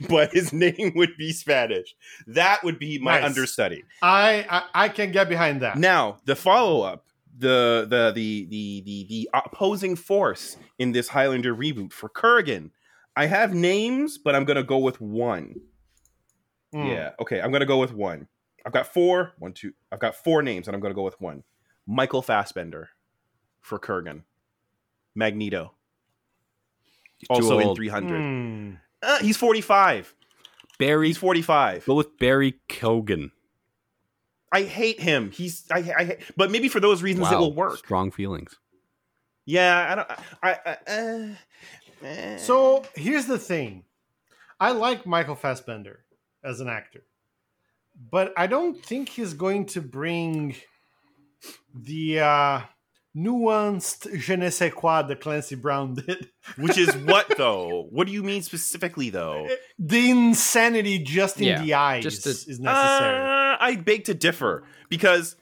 [SPEAKER 5] but his name would be Spanish. That would be my
[SPEAKER 2] Nice.
[SPEAKER 5] understudy.
[SPEAKER 2] I, I I can get behind that.
[SPEAKER 5] Now the follow up, the the the the the the opposing force in this Highlander reboot for Kurgan. I have names, but I'm gonna go with one.
[SPEAKER 6] Hmm.
[SPEAKER 2] Mm.
[SPEAKER 5] Yeah. Okay. I'm gonna go with one. I've got four. One, two. I've got four names, and I'm gonna go with one. Michael Fassbender for Kurgan. Magneto. Also
[SPEAKER 6] Too
[SPEAKER 5] in
[SPEAKER 6] old. Hmm.
[SPEAKER 5] 300.
[SPEAKER 2] Mm.
[SPEAKER 5] Uh, he's 45.
[SPEAKER 6] Barry.
[SPEAKER 5] He's 45.
[SPEAKER 6] Go with Barry Kogan.
[SPEAKER 5] I hate him. He's I. I hate- but maybe for those reasons it will work.
[SPEAKER 6] Strong feelings.
[SPEAKER 5] Yeah. I don't. I. I uh, eh.
[SPEAKER 2] So here's the thing. I like Michael Fassbender as an actor, but I don't think he's going to bring the uh, nuanced je ne sais quoi that Clancy Brown did.
[SPEAKER 5] which is what though? What do you mean specifically though?
[SPEAKER 2] The insanity just in
[SPEAKER 4] Yeah,
[SPEAKER 2] the eyes
[SPEAKER 4] just to-
[SPEAKER 2] is necessary.
[SPEAKER 5] Uh, I beg to differ because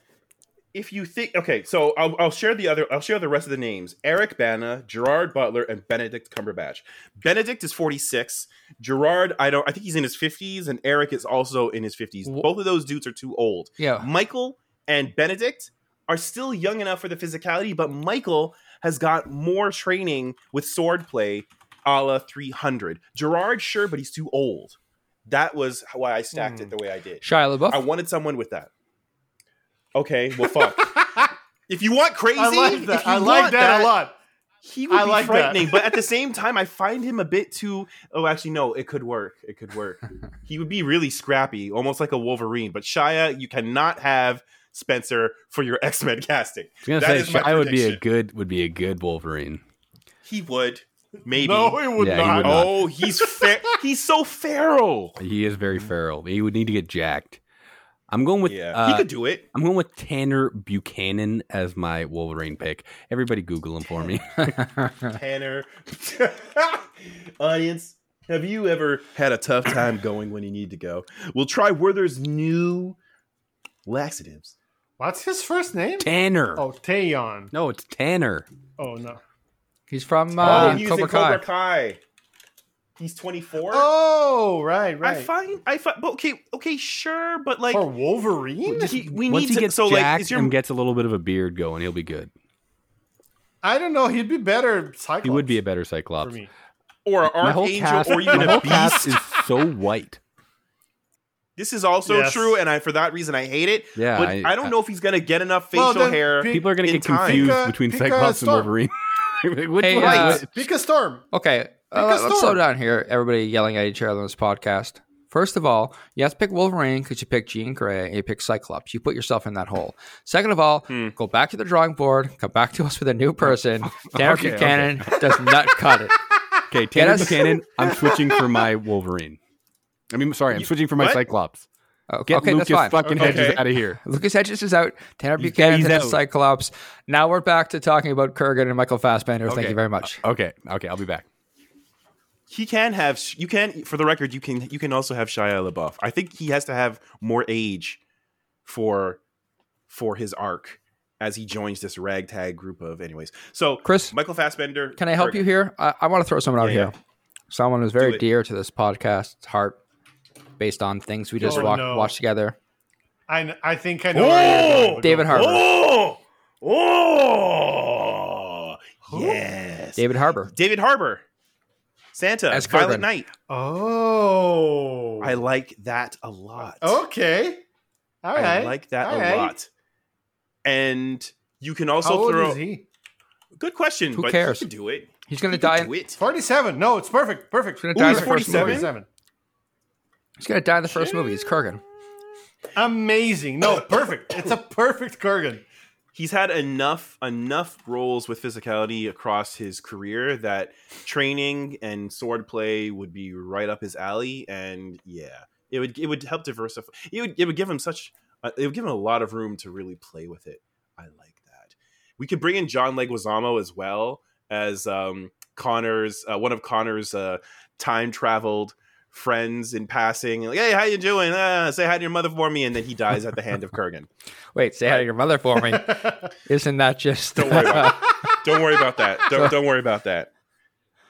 [SPEAKER 5] if you think okay, so I'll, I'll share the other. I'll share the rest of the names: Eric Bana, Gerard Butler, and Benedict Cumberbatch. Benedict is forty six. Gerard, I don't. I think he's in his fifties, and Eric is also in his fifties.
[SPEAKER 4] Wh-
[SPEAKER 5] Both of those dudes are too old.
[SPEAKER 4] Yeah.
[SPEAKER 5] Michael and Benedict are still young enough for the physicality, but Michael has got more training with swordplay a la 300. Gerard, sure, but he's too old. That was why I stacked
[SPEAKER 2] Hmm.
[SPEAKER 5] it the way I did.
[SPEAKER 4] Shia LaBeouf.
[SPEAKER 5] I wanted someone with that. Okay, well, fuck. if you want crazy,
[SPEAKER 2] I like
[SPEAKER 5] if
[SPEAKER 2] that.
[SPEAKER 5] you
[SPEAKER 2] I like
[SPEAKER 5] want
[SPEAKER 2] that, a lot.
[SPEAKER 5] He would
[SPEAKER 2] I
[SPEAKER 5] be
[SPEAKER 2] like that.
[SPEAKER 5] frightening, but at the same time, I find him a bit too. Oh, actually, no, it could work. It could work. he would be really scrappy, almost like a Wolverine. But Shia, you cannot have Spencer for your X Men casting.
[SPEAKER 6] I was
[SPEAKER 5] That
[SPEAKER 6] gonna
[SPEAKER 5] is
[SPEAKER 6] say
[SPEAKER 5] my
[SPEAKER 6] Shy would be a
[SPEAKER 5] prediction.
[SPEAKER 6] good would be a good Wolverine.
[SPEAKER 5] He would, maybe.
[SPEAKER 2] No, it would
[SPEAKER 6] Yeah, he
[SPEAKER 2] not.
[SPEAKER 6] would not.
[SPEAKER 5] oh, he's fer- he's so feral.
[SPEAKER 6] He is
[SPEAKER 5] Mm-hmm.
[SPEAKER 6] very feral. He would need to get jacked. I'm going with
[SPEAKER 5] Yeah,
[SPEAKER 6] uh,
[SPEAKER 5] he could do it.
[SPEAKER 6] I'm going with Tanner Buchanan as my Wolverine pick. Everybody Google him for me.
[SPEAKER 5] Tanner. Audience, have you ever had a tough time going when you need to go? We'll try Werther's new laxatives.
[SPEAKER 2] What's his first name?
[SPEAKER 6] Tanner.
[SPEAKER 2] Oh, Taeyon.
[SPEAKER 6] No, it's Tanner.
[SPEAKER 2] Oh no.
[SPEAKER 4] He's from
[SPEAKER 5] Oh,
[SPEAKER 4] uh,
[SPEAKER 5] he was in
[SPEAKER 4] Cobra Kai.
[SPEAKER 5] Cobra Kai. He's 24.
[SPEAKER 2] Oh, right, right.
[SPEAKER 5] I find I find but okay, okay, sure, Uh, but like
[SPEAKER 2] For Wolverine?
[SPEAKER 5] he- we
[SPEAKER 6] Once
[SPEAKER 5] need
[SPEAKER 6] he
[SPEAKER 5] to
[SPEAKER 6] gets
[SPEAKER 5] so like
[SPEAKER 6] jacked
[SPEAKER 5] is your
[SPEAKER 6] and gets a little bit of a beard going, he'll be good.
[SPEAKER 2] I don't know. He'd be better. Cyclops
[SPEAKER 6] He would be a better
[SPEAKER 2] for
[SPEAKER 6] Cyclops.
[SPEAKER 2] me.
[SPEAKER 5] or an
[SPEAKER 6] My whole
[SPEAKER 5] archangel
[SPEAKER 6] cast,
[SPEAKER 5] or even
[SPEAKER 6] my
[SPEAKER 5] a
[SPEAKER 6] whole
[SPEAKER 5] beast?
[SPEAKER 6] cast is so white.
[SPEAKER 5] This is also
[SPEAKER 2] Yes.
[SPEAKER 5] true, and I for that reason I hate it.
[SPEAKER 6] Yeah,
[SPEAKER 5] but
[SPEAKER 6] I-
[SPEAKER 5] I, don't know if he's gonna get enough facial
[SPEAKER 2] Well, then
[SPEAKER 5] hair.
[SPEAKER 2] pick-
[SPEAKER 6] People are going to
[SPEAKER 5] In
[SPEAKER 6] get
[SPEAKER 5] time.
[SPEAKER 6] confused
[SPEAKER 2] Pick a-
[SPEAKER 6] between
[SPEAKER 2] pick a
[SPEAKER 6] Cyclops and
[SPEAKER 2] storm.
[SPEAKER 6] Wolverine. Which
[SPEAKER 4] Hey,
[SPEAKER 6] one?
[SPEAKER 4] uh,
[SPEAKER 6] Which-
[SPEAKER 2] Pick a storm.
[SPEAKER 4] Okay, uh,
[SPEAKER 2] Pick a
[SPEAKER 4] let's slow
[SPEAKER 2] storm.
[SPEAKER 4] down here. Everybody yelling at each other on this podcast. First of all, you have to pick Wolverine because you pick Jean Grey and you pick Cyclops. You put yourself in that hole. Second of all, go back to the drawing board. Come back to us with a new person. Derek
[SPEAKER 6] Okay,
[SPEAKER 4] Buchanan does not cut it.
[SPEAKER 6] okay, Tanner
[SPEAKER 4] us-
[SPEAKER 6] Buchanan. I'm switching for my Wolverine. I mean, sorry, I'm switching for my
[SPEAKER 5] what?
[SPEAKER 6] Cyclops.
[SPEAKER 4] Oh,
[SPEAKER 6] Get
[SPEAKER 4] okay, that's
[SPEAKER 6] Lucas
[SPEAKER 4] fine.
[SPEAKER 6] fucking
[SPEAKER 5] Okay.
[SPEAKER 6] Hedges out of here.
[SPEAKER 4] Lucas Hedges is out. Tanner
[SPEAKER 6] He's-
[SPEAKER 4] Buchanan
[SPEAKER 6] he's
[SPEAKER 4] is
[SPEAKER 6] out.
[SPEAKER 4] Cyclops. Now we're back to talking about Kurgan and Michael Fassbender. Thank
[SPEAKER 6] Okay.
[SPEAKER 4] you very much.
[SPEAKER 6] Okay, okay, I'll be back.
[SPEAKER 5] He can have. Sh- You can, for the record, you can. You can also have Shia LaBeouf. I think he has to have more age for for his arc as he joins this ragtag group of. Anyways, so
[SPEAKER 4] Chris,
[SPEAKER 5] Michael Fassbender.
[SPEAKER 4] Can I help
[SPEAKER 5] Kurgan.
[SPEAKER 4] you here? I, I want to throw someone out
[SPEAKER 5] Yeah,
[SPEAKER 4] here. Someone who's
[SPEAKER 5] Do
[SPEAKER 4] very
[SPEAKER 5] it.
[SPEAKER 4] dear to this podcast's heart, based on things we just
[SPEAKER 2] Oh,
[SPEAKER 4] walk,
[SPEAKER 2] no.
[SPEAKER 4] watched together.
[SPEAKER 2] I, kn- I think I know. where you're going, but
[SPEAKER 4] David
[SPEAKER 2] go-
[SPEAKER 4] Harbour.
[SPEAKER 5] Oh, oh, yes,
[SPEAKER 4] David Harbour.
[SPEAKER 5] David Harbor, Santa,
[SPEAKER 4] As
[SPEAKER 5] Violet
[SPEAKER 4] Kurgan.
[SPEAKER 5] Knight.
[SPEAKER 2] Oh.
[SPEAKER 5] I like that a lot.
[SPEAKER 2] okay. Oh, All right.
[SPEAKER 5] I like that
[SPEAKER 2] All
[SPEAKER 5] a
[SPEAKER 2] right.
[SPEAKER 5] lot. And you can also
[SPEAKER 2] How old
[SPEAKER 5] throw.
[SPEAKER 2] is he?
[SPEAKER 5] Good question.
[SPEAKER 4] Who
[SPEAKER 5] but
[SPEAKER 4] cares?
[SPEAKER 5] You can do it.
[SPEAKER 4] He's going to
[SPEAKER 5] You can
[SPEAKER 4] die.
[SPEAKER 5] do
[SPEAKER 4] In,
[SPEAKER 5] it.
[SPEAKER 2] 47. No, it's perfect. Perfect.
[SPEAKER 4] He's gonna die in
[SPEAKER 5] he's
[SPEAKER 4] the first movie.
[SPEAKER 5] 47?
[SPEAKER 2] 47.
[SPEAKER 4] He's going to die in the first movie. It's Kurgan.
[SPEAKER 2] Amazing. No, perfect. It's a perfect Kurgan.
[SPEAKER 5] He's had enough enough roles with physicality across his career that training and swordplay would be right up his alley. And yeah, it would it would help diversify. It would it would give him such uh, it would give him a lot of room to really play with it. I like that. We could bring in John Leguizamo as well as um, Connor's uh, one of Connor's uh, time traveled friends in passing. Like, hey, how you doing? Uh, say hi to your mother for me, and then he dies at the hand of Kurgan.
[SPEAKER 4] Wait, say hi to your mother for me. Isn't that just.
[SPEAKER 5] Don't worry about Don't worry about that. Don't, don't worry about that.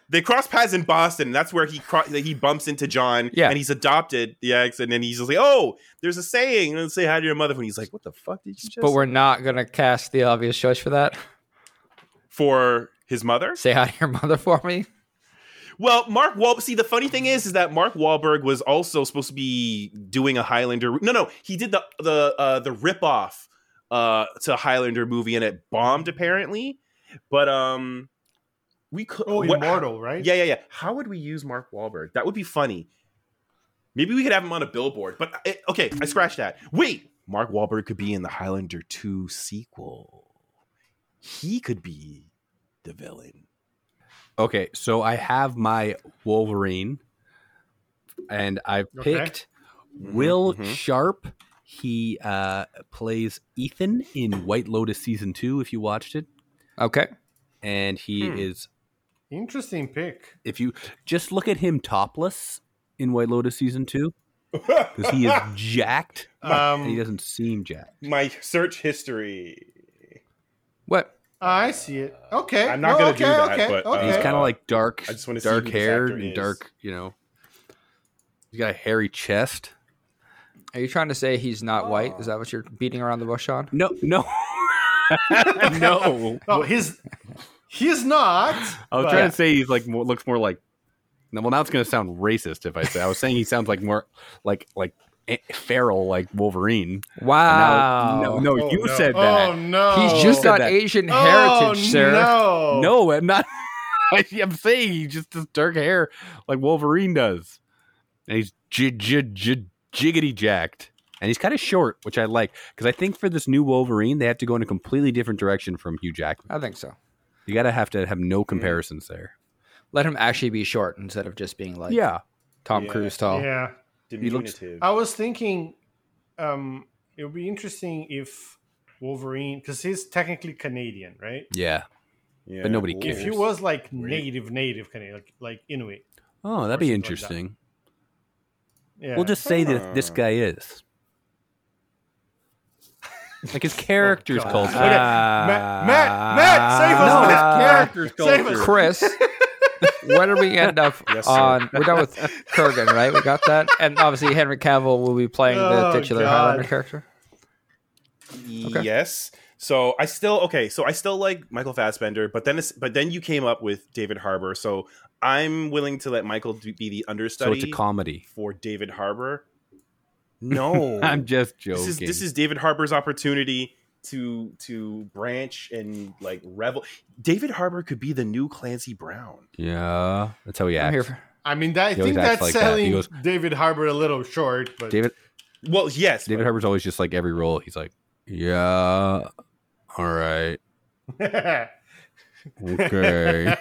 [SPEAKER 5] They cross paths in Boston. And that's where he cro- that he bumps into John.
[SPEAKER 4] Yeah.
[SPEAKER 5] and he's adopted the ex, and then he's just like, "Oh, there's a saying. and Say hi to your mother." When he's like, "What the fuck did you just?"
[SPEAKER 4] but we're not going to cast the obvious choice for that.
[SPEAKER 5] for his mother.
[SPEAKER 4] Say hi to your mother for me.
[SPEAKER 5] Well, Mark Wahlberg. See, the funny thing is, is that Mark Wahlberg was also supposed to be doing a Highlander. No, no, he did the the uh, the ripoff uh, to Highlander movie, and it bombed apparently. But um, we could.
[SPEAKER 2] Oh,
[SPEAKER 5] what-
[SPEAKER 2] immortal, right?
[SPEAKER 5] Yeah, yeah, yeah. How would we use Mark Wahlberg? That would be funny. Maybe we could have him on a billboard. But eh, okay, I scratched that. Wait, Mark Wahlberg could be in the Highlander 2 sequel. He could be the villain.
[SPEAKER 6] Okay, so I have my Wolverine, and I
[SPEAKER 2] Okay.
[SPEAKER 6] picked
[SPEAKER 5] Mhm,
[SPEAKER 6] Will
[SPEAKER 5] mhm.
[SPEAKER 6] Sharp. He uh, plays Ethan in White Lotus season two. If you watched it,
[SPEAKER 4] Okay.
[SPEAKER 6] and he
[SPEAKER 5] Hmm.
[SPEAKER 6] is
[SPEAKER 2] Interesting pick.
[SPEAKER 6] if you just look at him topless in White Lotus season two, because he is jacked. and he
[SPEAKER 2] Um,
[SPEAKER 6] doesn't seem jacked.
[SPEAKER 5] My search history.
[SPEAKER 4] What?
[SPEAKER 2] I see it. Okay.
[SPEAKER 5] I'm not
[SPEAKER 2] No,
[SPEAKER 5] gonna
[SPEAKER 2] okay,
[SPEAKER 5] do that,
[SPEAKER 2] okay,
[SPEAKER 5] but, uh,
[SPEAKER 2] okay.
[SPEAKER 6] He's kind of like dark,
[SPEAKER 5] I just wanna see who
[SPEAKER 6] dark
[SPEAKER 5] this
[SPEAKER 6] haired
[SPEAKER 5] actor
[SPEAKER 6] and
[SPEAKER 5] is.
[SPEAKER 6] dark. You know, he's got a hairy chest.
[SPEAKER 4] Are you trying to say he's not white? Is that what you're beating around the bush on?
[SPEAKER 6] No, no, no.
[SPEAKER 2] No, he's he's not.
[SPEAKER 6] I was
[SPEAKER 2] but-
[SPEAKER 6] trying to say he's like more, looks more like. no, Well, now it's going to sound racist if I say. I was saying he sounds like more like like a- feral, like Wolverine. And
[SPEAKER 4] Wow.
[SPEAKER 6] now- no, no,
[SPEAKER 2] Oh,
[SPEAKER 6] you
[SPEAKER 2] no.
[SPEAKER 6] said that.
[SPEAKER 2] Oh no,
[SPEAKER 4] He's just
[SPEAKER 6] said
[SPEAKER 4] got
[SPEAKER 6] that.
[SPEAKER 4] Asian
[SPEAKER 2] Oh,
[SPEAKER 4] heritage, sir.
[SPEAKER 2] No,
[SPEAKER 6] No, I'm not. I'm saying he just has dark hair like Wolverine does, and he's j- j- j- jiggity jacked, and he's kind of short, which I like because I think for this new Wolverine they have to go in a completely different direction from Hugh Jackman.
[SPEAKER 4] I think so.
[SPEAKER 6] You gotta have to have
[SPEAKER 2] Mm.
[SPEAKER 6] no comparisons there.
[SPEAKER 4] Let him actually be short instead of just being like
[SPEAKER 6] yeah,
[SPEAKER 4] Tom
[SPEAKER 5] Yeah.
[SPEAKER 4] Cruise tall.
[SPEAKER 2] Yeah,
[SPEAKER 6] looks-
[SPEAKER 5] Diminutive.
[SPEAKER 2] I was thinking, um, it would be interesting if Wolverine, because he's technically Canadian, right?
[SPEAKER 6] yeah.
[SPEAKER 5] Yeah.
[SPEAKER 6] but nobody
[SPEAKER 5] Wolf.
[SPEAKER 6] cares.
[SPEAKER 2] If he was like
[SPEAKER 5] Weird.
[SPEAKER 2] native, native Canadian, like, like Inuit,
[SPEAKER 6] Oh, that'd
[SPEAKER 2] Or something like
[SPEAKER 6] be
[SPEAKER 2] that.
[SPEAKER 6] interesting.
[SPEAKER 2] yeah,
[SPEAKER 6] We'll just say that this
[SPEAKER 5] Ah.
[SPEAKER 6] guy is. Like his character's
[SPEAKER 2] Oh, God.
[SPEAKER 6] called.
[SPEAKER 2] Okay, Matt- Matt- Matt, save us
[SPEAKER 6] Ah. No,
[SPEAKER 2] with
[SPEAKER 6] his character's
[SPEAKER 2] Ah. save us.
[SPEAKER 4] Chris, where do we end up
[SPEAKER 5] Yes, sir.
[SPEAKER 4] on? We're done with Kurgan, right? We got that, and obviously Henry Cavill will be playing the
[SPEAKER 2] Oh,
[SPEAKER 4] titular
[SPEAKER 2] God.
[SPEAKER 4] Highlander character. Okay.
[SPEAKER 5] Yes. So I still okay. So I still like Michael Fassbender, but then it's, but then you came up with David Harbour. So I'm willing to let Michael do- be the
[SPEAKER 6] So it's a
[SPEAKER 5] understudy
[SPEAKER 6] comedy.
[SPEAKER 5] for David Harbour. No,
[SPEAKER 6] I'm just joking.
[SPEAKER 5] this is this is David Harbour's opportunity to to branch and like revel. David Harbour could be the new Clancy Brown.
[SPEAKER 6] yeah. That's how he
[SPEAKER 4] I'm here
[SPEAKER 6] acts.
[SPEAKER 4] for
[SPEAKER 2] I mean, that, I
[SPEAKER 6] He always
[SPEAKER 2] think
[SPEAKER 6] acts
[SPEAKER 2] that's
[SPEAKER 6] like that. He
[SPEAKER 2] selling
[SPEAKER 6] goes-
[SPEAKER 2] David Harbour a little short, but
[SPEAKER 6] David
[SPEAKER 5] Well, yes,
[SPEAKER 6] David Harbour's always just like every role. He's like, yeah, all right, okay,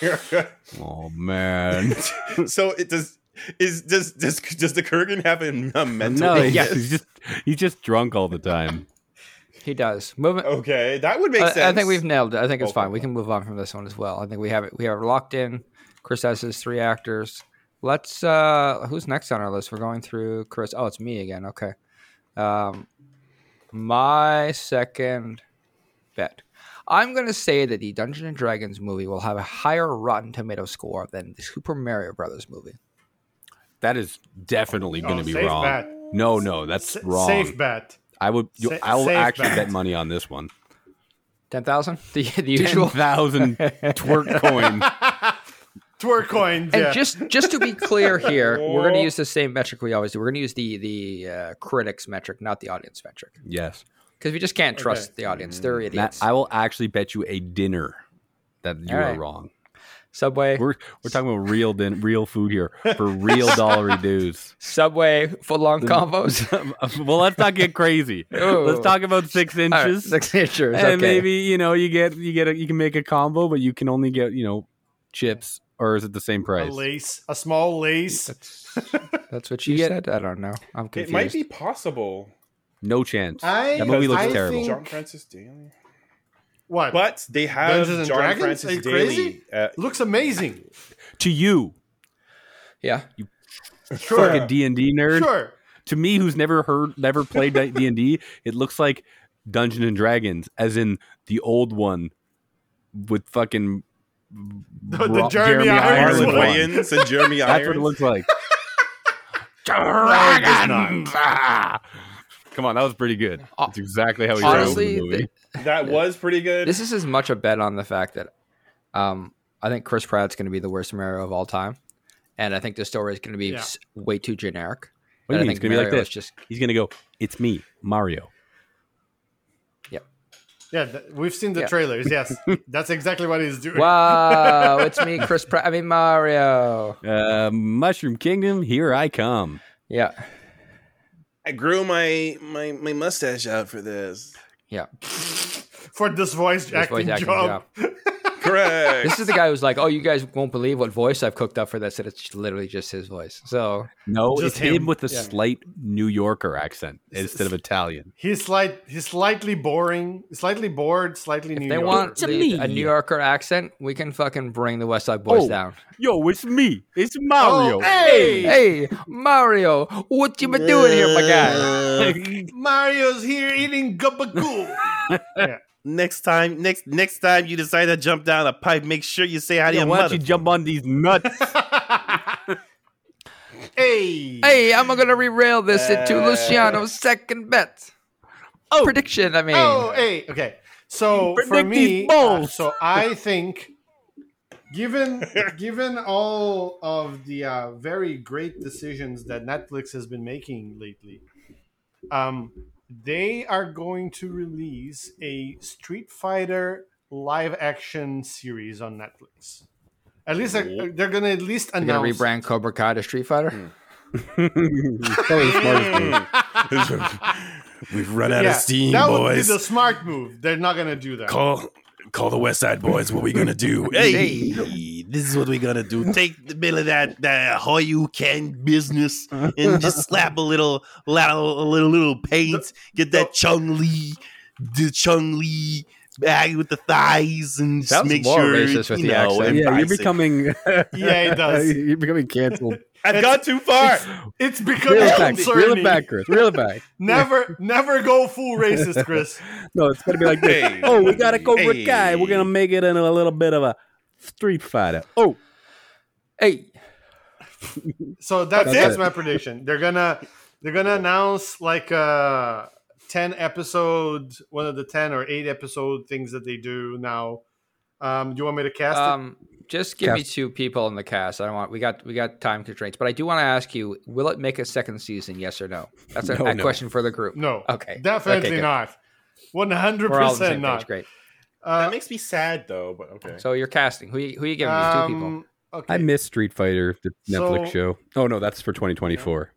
[SPEAKER 5] David.
[SPEAKER 6] oh man.
[SPEAKER 5] so it does Is does does does the Kurgan have a, a mental?
[SPEAKER 6] No, he's,
[SPEAKER 5] illness?
[SPEAKER 6] he's just he's just drunk all the time.
[SPEAKER 4] He does. Moving.
[SPEAKER 5] Okay, that would make
[SPEAKER 4] I,
[SPEAKER 5] sense.
[SPEAKER 4] I think we've nailed it. I think it's
[SPEAKER 5] Oh,
[SPEAKER 4] fine. We can move on from this one as well. I think we have it. We have it locked in. Chris has his three actors. Let's. uh Who's next on our list? We're going through Chris. Oh, it's me again. Okay. Um, my second bet. I'm going to say that the Dungeons and Dragons movie will have a higher Rotten Tomato score than the Super Mario Brothers movie.
[SPEAKER 6] That is definitely going to
[SPEAKER 2] Oh,
[SPEAKER 6] be
[SPEAKER 2] safe
[SPEAKER 6] wrong.
[SPEAKER 2] bet.
[SPEAKER 6] No, no, that's
[SPEAKER 2] S-
[SPEAKER 6] wrong.
[SPEAKER 2] Safe bet.
[SPEAKER 6] I would. You,
[SPEAKER 2] Sa-
[SPEAKER 6] I'll
[SPEAKER 2] safe
[SPEAKER 6] actually
[SPEAKER 2] bet.
[SPEAKER 6] bet money on this one.
[SPEAKER 4] Ten thousand. The, the
[SPEAKER 6] Ten
[SPEAKER 4] usual.
[SPEAKER 6] thousand twerk coin.
[SPEAKER 2] Twerk coins.
[SPEAKER 4] And
[SPEAKER 2] yeah.
[SPEAKER 4] just just to be clear here, we're going to use the same metric we always do. We're going to use the the uh, critics metric, not the audience metric,
[SPEAKER 6] Yes,
[SPEAKER 4] because we just can't trust the audience. They're
[SPEAKER 6] Matt,
[SPEAKER 4] idiots.
[SPEAKER 6] Mm, I will actually bet you a dinner that
[SPEAKER 4] All
[SPEAKER 6] you are
[SPEAKER 4] right.
[SPEAKER 6] wrong.
[SPEAKER 4] Subway,
[SPEAKER 6] We're we're talking about real din- real food here for real dollary dudes.
[SPEAKER 4] Subway footlong combos.
[SPEAKER 6] well, let's not get crazy.
[SPEAKER 4] Oh.
[SPEAKER 6] Let's talk about six
[SPEAKER 4] All right,
[SPEAKER 6] inches.
[SPEAKER 4] six inches.
[SPEAKER 6] and
[SPEAKER 4] Okay.
[SPEAKER 6] maybe you know you get you get a, you can make a combo, but you can only get you know chips, or is it the same
[SPEAKER 2] a
[SPEAKER 6] price?
[SPEAKER 2] lace, a small lace.
[SPEAKER 4] That's what you
[SPEAKER 6] Yeah.
[SPEAKER 4] said. I don't know. I'm confused.
[SPEAKER 5] It might be possible.
[SPEAKER 6] No chance.
[SPEAKER 2] I-
[SPEAKER 6] that movie looks
[SPEAKER 2] I
[SPEAKER 6] terrible.
[SPEAKER 2] think-
[SPEAKER 5] John Francis Daly.
[SPEAKER 2] What?
[SPEAKER 5] But they have
[SPEAKER 2] Dungeons and
[SPEAKER 5] John
[SPEAKER 2] Dragons? Are you
[SPEAKER 5] Francis Daly.
[SPEAKER 2] crazy?
[SPEAKER 5] Uh,
[SPEAKER 2] looks amazing.
[SPEAKER 6] to you,
[SPEAKER 4] Yeah.
[SPEAKER 2] Sure.
[SPEAKER 6] fucking D and D nerd.
[SPEAKER 2] Sure.
[SPEAKER 6] To me, who's never heard, never played D and D, it looks like Dungeon and Dragons, as in the old one with fucking
[SPEAKER 2] The, the Jeremy, Irons
[SPEAKER 5] Ireland
[SPEAKER 2] one.
[SPEAKER 6] one.
[SPEAKER 5] Wayans and Jeremy
[SPEAKER 6] That's what it
[SPEAKER 5] Irons.
[SPEAKER 6] looks like.
[SPEAKER 2] Dragons!
[SPEAKER 6] Ah! Come on, that was pretty good. That's exactly how he
[SPEAKER 4] Uh, Honestly,
[SPEAKER 6] sounded in the movie.
[SPEAKER 4] th-
[SPEAKER 5] That was pretty good.
[SPEAKER 4] this is as much a bet on the fact that um, I think Chris Pratt's going to be the worst Mario of all time, and I think the story is going to be
[SPEAKER 2] Yeah.
[SPEAKER 4] s- way too generic.
[SPEAKER 6] What do
[SPEAKER 4] And
[SPEAKER 6] you mean?
[SPEAKER 4] I
[SPEAKER 6] It's
[SPEAKER 4] think
[SPEAKER 6] gonna be like
[SPEAKER 4] Mario is
[SPEAKER 6] this.
[SPEAKER 4] Just
[SPEAKER 6] He's gonna go. It's me, Mario.
[SPEAKER 2] Yeah, th- we've seen the
[SPEAKER 4] Yeah.
[SPEAKER 2] trailers. Yes, that's exactly what he's doing.
[SPEAKER 4] Wow, it's me, Chris Pratt. I mean Mario.
[SPEAKER 6] Uh, Mushroom Kingdom, here I come.
[SPEAKER 4] Yeah,
[SPEAKER 5] I grew my, my my mustache out for this.
[SPEAKER 4] yeah.
[SPEAKER 2] For this voice
[SPEAKER 4] This
[SPEAKER 2] acting,
[SPEAKER 4] voice acting
[SPEAKER 2] job.
[SPEAKER 5] Correct.
[SPEAKER 4] This is the guy who's like, "Oh, you guys won't believe what voice I've cooked up for this," and it's literally just his voice. So
[SPEAKER 6] No,
[SPEAKER 2] Just
[SPEAKER 6] it's him.
[SPEAKER 2] him.
[SPEAKER 6] with a slight New Yorker accent instead of Italian.
[SPEAKER 2] He's slight, he's slightly boring, slightly bored, slightly New
[SPEAKER 4] they
[SPEAKER 2] Yorker.
[SPEAKER 4] want
[SPEAKER 6] It's-a
[SPEAKER 4] the-
[SPEAKER 6] me.
[SPEAKER 4] a New Yorker accent. We can fucking bring the West Side Boys
[SPEAKER 6] Oh.
[SPEAKER 4] down.
[SPEAKER 6] Yo, it's me. It's
[SPEAKER 2] Oh, hey,
[SPEAKER 4] Hey, Mario, what you been doing here, my guy?
[SPEAKER 5] Uh,
[SPEAKER 2] Mario's here eating gabagool.
[SPEAKER 5] next time, next next time you decide to jump down a pipe, make sure you say how to
[SPEAKER 6] Why
[SPEAKER 5] your
[SPEAKER 6] don't
[SPEAKER 5] mother.
[SPEAKER 6] you jump on these nuts?
[SPEAKER 2] hey,
[SPEAKER 4] Hey, I'm gonna rerail this into Luciano's second bet
[SPEAKER 6] Oh.
[SPEAKER 4] prediction. I mean,
[SPEAKER 2] Oh, hey, okay. So for
[SPEAKER 6] Predict
[SPEAKER 2] me,
[SPEAKER 6] these balls.
[SPEAKER 2] uh, so I think, given given all of the uh, very great decisions that Netflix has been making lately, um, they are going to release a Street Fighter live action series on Netflix. At least they're, they're gonna at least
[SPEAKER 4] we're gonna
[SPEAKER 2] announce.
[SPEAKER 4] rebrand Cobra Kai to Street Fighter.
[SPEAKER 7] We've run out
[SPEAKER 2] Yeah,
[SPEAKER 7] of steam,
[SPEAKER 2] that would be
[SPEAKER 7] boys.
[SPEAKER 2] the smart move. They're not gonna do that.
[SPEAKER 7] Call call the West Side Boys. What we gonna do?
[SPEAKER 5] Hey, this is what we're gonna do. Take the middle of that that how you can business and just slap a little little little, little paint. Get that Chung Lee, the Chung Lee bag with the thighs, and just
[SPEAKER 4] Sounds
[SPEAKER 5] make
[SPEAKER 4] more
[SPEAKER 5] sure
[SPEAKER 4] racist with
[SPEAKER 5] you
[SPEAKER 4] the
[SPEAKER 5] know.
[SPEAKER 4] accent.
[SPEAKER 6] yeah, you're
[SPEAKER 5] enticing.
[SPEAKER 6] becoming
[SPEAKER 2] Yeah, it does.
[SPEAKER 6] you're becoming canceled.
[SPEAKER 5] I've gone too far.
[SPEAKER 2] It's
[SPEAKER 6] Reel
[SPEAKER 2] becoming
[SPEAKER 6] it back, reel it
[SPEAKER 2] concerning.
[SPEAKER 6] back, Chris. Reel it back.
[SPEAKER 2] Never, never go full racist, Chris.
[SPEAKER 6] No, it's gonna be like this.
[SPEAKER 5] Hey.
[SPEAKER 6] Oh, we got a Cobra
[SPEAKER 5] Hey.
[SPEAKER 6] Kai. We're gonna make it into a little bit of a Street Fighter. Oh,
[SPEAKER 4] Hey,
[SPEAKER 2] So that's
[SPEAKER 6] That's
[SPEAKER 2] that's,
[SPEAKER 6] it.
[SPEAKER 2] my prediction. They're gonna they're gonna announce like a ten episode, one of the ten or eight episode things that they do now. Um, do you want me to cast it?
[SPEAKER 4] um, just give me
[SPEAKER 6] Cast.
[SPEAKER 4] two people in the cast. I don't want we got we got time constraints, but I do want to ask you: Will it make a second season? Yes or no? That's a,
[SPEAKER 6] No,
[SPEAKER 4] a
[SPEAKER 6] no.
[SPEAKER 4] question for the group.
[SPEAKER 2] No,
[SPEAKER 4] okay,
[SPEAKER 2] definitely
[SPEAKER 4] Okay, good.
[SPEAKER 2] not. One hundred
[SPEAKER 4] We're all on the
[SPEAKER 2] percent
[SPEAKER 4] same page.
[SPEAKER 2] not.
[SPEAKER 4] Great.
[SPEAKER 5] That
[SPEAKER 2] Uh,
[SPEAKER 5] makes me sad though, but okay.
[SPEAKER 4] So you're casting. Who you, who you giving me? two people.
[SPEAKER 2] um, okay.
[SPEAKER 6] I miss Street Fighter, the Netflix
[SPEAKER 2] So-
[SPEAKER 6] show. Oh no, that's for 2024.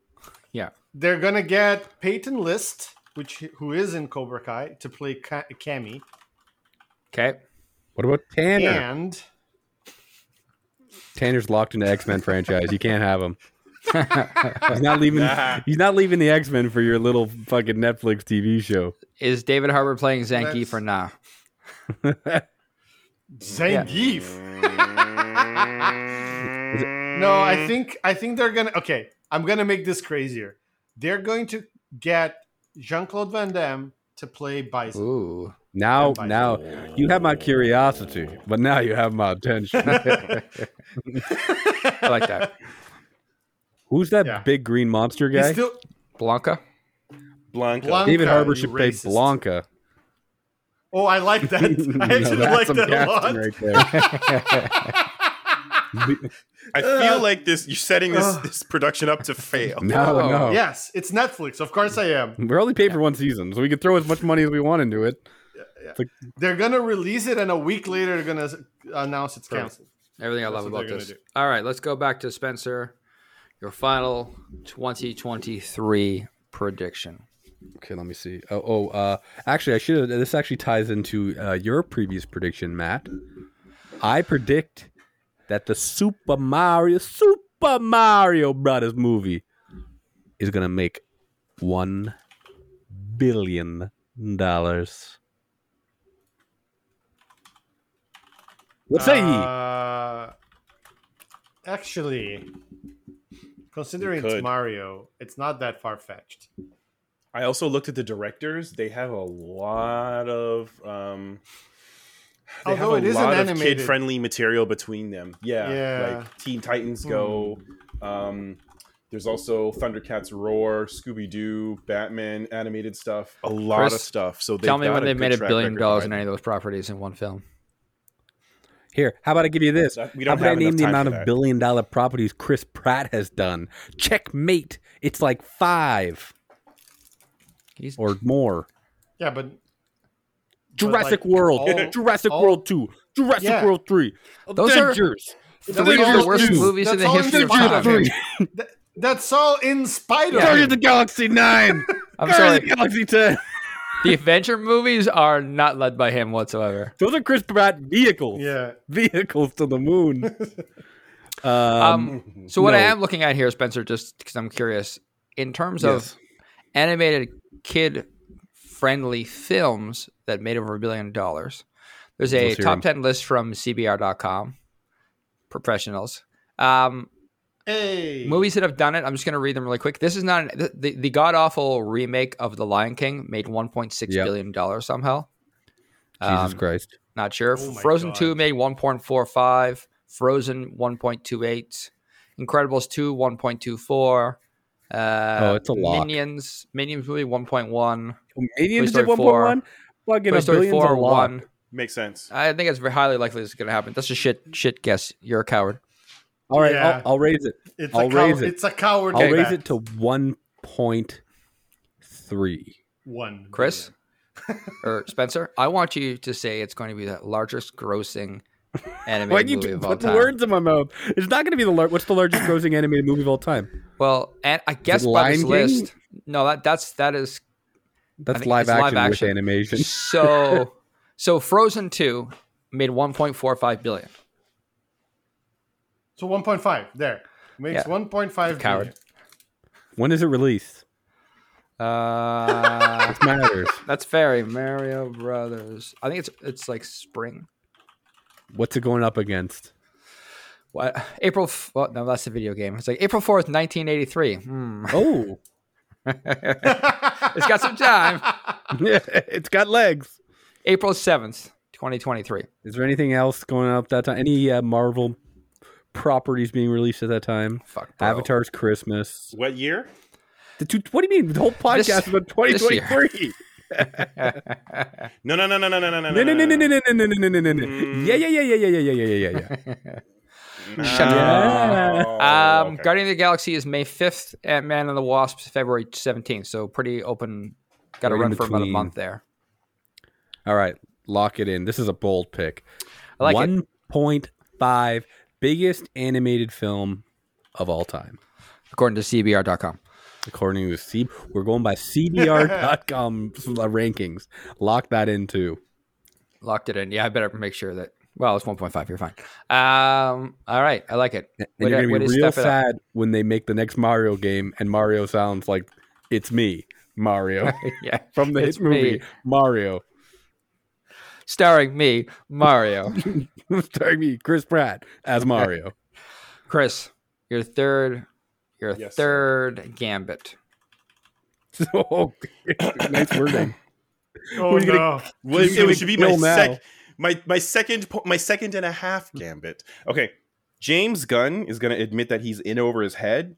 [SPEAKER 2] They're gonna get Peyton List, which who is in Cobra Kai, to play Ka- Cammy,
[SPEAKER 4] Okay.
[SPEAKER 6] What about Tanner?
[SPEAKER 2] and
[SPEAKER 6] Tanner's locked into X Men franchise. You can't have him. He's not leaving.
[SPEAKER 5] Nah.
[SPEAKER 6] He's not leaving the X Men for your little fucking Netflix TV show.
[SPEAKER 4] Is David Harbour playing Zangief
[SPEAKER 2] That's-
[SPEAKER 4] for or nah?
[SPEAKER 2] Zangief. no, I think I think they're gonna. Okay, I'm gonna make this crazier. They're going to get Jean Claude Van Damme to play Bison.
[SPEAKER 4] Ooh.
[SPEAKER 6] Now,
[SPEAKER 2] Goodbye.
[SPEAKER 6] now you have my curiosity, but now you have my attention.
[SPEAKER 4] I like that.
[SPEAKER 6] Who's that
[SPEAKER 2] Yeah.
[SPEAKER 6] big green monster
[SPEAKER 2] He's
[SPEAKER 6] guy?
[SPEAKER 2] still
[SPEAKER 4] Blanca?
[SPEAKER 5] Blanca.
[SPEAKER 2] Blanca,
[SPEAKER 6] David Harbour
[SPEAKER 2] you
[SPEAKER 6] should play
[SPEAKER 2] racist.
[SPEAKER 6] Blanca.
[SPEAKER 2] Oh, I like that.
[SPEAKER 6] No,
[SPEAKER 2] I actually
[SPEAKER 6] that's
[SPEAKER 2] like
[SPEAKER 6] some
[SPEAKER 2] that a lot.
[SPEAKER 6] casting right there.
[SPEAKER 5] I feel like this. You're setting this this production up to fail.
[SPEAKER 6] no,
[SPEAKER 4] Oh.
[SPEAKER 6] no.
[SPEAKER 2] Yes, it's Netflix. Of course, I am.
[SPEAKER 6] We're only paid for one season, so we can throw as much money as we want into it.
[SPEAKER 2] They're gonna release it, and a week later, they're gonna s- announce it's canceled.
[SPEAKER 4] Everything I
[SPEAKER 2] That's
[SPEAKER 4] love
[SPEAKER 2] what
[SPEAKER 4] about
[SPEAKER 2] they're
[SPEAKER 4] this.
[SPEAKER 2] gonna do.
[SPEAKER 4] All right, let's go back to Spencer. Your final 2023 prediction.
[SPEAKER 6] Okay, let me see. Oh, oh uh, actually, I should have. This actually ties into uh, your previous prediction, Matt. I predict that the Super Mario Super Mario Brothers movie is gonna make one billion dollars. What say ye?
[SPEAKER 2] Uh, actually, considering
[SPEAKER 5] You
[SPEAKER 2] it's
[SPEAKER 5] could.
[SPEAKER 2] Mario, it's not that far fetched.
[SPEAKER 5] I also looked at the directors. They have a lot of um they
[SPEAKER 2] Although
[SPEAKER 5] have
[SPEAKER 2] it
[SPEAKER 5] a
[SPEAKER 2] is an
[SPEAKER 5] lot of
[SPEAKER 2] animated-
[SPEAKER 5] kid-friendly material between them. Yeah,
[SPEAKER 2] Yeah.
[SPEAKER 5] like Teen Titans Go. Um there's also Thundercats Roar, Scooby Doo, Batman animated stuff, a lot of
[SPEAKER 4] Chris,
[SPEAKER 5] stuff. So
[SPEAKER 4] Tell me
[SPEAKER 5] they've got
[SPEAKER 4] when they
[SPEAKER 5] good
[SPEAKER 4] made a
[SPEAKER 5] track
[SPEAKER 4] billion
[SPEAKER 5] record
[SPEAKER 4] dollars in
[SPEAKER 5] behind
[SPEAKER 4] any of those properties in one film.
[SPEAKER 6] Here, how about I give you this?
[SPEAKER 5] That- we
[SPEAKER 6] how
[SPEAKER 5] don't
[SPEAKER 6] about I
[SPEAKER 5] have enough
[SPEAKER 6] name the
[SPEAKER 5] time
[SPEAKER 6] amount
[SPEAKER 5] for
[SPEAKER 6] of
[SPEAKER 5] that.
[SPEAKER 6] billion dollar properties Chris Pratt has done? Checkmate. It's like five
[SPEAKER 4] He's
[SPEAKER 6] or more.
[SPEAKER 2] Yeah, but
[SPEAKER 6] Jurassic
[SPEAKER 2] like,
[SPEAKER 6] World,
[SPEAKER 2] all-
[SPEAKER 6] Jurassic
[SPEAKER 2] all-
[SPEAKER 6] World Two, Jurassic
[SPEAKER 2] Yeah.
[SPEAKER 6] World Three,
[SPEAKER 4] Those are-
[SPEAKER 6] Avengers.
[SPEAKER 4] three
[SPEAKER 2] all
[SPEAKER 4] of the
[SPEAKER 2] in-
[SPEAKER 4] worst
[SPEAKER 2] that's
[SPEAKER 4] movies in the
[SPEAKER 2] all in
[SPEAKER 4] history of time.
[SPEAKER 2] Spider-Man. Three. Th- that's all in Spider.
[SPEAKER 6] Guardians of the Galaxy Nine,
[SPEAKER 4] I'm
[SPEAKER 6] Guardians of
[SPEAKER 4] sorry.
[SPEAKER 6] the Galaxy Ten.
[SPEAKER 4] The adventure movies are not led by him whatsoever.
[SPEAKER 6] Those are Chris Pratt vehicles,
[SPEAKER 2] Yeah.
[SPEAKER 6] vehicles to the moon. um,
[SPEAKER 4] Um, so what I
[SPEAKER 6] no.
[SPEAKER 4] am looking at here, Spencer, just because I'm curious, in terms
[SPEAKER 6] Yes.
[SPEAKER 4] of animated kid-friendly films that made over a billion dollars, there's a
[SPEAKER 6] Let's hear
[SPEAKER 4] top
[SPEAKER 6] 'em.
[SPEAKER 4] ten list from CBR.com professionals. Um,
[SPEAKER 2] Hey.
[SPEAKER 4] movies that have done it. I'm just going to read them really quick. This is not an, the the god awful remake of The Lion King made 1.6 billion
[SPEAKER 6] Yep.
[SPEAKER 4] dollars somehow. Um,
[SPEAKER 6] Jesus Christ,
[SPEAKER 4] Not sure.
[SPEAKER 2] Oh my
[SPEAKER 4] Frozen
[SPEAKER 2] God.
[SPEAKER 4] 2 made 1.45, Frozen 1.28, Incredibles 2 1.24. Uh,
[SPEAKER 6] Oh, it's a lock.
[SPEAKER 4] Minions, Minions movie 1.1,
[SPEAKER 6] Minions
[SPEAKER 4] Story
[SPEAKER 6] did one point one. Fucking
[SPEAKER 4] Toy
[SPEAKER 6] a
[SPEAKER 4] Story
[SPEAKER 6] billion
[SPEAKER 4] 4
[SPEAKER 6] a lot.
[SPEAKER 4] 1.
[SPEAKER 5] it. Makes sense.
[SPEAKER 4] I think it's very highly likely this is going to happen. That's a shit shit guess. You're a coward.
[SPEAKER 6] All right,
[SPEAKER 2] Yeah.
[SPEAKER 6] I'll, I'll raise it.
[SPEAKER 2] It's
[SPEAKER 6] I'll
[SPEAKER 2] a cow-
[SPEAKER 6] raise it.
[SPEAKER 2] It's a coward.
[SPEAKER 6] I'll raise
[SPEAKER 2] bet.
[SPEAKER 6] it to one point three.
[SPEAKER 2] one.
[SPEAKER 4] Chris or Spencer, I want you to say it's going to be the largest grossing animated
[SPEAKER 6] Why do you
[SPEAKER 4] movie
[SPEAKER 6] do-
[SPEAKER 4] of all
[SPEAKER 6] put the
[SPEAKER 4] time.
[SPEAKER 6] words in my mouth? It's not going to be the lar- what's the largest grossing animated movie of all time?
[SPEAKER 4] Well, and I guess by this
[SPEAKER 6] Lion King?
[SPEAKER 4] list, no, that that's that is
[SPEAKER 6] That's
[SPEAKER 4] think
[SPEAKER 6] live
[SPEAKER 4] it's live
[SPEAKER 6] action,
[SPEAKER 4] action.
[SPEAKER 6] with animation.
[SPEAKER 4] so so Frozen two made one point four five billion.
[SPEAKER 2] So 1.5 there makes
[SPEAKER 4] Yeah.
[SPEAKER 2] 1.5
[SPEAKER 4] Coward.
[SPEAKER 6] When is it released?
[SPEAKER 4] Uh,
[SPEAKER 6] It matters.
[SPEAKER 4] that's very Mario Brothers. I think it's it's like spring.
[SPEAKER 6] what's it going up against?
[SPEAKER 4] What April? f- Well, no, that's a video game. It's like April fourth, nineteen eighty three. Hmm.
[SPEAKER 6] Oh,
[SPEAKER 4] It's got some time.
[SPEAKER 6] it's got legs.
[SPEAKER 4] April seventh, twenty twenty three.
[SPEAKER 6] Is there anything else going up that time? Any uh, Marvel properties being released at that time?
[SPEAKER 4] Fuck, bro.
[SPEAKER 6] Avatar's Christmas.
[SPEAKER 5] What year?
[SPEAKER 6] The two, what do you mean? The whole podcast
[SPEAKER 4] This-
[SPEAKER 6] is about
[SPEAKER 4] this year.
[SPEAKER 6] 2023.
[SPEAKER 5] No, no, no, no, no, no, no,
[SPEAKER 6] No, no, no, no, no, no, no, no, no, no, no, no.
[SPEAKER 4] Mm.
[SPEAKER 6] Yeah, yeah, yeah, yeah, yeah, yeah, yeah, yeah, yeah, yeah.
[SPEAKER 4] Shut
[SPEAKER 6] Yeah.
[SPEAKER 5] Oh,
[SPEAKER 4] Um,
[SPEAKER 5] okay.
[SPEAKER 4] Guardian of the Galaxy is May 5th, Ant Man and the Wasp is February 17th. So pretty open. Got to
[SPEAKER 6] Right in
[SPEAKER 4] run for about a
[SPEAKER 6] between.
[SPEAKER 4] month there.
[SPEAKER 6] All right, lock it in. This is a bold pick.
[SPEAKER 4] I like it.
[SPEAKER 6] 1.5 biggest animated film of all time.
[SPEAKER 4] According to CBR.com.
[SPEAKER 6] According to C, we're going by CBR.com uh, rankings. Lock that in too.
[SPEAKER 4] Locked it in. Yeah, I better make sure that Well, it's 1.5. You're fine. Um, all right. I like it.
[SPEAKER 6] And
[SPEAKER 4] Way
[SPEAKER 6] you're
[SPEAKER 4] to-
[SPEAKER 6] gonna
[SPEAKER 4] way
[SPEAKER 6] be
[SPEAKER 4] to
[SPEAKER 6] real
[SPEAKER 4] step it up.
[SPEAKER 6] sad when they make the next Mario game and Mario sounds like it's me, Mario
[SPEAKER 4] yeah.
[SPEAKER 6] from the
[SPEAKER 4] It's
[SPEAKER 6] hit movie
[SPEAKER 4] me.
[SPEAKER 6] Mario.
[SPEAKER 4] Starring me, Mario.
[SPEAKER 6] Starring me, Chris Pratt as Mario.
[SPEAKER 4] Chris, your third, your
[SPEAKER 5] Yes.
[SPEAKER 4] third gambit.
[SPEAKER 6] so nice wording.
[SPEAKER 2] Oh
[SPEAKER 6] you gonna-
[SPEAKER 2] no!
[SPEAKER 5] Well, it,
[SPEAKER 6] He's gonna
[SPEAKER 5] should be my
[SPEAKER 6] kill now.
[SPEAKER 5] sec- my my second po- my second and a half gambit. Okay, James Gunn is going to admit that he's in over his head,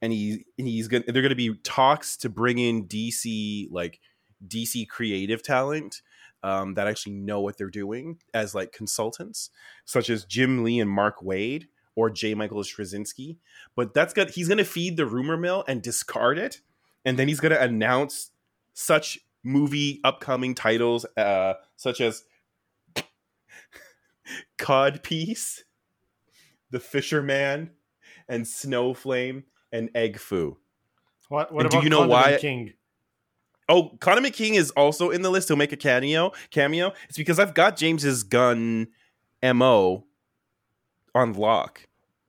[SPEAKER 5] and he and he's going. to They're going to be talks to bring in DC like DC creative talent um, that actually know what they're doing as like consultants, such as Jim Lee and Mark Wade or J. Michael Straczynski. But that's good. He's going to feed the rumor mill and discard it, and then he's going to announce such movie upcoming titles uh, such as Codpiece, The Fisherman, and Snowflame and Egg Foo.
[SPEAKER 2] What, what
[SPEAKER 5] And do
[SPEAKER 2] about
[SPEAKER 5] you know
[SPEAKER 2] Condiment
[SPEAKER 5] why-
[SPEAKER 2] King?
[SPEAKER 5] Oh, Connor McKing is also in the list. He'll make a cameo. Cameo. It's because I've got James's gun mo on lock.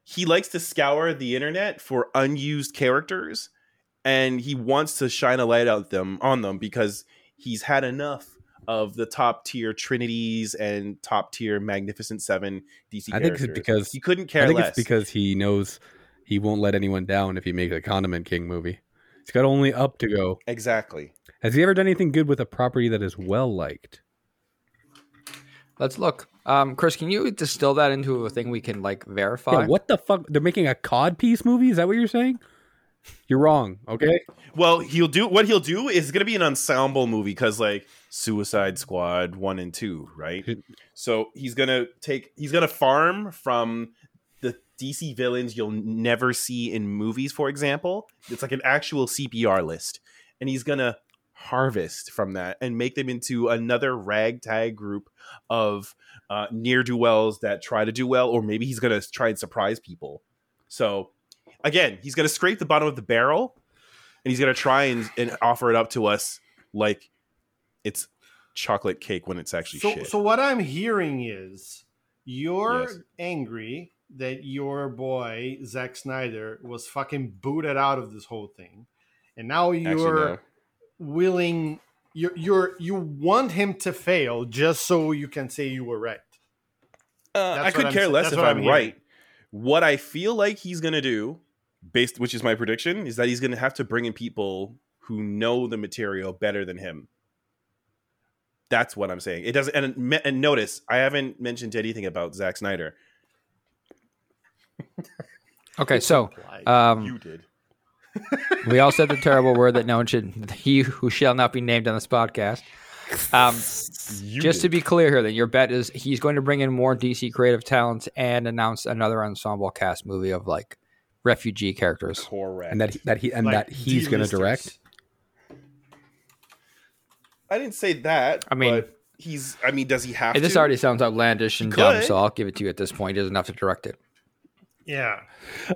[SPEAKER 5] He likes to scour the internet for unused characters, and he wants to shine a light out them on them because he's had enough of the top tier trinities and top tier Magnificent Seven DC.
[SPEAKER 6] I think it's
[SPEAKER 5] characters.
[SPEAKER 6] because-
[SPEAKER 5] he couldn't care
[SPEAKER 6] I think
[SPEAKER 5] less.
[SPEAKER 6] it's because he knows he won't let anyone down if he makes a Condiment King movie. He's got only up to go.
[SPEAKER 5] exactly.
[SPEAKER 6] Has he ever done anything good with a property that is well liked?
[SPEAKER 4] Let's look. Um, Chris, can you distill that into a thing we can like verify?
[SPEAKER 6] Yeah, what the fuck? They're making a cod piece movie? Is that what you're saying? You're wrong. Okay.
[SPEAKER 5] Well, he'll do what he'll do is going to be an ensemble movie because like Suicide Squad one and two, right? so he's gonna take he's gonna farm from the DC villains you'll never see in movies. For example, it's like an actual CPR list, and he's gonna harvest from that and make them into another ragtag group of uh, near do wells that try to do well, or maybe he's gonna try and surprise people. So again, he's gonna scrape the bottom of the barrel and he's gonna try and, and offer it up to us like it's chocolate cake when it's actually
[SPEAKER 2] So,
[SPEAKER 5] shit.
[SPEAKER 2] so what I'm hearing is you're
[SPEAKER 5] Yes.
[SPEAKER 2] angry that your boy Zack Snyder was fucking booted out of this whole thing, and now you're
[SPEAKER 5] Actually, no.
[SPEAKER 2] willing. You're, you're you want him to fail just so you can say you were right.
[SPEAKER 5] Uh, I
[SPEAKER 2] That's what
[SPEAKER 5] could
[SPEAKER 2] I'm
[SPEAKER 5] care
[SPEAKER 2] sa-
[SPEAKER 5] less
[SPEAKER 2] that's
[SPEAKER 5] if
[SPEAKER 2] what
[SPEAKER 5] I'm,
[SPEAKER 2] I'm hearing.
[SPEAKER 5] right. What I feel like he's gonna do, based which is my prediction, is that he's gonna have to bring in people who know the material better than him. That's what I'm saying. It doesn't. And, me- and notice, I haven't mentioned anything about Zack Snyder.
[SPEAKER 4] Okay, so
[SPEAKER 2] Like,
[SPEAKER 4] um,
[SPEAKER 5] did.
[SPEAKER 4] we all said the terrible word that no one should. He who shall not be named on this podcast. Um,
[SPEAKER 5] You
[SPEAKER 4] just to be clear here, then your bet is he's going to bring in more DC creative talents and announce another ensemble cast movie of like refugee characters.
[SPEAKER 5] correct.
[SPEAKER 6] And that he, that he and
[SPEAKER 2] like
[SPEAKER 6] that he's going to
[SPEAKER 2] D-listers.
[SPEAKER 6] direct.
[SPEAKER 5] I didn't say that.
[SPEAKER 4] I mean-
[SPEAKER 5] but he's. I mean, does he have
[SPEAKER 4] Hey, this
[SPEAKER 5] to?
[SPEAKER 4] already sounds outlandish and dumb,
[SPEAKER 5] could.
[SPEAKER 4] so I'll give it to you at this point. He doesn't have to direct it.
[SPEAKER 2] Yeah,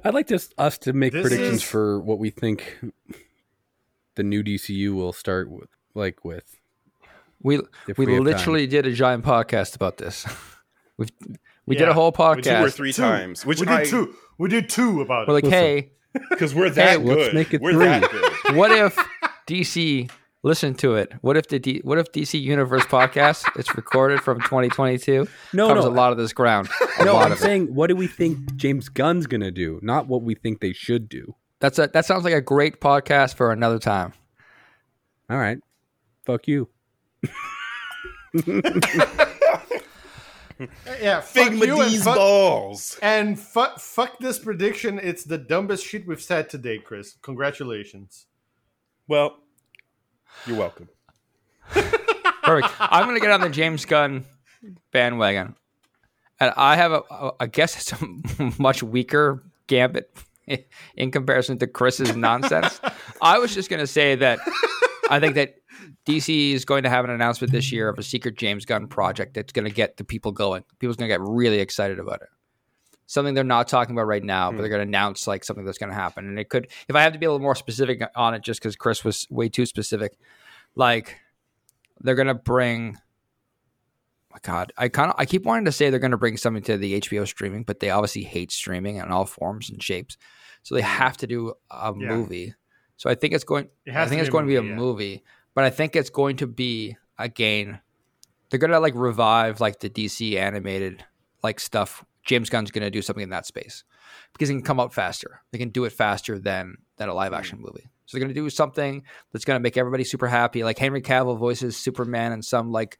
[SPEAKER 6] I'd like just us to make
[SPEAKER 2] This
[SPEAKER 6] predictions
[SPEAKER 2] is-
[SPEAKER 6] for what we think the new DCU will start with, like with.
[SPEAKER 4] We
[SPEAKER 6] If
[SPEAKER 4] we,
[SPEAKER 6] we have time.
[SPEAKER 4] literally did a giant podcast about this. we we did
[SPEAKER 2] Yeah,
[SPEAKER 4] a whole
[SPEAKER 5] But two or
[SPEAKER 4] podcast.
[SPEAKER 5] three times. Which
[SPEAKER 2] we
[SPEAKER 5] I,
[SPEAKER 2] did two. We did two about
[SPEAKER 4] We're like,
[SPEAKER 6] Listen.
[SPEAKER 4] hey,
[SPEAKER 5] because we're that good.
[SPEAKER 6] let's make it
[SPEAKER 5] we're
[SPEAKER 6] three.
[SPEAKER 5] that good.
[SPEAKER 4] what if DC listened to it? What if the D, what if DC Universe podcast? It's recorded from 2022.
[SPEAKER 6] No,
[SPEAKER 4] covers
[SPEAKER 6] no.
[SPEAKER 4] a lot of this ground. A
[SPEAKER 6] No,
[SPEAKER 4] lot
[SPEAKER 6] I'm
[SPEAKER 4] of it.
[SPEAKER 6] saying what do we think James Gunn's going to do, not what we think they should do.
[SPEAKER 4] That's a that sounds like a great podcast for another time.
[SPEAKER 6] All right, fuck you.
[SPEAKER 2] it. yeah, fuck
[SPEAKER 5] Figma
[SPEAKER 2] you and
[SPEAKER 5] these
[SPEAKER 2] fuck,
[SPEAKER 5] balls.
[SPEAKER 2] and fu- fuck this prediction. It's the dumbest shit we've said today, Chris. Congratulations.
[SPEAKER 5] Well, you're welcome.
[SPEAKER 4] Perfect. I'm gonna get on the James Gunn bandwagon, and I have a, a I guess it's a much weaker gambit in comparison to Chris's nonsense. I was just gonna say that I think that DC is going to have an announcement this year of a secret James Gunn project that's gonna get the people going. People's gonna get really excited about it. Something they're not talking about right now, but they're going to announce like something that's going to happen. And it could, if I have to be a little more specific on it, just because Chris was way too specific, like they're gonna bring God, I kind of I keep wanting to say they're going to bring something to the HBO streaming, but they obviously hate streaming in all forms and shapes, so they have to do a
[SPEAKER 2] Yeah.
[SPEAKER 4] movie. So I think it's going.
[SPEAKER 2] It
[SPEAKER 4] I
[SPEAKER 2] has
[SPEAKER 4] think
[SPEAKER 2] to
[SPEAKER 4] it's
[SPEAKER 2] be a
[SPEAKER 4] going to be
[SPEAKER 2] movie,
[SPEAKER 4] a
[SPEAKER 2] yeah.
[SPEAKER 4] movie, but I think it's going to be again. They're going to like revive like the DC animated like stuff. James Gunn's going to do something in that space because it can come out faster. They can do it faster than than a live
[SPEAKER 2] Mm.
[SPEAKER 4] action movie. So they're going to do something that's going to make everybody super happy. Like Henry Cavill voices Superman and some like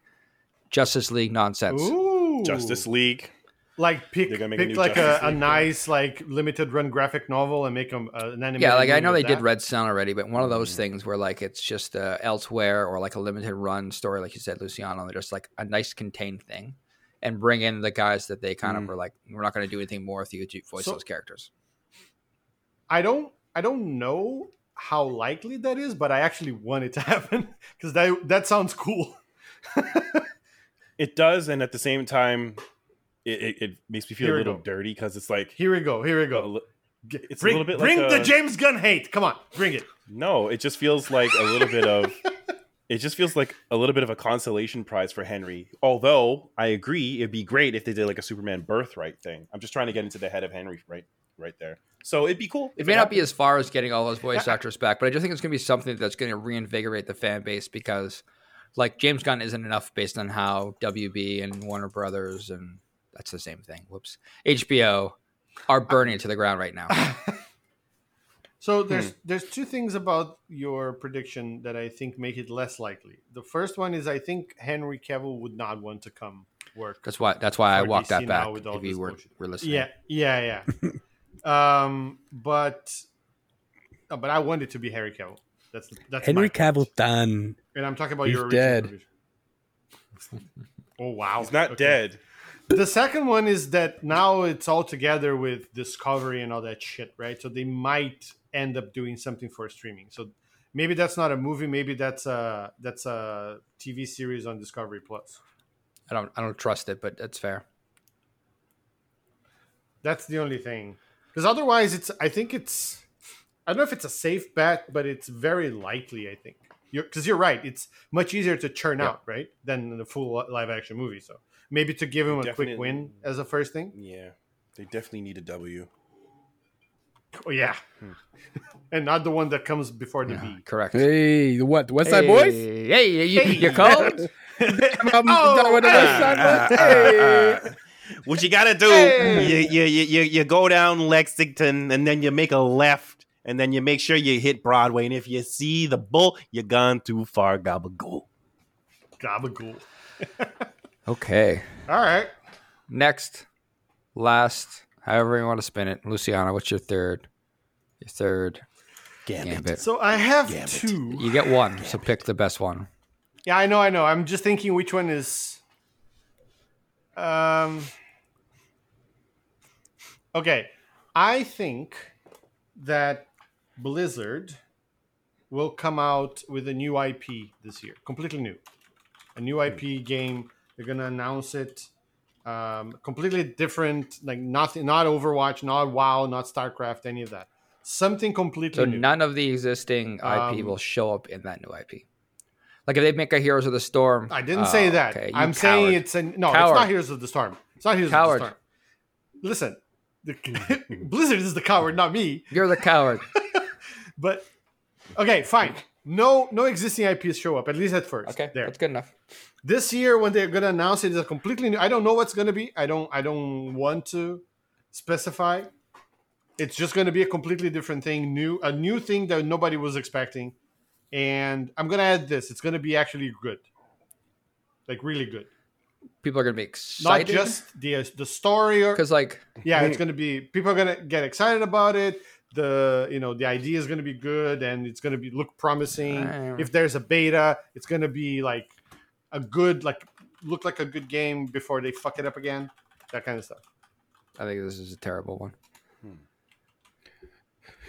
[SPEAKER 4] Justice League nonsense.
[SPEAKER 2] Ooh.
[SPEAKER 5] Justice League.
[SPEAKER 2] Like pick,
[SPEAKER 5] They're gonna make a
[SPEAKER 2] pick
[SPEAKER 5] new
[SPEAKER 2] like a,
[SPEAKER 5] Justice
[SPEAKER 2] a
[SPEAKER 5] League
[SPEAKER 2] nice like limited run graphic novel and make them uh, an animated.
[SPEAKER 4] Yeah, like I
[SPEAKER 2] movie
[SPEAKER 4] know they
[SPEAKER 2] with
[SPEAKER 4] did
[SPEAKER 2] that.
[SPEAKER 4] Red Sun already, but one of those things where like it's just uh, elsewhere or like a limited run story, like you said, Luciano, they're just like a nice contained thing, and bring in the guys that they kind of were like, we're not going to do anything more if you do voice
[SPEAKER 2] So-
[SPEAKER 4] those characters.
[SPEAKER 2] I don't I don't know how likely that is, but I actually want it to happen because that that sounds cool.
[SPEAKER 5] It does, and at the same time, it, it, it makes me feel
[SPEAKER 2] Here we
[SPEAKER 5] a little
[SPEAKER 2] go.
[SPEAKER 5] dirty because it's like
[SPEAKER 2] Here we go. Here we
[SPEAKER 5] a
[SPEAKER 2] go.
[SPEAKER 5] li- it's
[SPEAKER 2] bring
[SPEAKER 5] a little bit
[SPEAKER 2] bring
[SPEAKER 5] like
[SPEAKER 2] the
[SPEAKER 5] a-
[SPEAKER 2] James Gunn hate. Come on, bring it.
[SPEAKER 5] No, it just feels like a little bit of it just feels like a little bit of a consolation prize for Henry. Although I agree, it'd be great if they did like a Superman birthright thing. I'm just trying to get into the head of Henry right right there. So it'd be cool.
[SPEAKER 4] It
[SPEAKER 5] if
[SPEAKER 4] may not
[SPEAKER 5] happened.
[SPEAKER 4] be as far as getting all those voice actors back, but I do think it's going to be something that's going to reinvigorate the fan base because, like, James Gunn isn't enough based on how WB and Warner Brothers and that's the same thing. Whoops, HBO are burning it to the ground right now.
[SPEAKER 2] So
[SPEAKER 5] Hmm.
[SPEAKER 2] there's there's two things about your prediction that I think make it less likely. The first one is I think Henry Cavill would not want to come work.
[SPEAKER 4] That's why. That's why I
[SPEAKER 2] For
[SPEAKER 4] walked
[SPEAKER 2] DC
[SPEAKER 4] that
[SPEAKER 2] now
[SPEAKER 4] back.
[SPEAKER 2] with all
[SPEAKER 4] If
[SPEAKER 2] this
[SPEAKER 4] you were,
[SPEAKER 2] bullshit.
[SPEAKER 4] were listening,
[SPEAKER 2] Yeah, yeah, yeah. um, but oh, but I want it to be Henry Cavill. That's that's my
[SPEAKER 6] Henry
[SPEAKER 2] point.
[SPEAKER 6] Cavill done.
[SPEAKER 2] and I'm talking about
[SPEAKER 6] he's
[SPEAKER 2] your original
[SPEAKER 6] dead.
[SPEAKER 2] prediction. Oh wow,
[SPEAKER 5] He's not
[SPEAKER 2] Okay.
[SPEAKER 5] dead.
[SPEAKER 2] The second one is that now it's all together with Discovery and all that shit, right? So they might end up doing something for streaming. So maybe that's not a movie, maybe that's a that's a TV series on Discovery Plus.
[SPEAKER 4] I don't. I don't trust it, but that's fair.
[SPEAKER 2] That's the only thing. Because otherwise, it's I think it's I don't know if it's a safe bet, but it's very likely. I think because you're, right. It's much easier to churn out right than the full live action movie. So maybe to give him a
[SPEAKER 5] Definitely. Mm.
[SPEAKER 2] quick win as a first thing.
[SPEAKER 5] Yeah. They definitely need a W.
[SPEAKER 2] Oh yeah, and not the one that comes before the B.
[SPEAKER 4] Correct.
[SPEAKER 6] Hey, the what? The West Side
[SPEAKER 4] hey,
[SPEAKER 6] Boys?
[SPEAKER 4] Hey, you, you're cold. Oh, ah.
[SPEAKER 6] I'm done with the West Side Boys.
[SPEAKER 5] What you gotta do, you, you, you, you, you go down Lexington and then you make a left and then you make sure you hit Broadway. And if you see the bull, you gone too far, gabagool.
[SPEAKER 2] Gabagool.
[SPEAKER 4] Okay.
[SPEAKER 2] All right.
[SPEAKER 4] Next, last, however you want to spin it, Luciana. What's your third? Your third
[SPEAKER 5] Gambit.
[SPEAKER 4] gambit.
[SPEAKER 2] So I have two.
[SPEAKER 4] You get one, so pick the best one.
[SPEAKER 2] Yeah, I know, I know. I'm just thinking which one is. Um. Okay, I think that Blizzard will come out with a new IP this year, completely new, a new IP game. They're gonna announce it, um, completely different, like nothing, not Overwatch, not WoW, not StarCraft, any of that. Something completely
[SPEAKER 4] So
[SPEAKER 2] new.
[SPEAKER 4] none of the existing IP
[SPEAKER 2] Um,
[SPEAKER 4] will show up in that new IP. Like if they make a Heroes of the Storm,
[SPEAKER 2] I didn't
[SPEAKER 4] oh,
[SPEAKER 2] say that.
[SPEAKER 4] okay, you
[SPEAKER 2] I'm saying
[SPEAKER 4] coward.
[SPEAKER 2] it's a no.
[SPEAKER 4] Coward.
[SPEAKER 2] It's not Heroes of the Storm. It's not Heroes
[SPEAKER 4] Coward.
[SPEAKER 2] of the Storm. Listen, the, Blizzard is the coward, not me.
[SPEAKER 4] You're the coward.
[SPEAKER 2] But okay, fine. No, no existing IPs show up at least at first.
[SPEAKER 4] Okay,
[SPEAKER 2] there.
[SPEAKER 4] that's good enough.
[SPEAKER 2] This year, when they're gonna announce it, is a completely new. I don't know what's gonna be. I don't. I don't want to specify. It's just gonna be a completely different thing, new, a new thing that nobody was expecting. And I'm gonna add this. It's gonna be actually good, like really good.
[SPEAKER 4] People are gonna be
[SPEAKER 2] not
[SPEAKER 4] excited
[SPEAKER 2] just the the story or
[SPEAKER 4] because like
[SPEAKER 2] yeah it's going to be people are going to get excited about it the you know the idea is going to be good and it's going to be look promising
[SPEAKER 4] Uh.
[SPEAKER 2] if there's a beta it's going to be like a good like look like a good game before they fuck it up again that kind of stuff
[SPEAKER 4] I think this is a terrible one.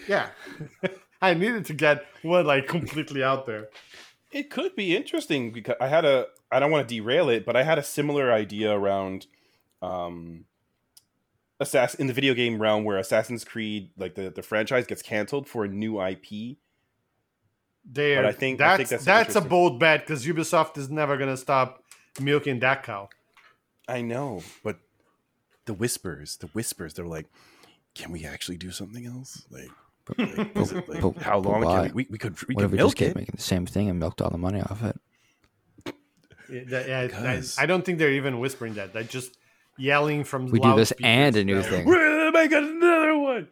[SPEAKER 2] yeah i needed to get one like completely out there
[SPEAKER 5] It could be interesting because I had a I don't want to derail it, but I had a similar idea around um Assass in the video game realm where Assassin's Creed like the, the franchise gets canceled for a new IP.
[SPEAKER 2] there
[SPEAKER 5] But I think- I
[SPEAKER 2] that's
[SPEAKER 5] think that's
[SPEAKER 2] that's a
[SPEAKER 5] interesting.
[SPEAKER 2] bold bet because ubisoft is never going to stop milking that cow
[SPEAKER 5] I know, but the whispers, the whispers, they're like, can we actually do something else? Like, like, is it, like,
[SPEAKER 4] but-
[SPEAKER 5] how
[SPEAKER 4] but
[SPEAKER 5] long can
[SPEAKER 4] why?
[SPEAKER 5] we, we, we could, we
[SPEAKER 4] what if
[SPEAKER 5] could
[SPEAKER 4] we just
[SPEAKER 5] milk
[SPEAKER 4] kept
[SPEAKER 5] it?
[SPEAKER 4] making the same thing and milked all the money off it?
[SPEAKER 2] Yeah, that- yeah,
[SPEAKER 5] Because-
[SPEAKER 2] I, I don't think they're even whispering that. They're just yelling from.
[SPEAKER 4] We do this
[SPEAKER 2] loudspeakers
[SPEAKER 4] and a new
[SPEAKER 2] that-
[SPEAKER 4] thing.
[SPEAKER 5] We're gonna make another one.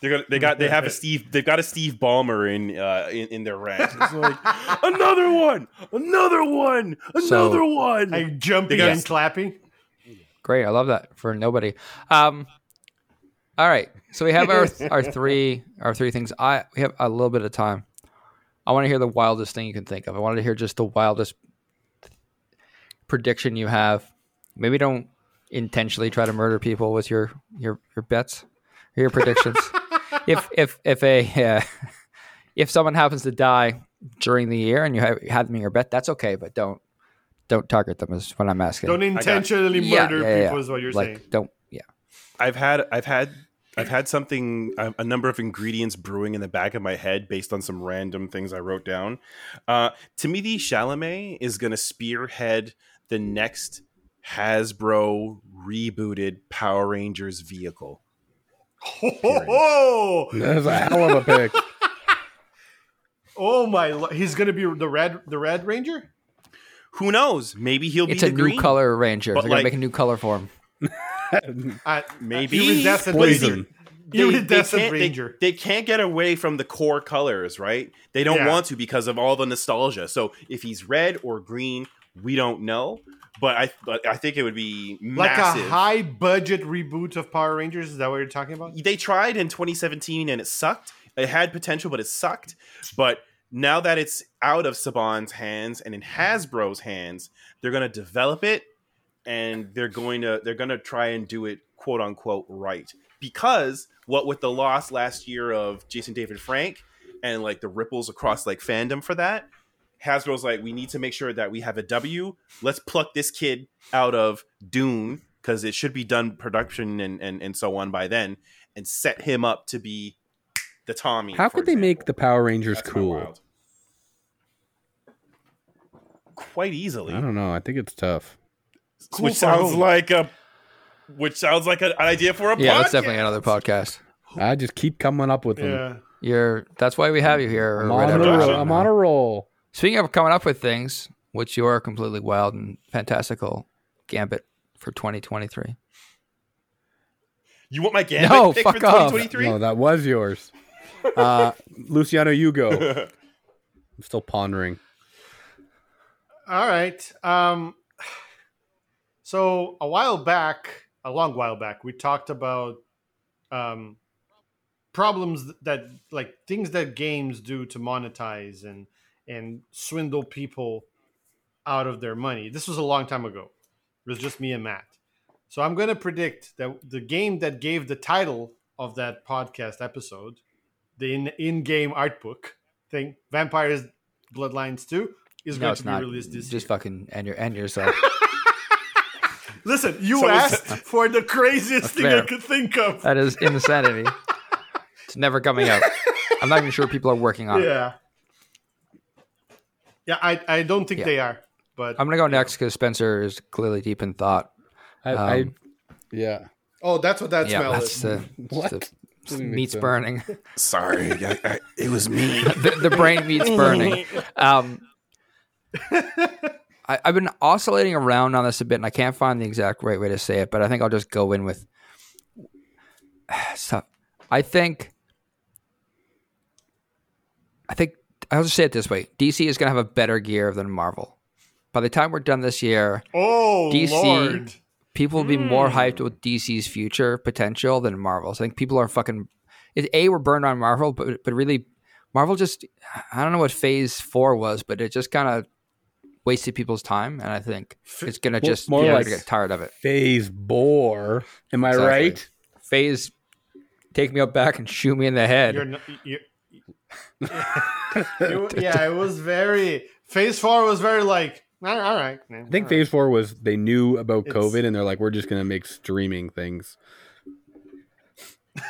[SPEAKER 5] They're gonna, they got, they have a Steve, they've got a Steve Ballmer in, uh, in, in their ranks. It's like another one, another one, another
[SPEAKER 4] So-
[SPEAKER 5] one.
[SPEAKER 2] Like jumping
[SPEAKER 5] They got-
[SPEAKER 2] and clapping.
[SPEAKER 4] Great, I love that for nobody. Um, all right, so we have our our three our three things. I we have a little bit of time. I want to hear the wildest thing you can think of. I wanted to hear just the wildest prediction you have. Maybe don't intentionally try to murder people with your your your bets or your predictions. if if if a uh, if someone happens to die during the year and you have, had them in your bet, that's okay, but don't don't target them is what I'm asking
[SPEAKER 2] Don't intentionally murder
[SPEAKER 4] yeah, yeah,
[SPEAKER 2] people
[SPEAKER 4] yeah.
[SPEAKER 2] is what you're
[SPEAKER 4] like,
[SPEAKER 2] saying.
[SPEAKER 4] Don't yeah.
[SPEAKER 5] I've had I've had I've had something a a number of ingredients brewing in the back of my head based on some random things I wrote down. Uh, Timothy Chalamet is going to spearhead the next Hasbro rebooted Power Rangers vehicle.
[SPEAKER 2] Oh, oh, oh.
[SPEAKER 8] That's a hell of a pick.
[SPEAKER 2] Oh my! lo- He's gonna be the red, the Red Ranger.
[SPEAKER 5] Who knows? Maybe he'll
[SPEAKER 4] It's
[SPEAKER 5] be
[SPEAKER 4] a
[SPEAKER 5] the
[SPEAKER 4] new
[SPEAKER 5] green.
[SPEAKER 4] color ranger.
[SPEAKER 5] But,
[SPEAKER 4] They're gonna
[SPEAKER 5] like-
[SPEAKER 4] make a new color for him.
[SPEAKER 2] Uh,
[SPEAKER 5] Maybe
[SPEAKER 2] iridescent
[SPEAKER 5] Poison.
[SPEAKER 2] ranger. Iridescent
[SPEAKER 5] can't,
[SPEAKER 2] ranger.
[SPEAKER 5] They, can't get away from the core colors, right? They don't
[SPEAKER 2] Yeah.
[SPEAKER 5] want to because of all the nostalgia. So if he's red or green, we don't know. But I but I think it would be
[SPEAKER 2] like
[SPEAKER 5] massive.
[SPEAKER 2] a high budget reboot of Power Rangers. Is that what you're talking about?
[SPEAKER 4] Mm.
[SPEAKER 5] they tried in 2017 and it sucked. It had potential, but it sucked. But now that it's out of Saban's hands and in Hasbro's hands, they're gonna develop it and they're going to they're gonna try and do it quote unquote right. Because what with the loss last year of Jason David Frank and like the ripples across like fandom for that, Hasbro's like, we need to make sure that we have a W. Let's pluck this kid out of Dune because it should be done production and, and and so on by then, and set him up to be the Tommy.
[SPEAKER 6] How
[SPEAKER 5] for
[SPEAKER 6] could they make the
[SPEAKER 5] example.
[SPEAKER 6] Power Rangers
[SPEAKER 5] That's my
[SPEAKER 6] cool?
[SPEAKER 5] wild. Quite easily,
[SPEAKER 6] I don't know. I think it's tough.
[SPEAKER 5] which sounds like a, which sounds like an idea for a
[SPEAKER 4] Yeah,
[SPEAKER 5] podcast.
[SPEAKER 4] that's definitely another podcast.
[SPEAKER 6] I just keep coming up with them.
[SPEAKER 2] Yeah.
[SPEAKER 4] You're that's why we have you here. or
[SPEAKER 6] I'm, on a
[SPEAKER 4] whatever.
[SPEAKER 6] roll.
[SPEAKER 5] Gotcha.
[SPEAKER 6] I'm on a roll.
[SPEAKER 4] Speaking of coming up with things, what's your completely wild and fantastical gambit for 2023?
[SPEAKER 5] You want my gambit
[SPEAKER 7] Oh,
[SPEAKER 4] No,
[SPEAKER 5] pick
[SPEAKER 4] fuck
[SPEAKER 5] for
[SPEAKER 4] off.
[SPEAKER 5] 2023?
[SPEAKER 6] No, that was yours. Uh, Luciano, you go. I'm still pondering.
[SPEAKER 2] All right. Um, so a while back, a long while back, we talked about um, problems that, like, things that games do to monetize and and swindle people out of their money. This was a long time ago. It was just me and Matt. So I'm going to predict that the game that gave the title of that podcast episode, the in- in-game art book thing, Vampires Bloodlines 2, is
[SPEAKER 4] No,
[SPEAKER 2] going
[SPEAKER 4] it's
[SPEAKER 2] to be
[SPEAKER 4] not.
[SPEAKER 2] released this
[SPEAKER 4] Just
[SPEAKER 2] year.
[SPEAKER 4] fucking end your end yourself.
[SPEAKER 2] Listen, you
[SPEAKER 5] So it's-
[SPEAKER 2] asked for the craziest thing
[SPEAKER 4] Fair.
[SPEAKER 2] I could think of.
[SPEAKER 4] that is insanity. it's never coming out. I'm not even sure people are working on it.
[SPEAKER 2] yeah. Yeah, I, I don't think
[SPEAKER 4] Yeah.
[SPEAKER 2] they are. But
[SPEAKER 4] I'm gonna go next because Spencer is clearly deep in thought.
[SPEAKER 6] I, I
[SPEAKER 4] Um,
[SPEAKER 6] yeah.
[SPEAKER 2] oh, that's what that
[SPEAKER 4] yeah,
[SPEAKER 2] smell
[SPEAKER 4] that's
[SPEAKER 2] is.
[SPEAKER 4] the, it's
[SPEAKER 6] What?
[SPEAKER 4] the
[SPEAKER 6] Doesn't make
[SPEAKER 4] meat's
[SPEAKER 6] sense.
[SPEAKER 4] burning.
[SPEAKER 5] Sorry, I, I, it was me.
[SPEAKER 4] the, the brain meat's burning. Um, I, I've been oscillating around on this a bit, and I can't find the exact right way to say it, but I think I'll just go in with. So, I think. I think I'll just say it this way: DC is going to have a better gear than Marvel. By the time we're done this year,
[SPEAKER 2] Oh,
[SPEAKER 4] DC
[SPEAKER 2] Lord.
[SPEAKER 4] people will be more hyped with DC's future potential than Marvel's. I think people are fucking. It, a, we're burned on Marvel, but but really, Marvel just. I don't know what Phase Four was, but it just kind of wasted people's time, and I think it's gonna
[SPEAKER 6] Well,
[SPEAKER 4] just
[SPEAKER 6] more
[SPEAKER 4] people are
[SPEAKER 6] like-
[SPEAKER 4] gonna get tired of it.
[SPEAKER 6] Phase bore. Am I
[SPEAKER 4] Exactly.
[SPEAKER 6] right?
[SPEAKER 4] Phase, take me up back and shoot me in the head.
[SPEAKER 2] You're not, you you- yeah, it was very. Phase 4 was very like, all all right.
[SPEAKER 6] I think phase four was they knew about
[SPEAKER 2] It's-
[SPEAKER 6] COVID and they're like, we're just gonna make streaming things.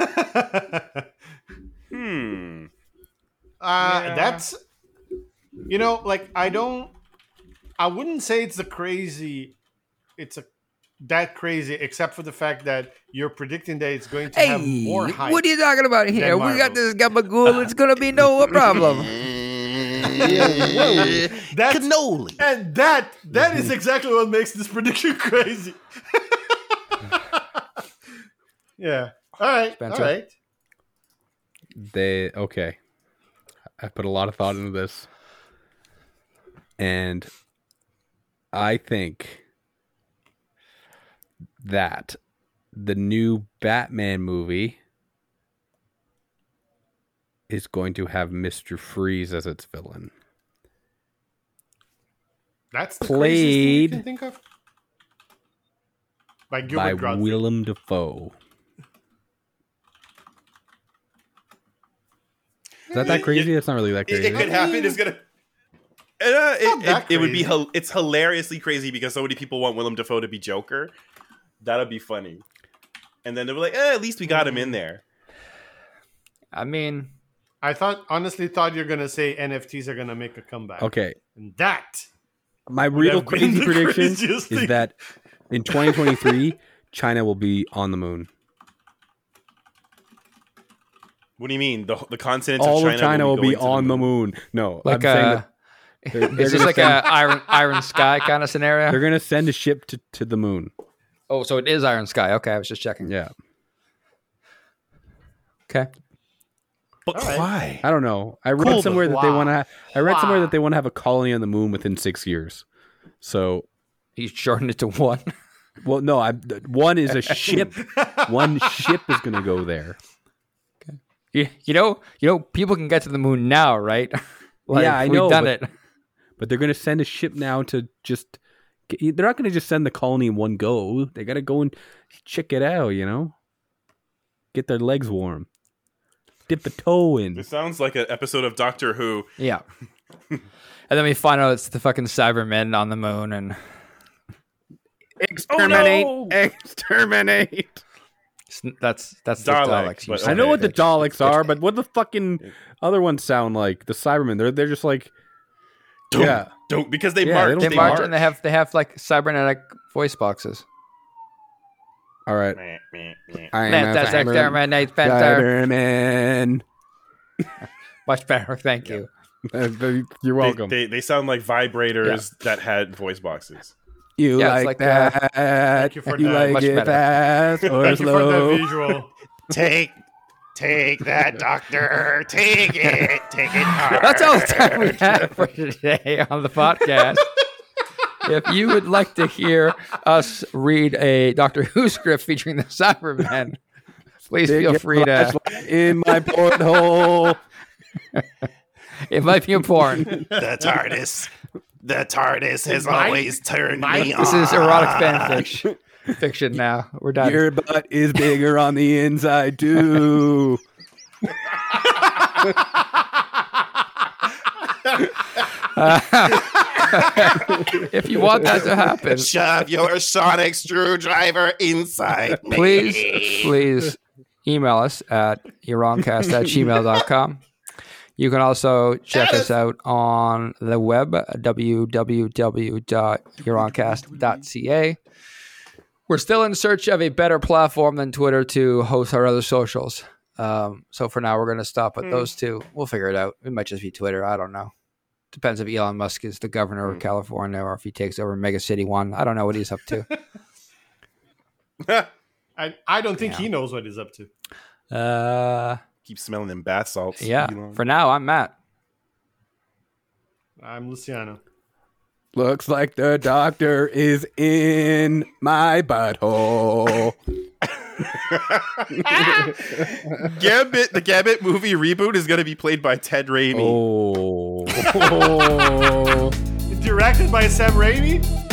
[SPEAKER 5] Hmm.
[SPEAKER 2] Uh, that's you know like i don't i wouldn't say it's a crazy it's a that crazy, except for the fact that you're predicting that it's going to
[SPEAKER 4] Hey,
[SPEAKER 2] have more hype.
[SPEAKER 4] what are you talking about here? We got
[SPEAKER 2] Marvel.
[SPEAKER 4] this gabagool. It's gonna be no problem.
[SPEAKER 2] That's, cannoli. And that that
[SPEAKER 4] Mm-hmm.
[SPEAKER 2] is exactly what makes this prediction crazy. yeah. All right.
[SPEAKER 4] Spencer?
[SPEAKER 2] All right.
[SPEAKER 6] They okay. I put a lot of thought into this, and I think that the new Batman movie is going to have Mister Freeze as its villain.
[SPEAKER 2] That's the craziest thing you
[SPEAKER 6] Played
[SPEAKER 2] can think of. By
[SPEAKER 6] by
[SPEAKER 2] Gilbert Godfrey.
[SPEAKER 6] Willem Dafoe. Is that that crazy? It's not really that
[SPEAKER 5] It,
[SPEAKER 6] crazy.
[SPEAKER 5] it could happen. It's gonna. Uh,
[SPEAKER 2] not
[SPEAKER 5] it, it,
[SPEAKER 2] that
[SPEAKER 5] it would be.
[SPEAKER 2] crazy.
[SPEAKER 5] hil- It's hilariously crazy because so many people want Willem Dafoe to be Joker. That'll be funny. And then they were like, eh, "At least we got him
[SPEAKER 6] Mm.
[SPEAKER 5] in there."
[SPEAKER 4] I mean,
[SPEAKER 2] I thought honestly thought you're gonna say NFTs are gonna make a comeback.
[SPEAKER 6] okay,
[SPEAKER 2] And that
[SPEAKER 6] my real
[SPEAKER 2] have been
[SPEAKER 6] crazy
[SPEAKER 2] the
[SPEAKER 6] prediction
[SPEAKER 2] craziest
[SPEAKER 6] is
[SPEAKER 2] thing.
[SPEAKER 6] that in 2023 China will be on the moon.
[SPEAKER 5] What do you mean? The the continent
[SPEAKER 6] All
[SPEAKER 5] of China,
[SPEAKER 6] of China will
[SPEAKER 5] go
[SPEAKER 6] be
[SPEAKER 5] into
[SPEAKER 6] on the
[SPEAKER 5] moon.
[SPEAKER 6] moon. No,
[SPEAKER 4] like
[SPEAKER 6] I'm saying
[SPEAKER 4] a,
[SPEAKER 6] that they're, they're
[SPEAKER 4] it's just
[SPEAKER 6] gonna
[SPEAKER 4] like
[SPEAKER 6] send,
[SPEAKER 4] a iron iron sky kind of
[SPEAKER 6] they're
[SPEAKER 4] scenario.
[SPEAKER 6] gonna send a ship to, to the moon.
[SPEAKER 4] Oh, so it is iron sky. Okay, I was just checking.
[SPEAKER 6] Yeah,
[SPEAKER 4] Okay.
[SPEAKER 5] But
[SPEAKER 2] All right.
[SPEAKER 5] why?
[SPEAKER 6] I don't know. I read
[SPEAKER 5] Cool, but
[SPEAKER 6] somewhere that they
[SPEAKER 2] why?
[SPEAKER 6] want to. I read somewhere
[SPEAKER 2] Why?
[SPEAKER 6] that they want to have a colony on the moon within six years. So
[SPEAKER 4] He shortened it to one.
[SPEAKER 6] Well, no, I th- one is a ship. one ship is going to go there.
[SPEAKER 4] You, you know, you know, people can get to the moon now, right?
[SPEAKER 6] Yeah, I
[SPEAKER 4] we've
[SPEAKER 6] know,
[SPEAKER 4] done
[SPEAKER 6] but-
[SPEAKER 4] it.
[SPEAKER 6] But they're going to send a ship now to just. They're not going to just send the colony in one go. They got to go and check it out. You know, get their legs warm, dip a toe in.
[SPEAKER 5] It sounds like an episode of Doctor Who.
[SPEAKER 4] Yeah. and then we find out it's the fucking Cybermen on the moon, and
[SPEAKER 6] Exterminate! Exterminate!
[SPEAKER 4] it's- that's that's
[SPEAKER 5] Daleks,
[SPEAKER 4] the Daleks.
[SPEAKER 5] but-
[SPEAKER 4] you
[SPEAKER 6] I know
[SPEAKER 4] son
[SPEAKER 6] what
[SPEAKER 4] of a
[SPEAKER 6] the
[SPEAKER 4] bitch.
[SPEAKER 6] Daleks are, but what the fucking other ones sound like? The Cybermen. They're they're just like
[SPEAKER 5] Don't,
[SPEAKER 6] Yeah.
[SPEAKER 5] don't because
[SPEAKER 6] Yeah,
[SPEAKER 5] they
[SPEAKER 6] they
[SPEAKER 5] march.
[SPEAKER 6] don't
[SPEAKER 5] They,
[SPEAKER 4] They march
[SPEAKER 5] march.
[SPEAKER 4] and they have they have like cybernetic voice boxes.
[SPEAKER 6] all right.
[SPEAKER 5] Meh, meh, meh.
[SPEAKER 6] I am
[SPEAKER 4] That's
[SPEAKER 6] a Cyberman.
[SPEAKER 4] exterminate Spencer.
[SPEAKER 6] Cyberman.
[SPEAKER 4] Much better, thank you.
[SPEAKER 6] You're
[SPEAKER 5] They-
[SPEAKER 6] welcome.
[SPEAKER 5] They, they, sound like vibrators that had voice boxes.
[SPEAKER 6] You
[SPEAKER 4] Yeah, it's
[SPEAKER 6] like,
[SPEAKER 4] like
[SPEAKER 6] that?
[SPEAKER 4] that.
[SPEAKER 2] Thank you for that.
[SPEAKER 6] like
[SPEAKER 4] Much
[SPEAKER 6] it
[SPEAKER 4] better.
[SPEAKER 6] fast or
[SPEAKER 2] Thank you for
[SPEAKER 6] slow?
[SPEAKER 2] that visual.
[SPEAKER 8] Take, take that, doctor. Take it. Take it. hard.
[SPEAKER 4] That's all the time we have for today on the podcast. if you would like to hear us read a Doctor Who script featuring the Cybermen, please
[SPEAKER 6] Dig
[SPEAKER 4] feel
[SPEAKER 6] your
[SPEAKER 4] free to.
[SPEAKER 6] flashlight in my porthole.
[SPEAKER 4] It might be important.
[SPEAKER 8] The TARDIS. The TARDIS has
[SPEAKER 2] Mike-
[SPEAKER 8] always turned me on.
[SPEAKER 4] this is erotic fan fiction. Fiction now. We're done.
[SPEAKER 6] Your butt is bigger on the inside too.
[SPEAKER 4] if you want that to happen,
[SPEAKER 8] Shove your sonic screwdriver inside me.
[SPEAKER 4] please, please email us at yourongcast at gmail.com. You can also check us out on the web, www.yourongcast.ca. We're still in search of a better platform than Twitter to host our other socials. Um, so for now, we're going to stop at
[SPEAKER 8] Hmm.
[SPEAKER 4] those two. We'll figure it out. It might just be Twitter. I don't know. Depends if Elon Musk is the governor of California or if he takes over Mega City One. I don't know what he's up to.
[SPEAKER 2] I, I don't think
[SPEAKER 4] Yeah.
[SPEAKER 2] he knows what he's up to.
[SPEAKER 4] Uh,
[SPEAKER 5] Keep smelling them bath salts.
[SPEAKER 4] yeah.
[SPEAKER 5] Elon.
[SPEAKER 4] For now, I'm Matt.
[SPEAKER 2] I'm Luciano.
[SPEAKER 6] Looks like the doctor is in my butthole.
[SPEAKER 5] Gambit, the Gambit movie reboot is going to be played by Ted Raimi.
[SPEAKER 6] oh.
[SPEAKER 2] Directed by Sam Raimi?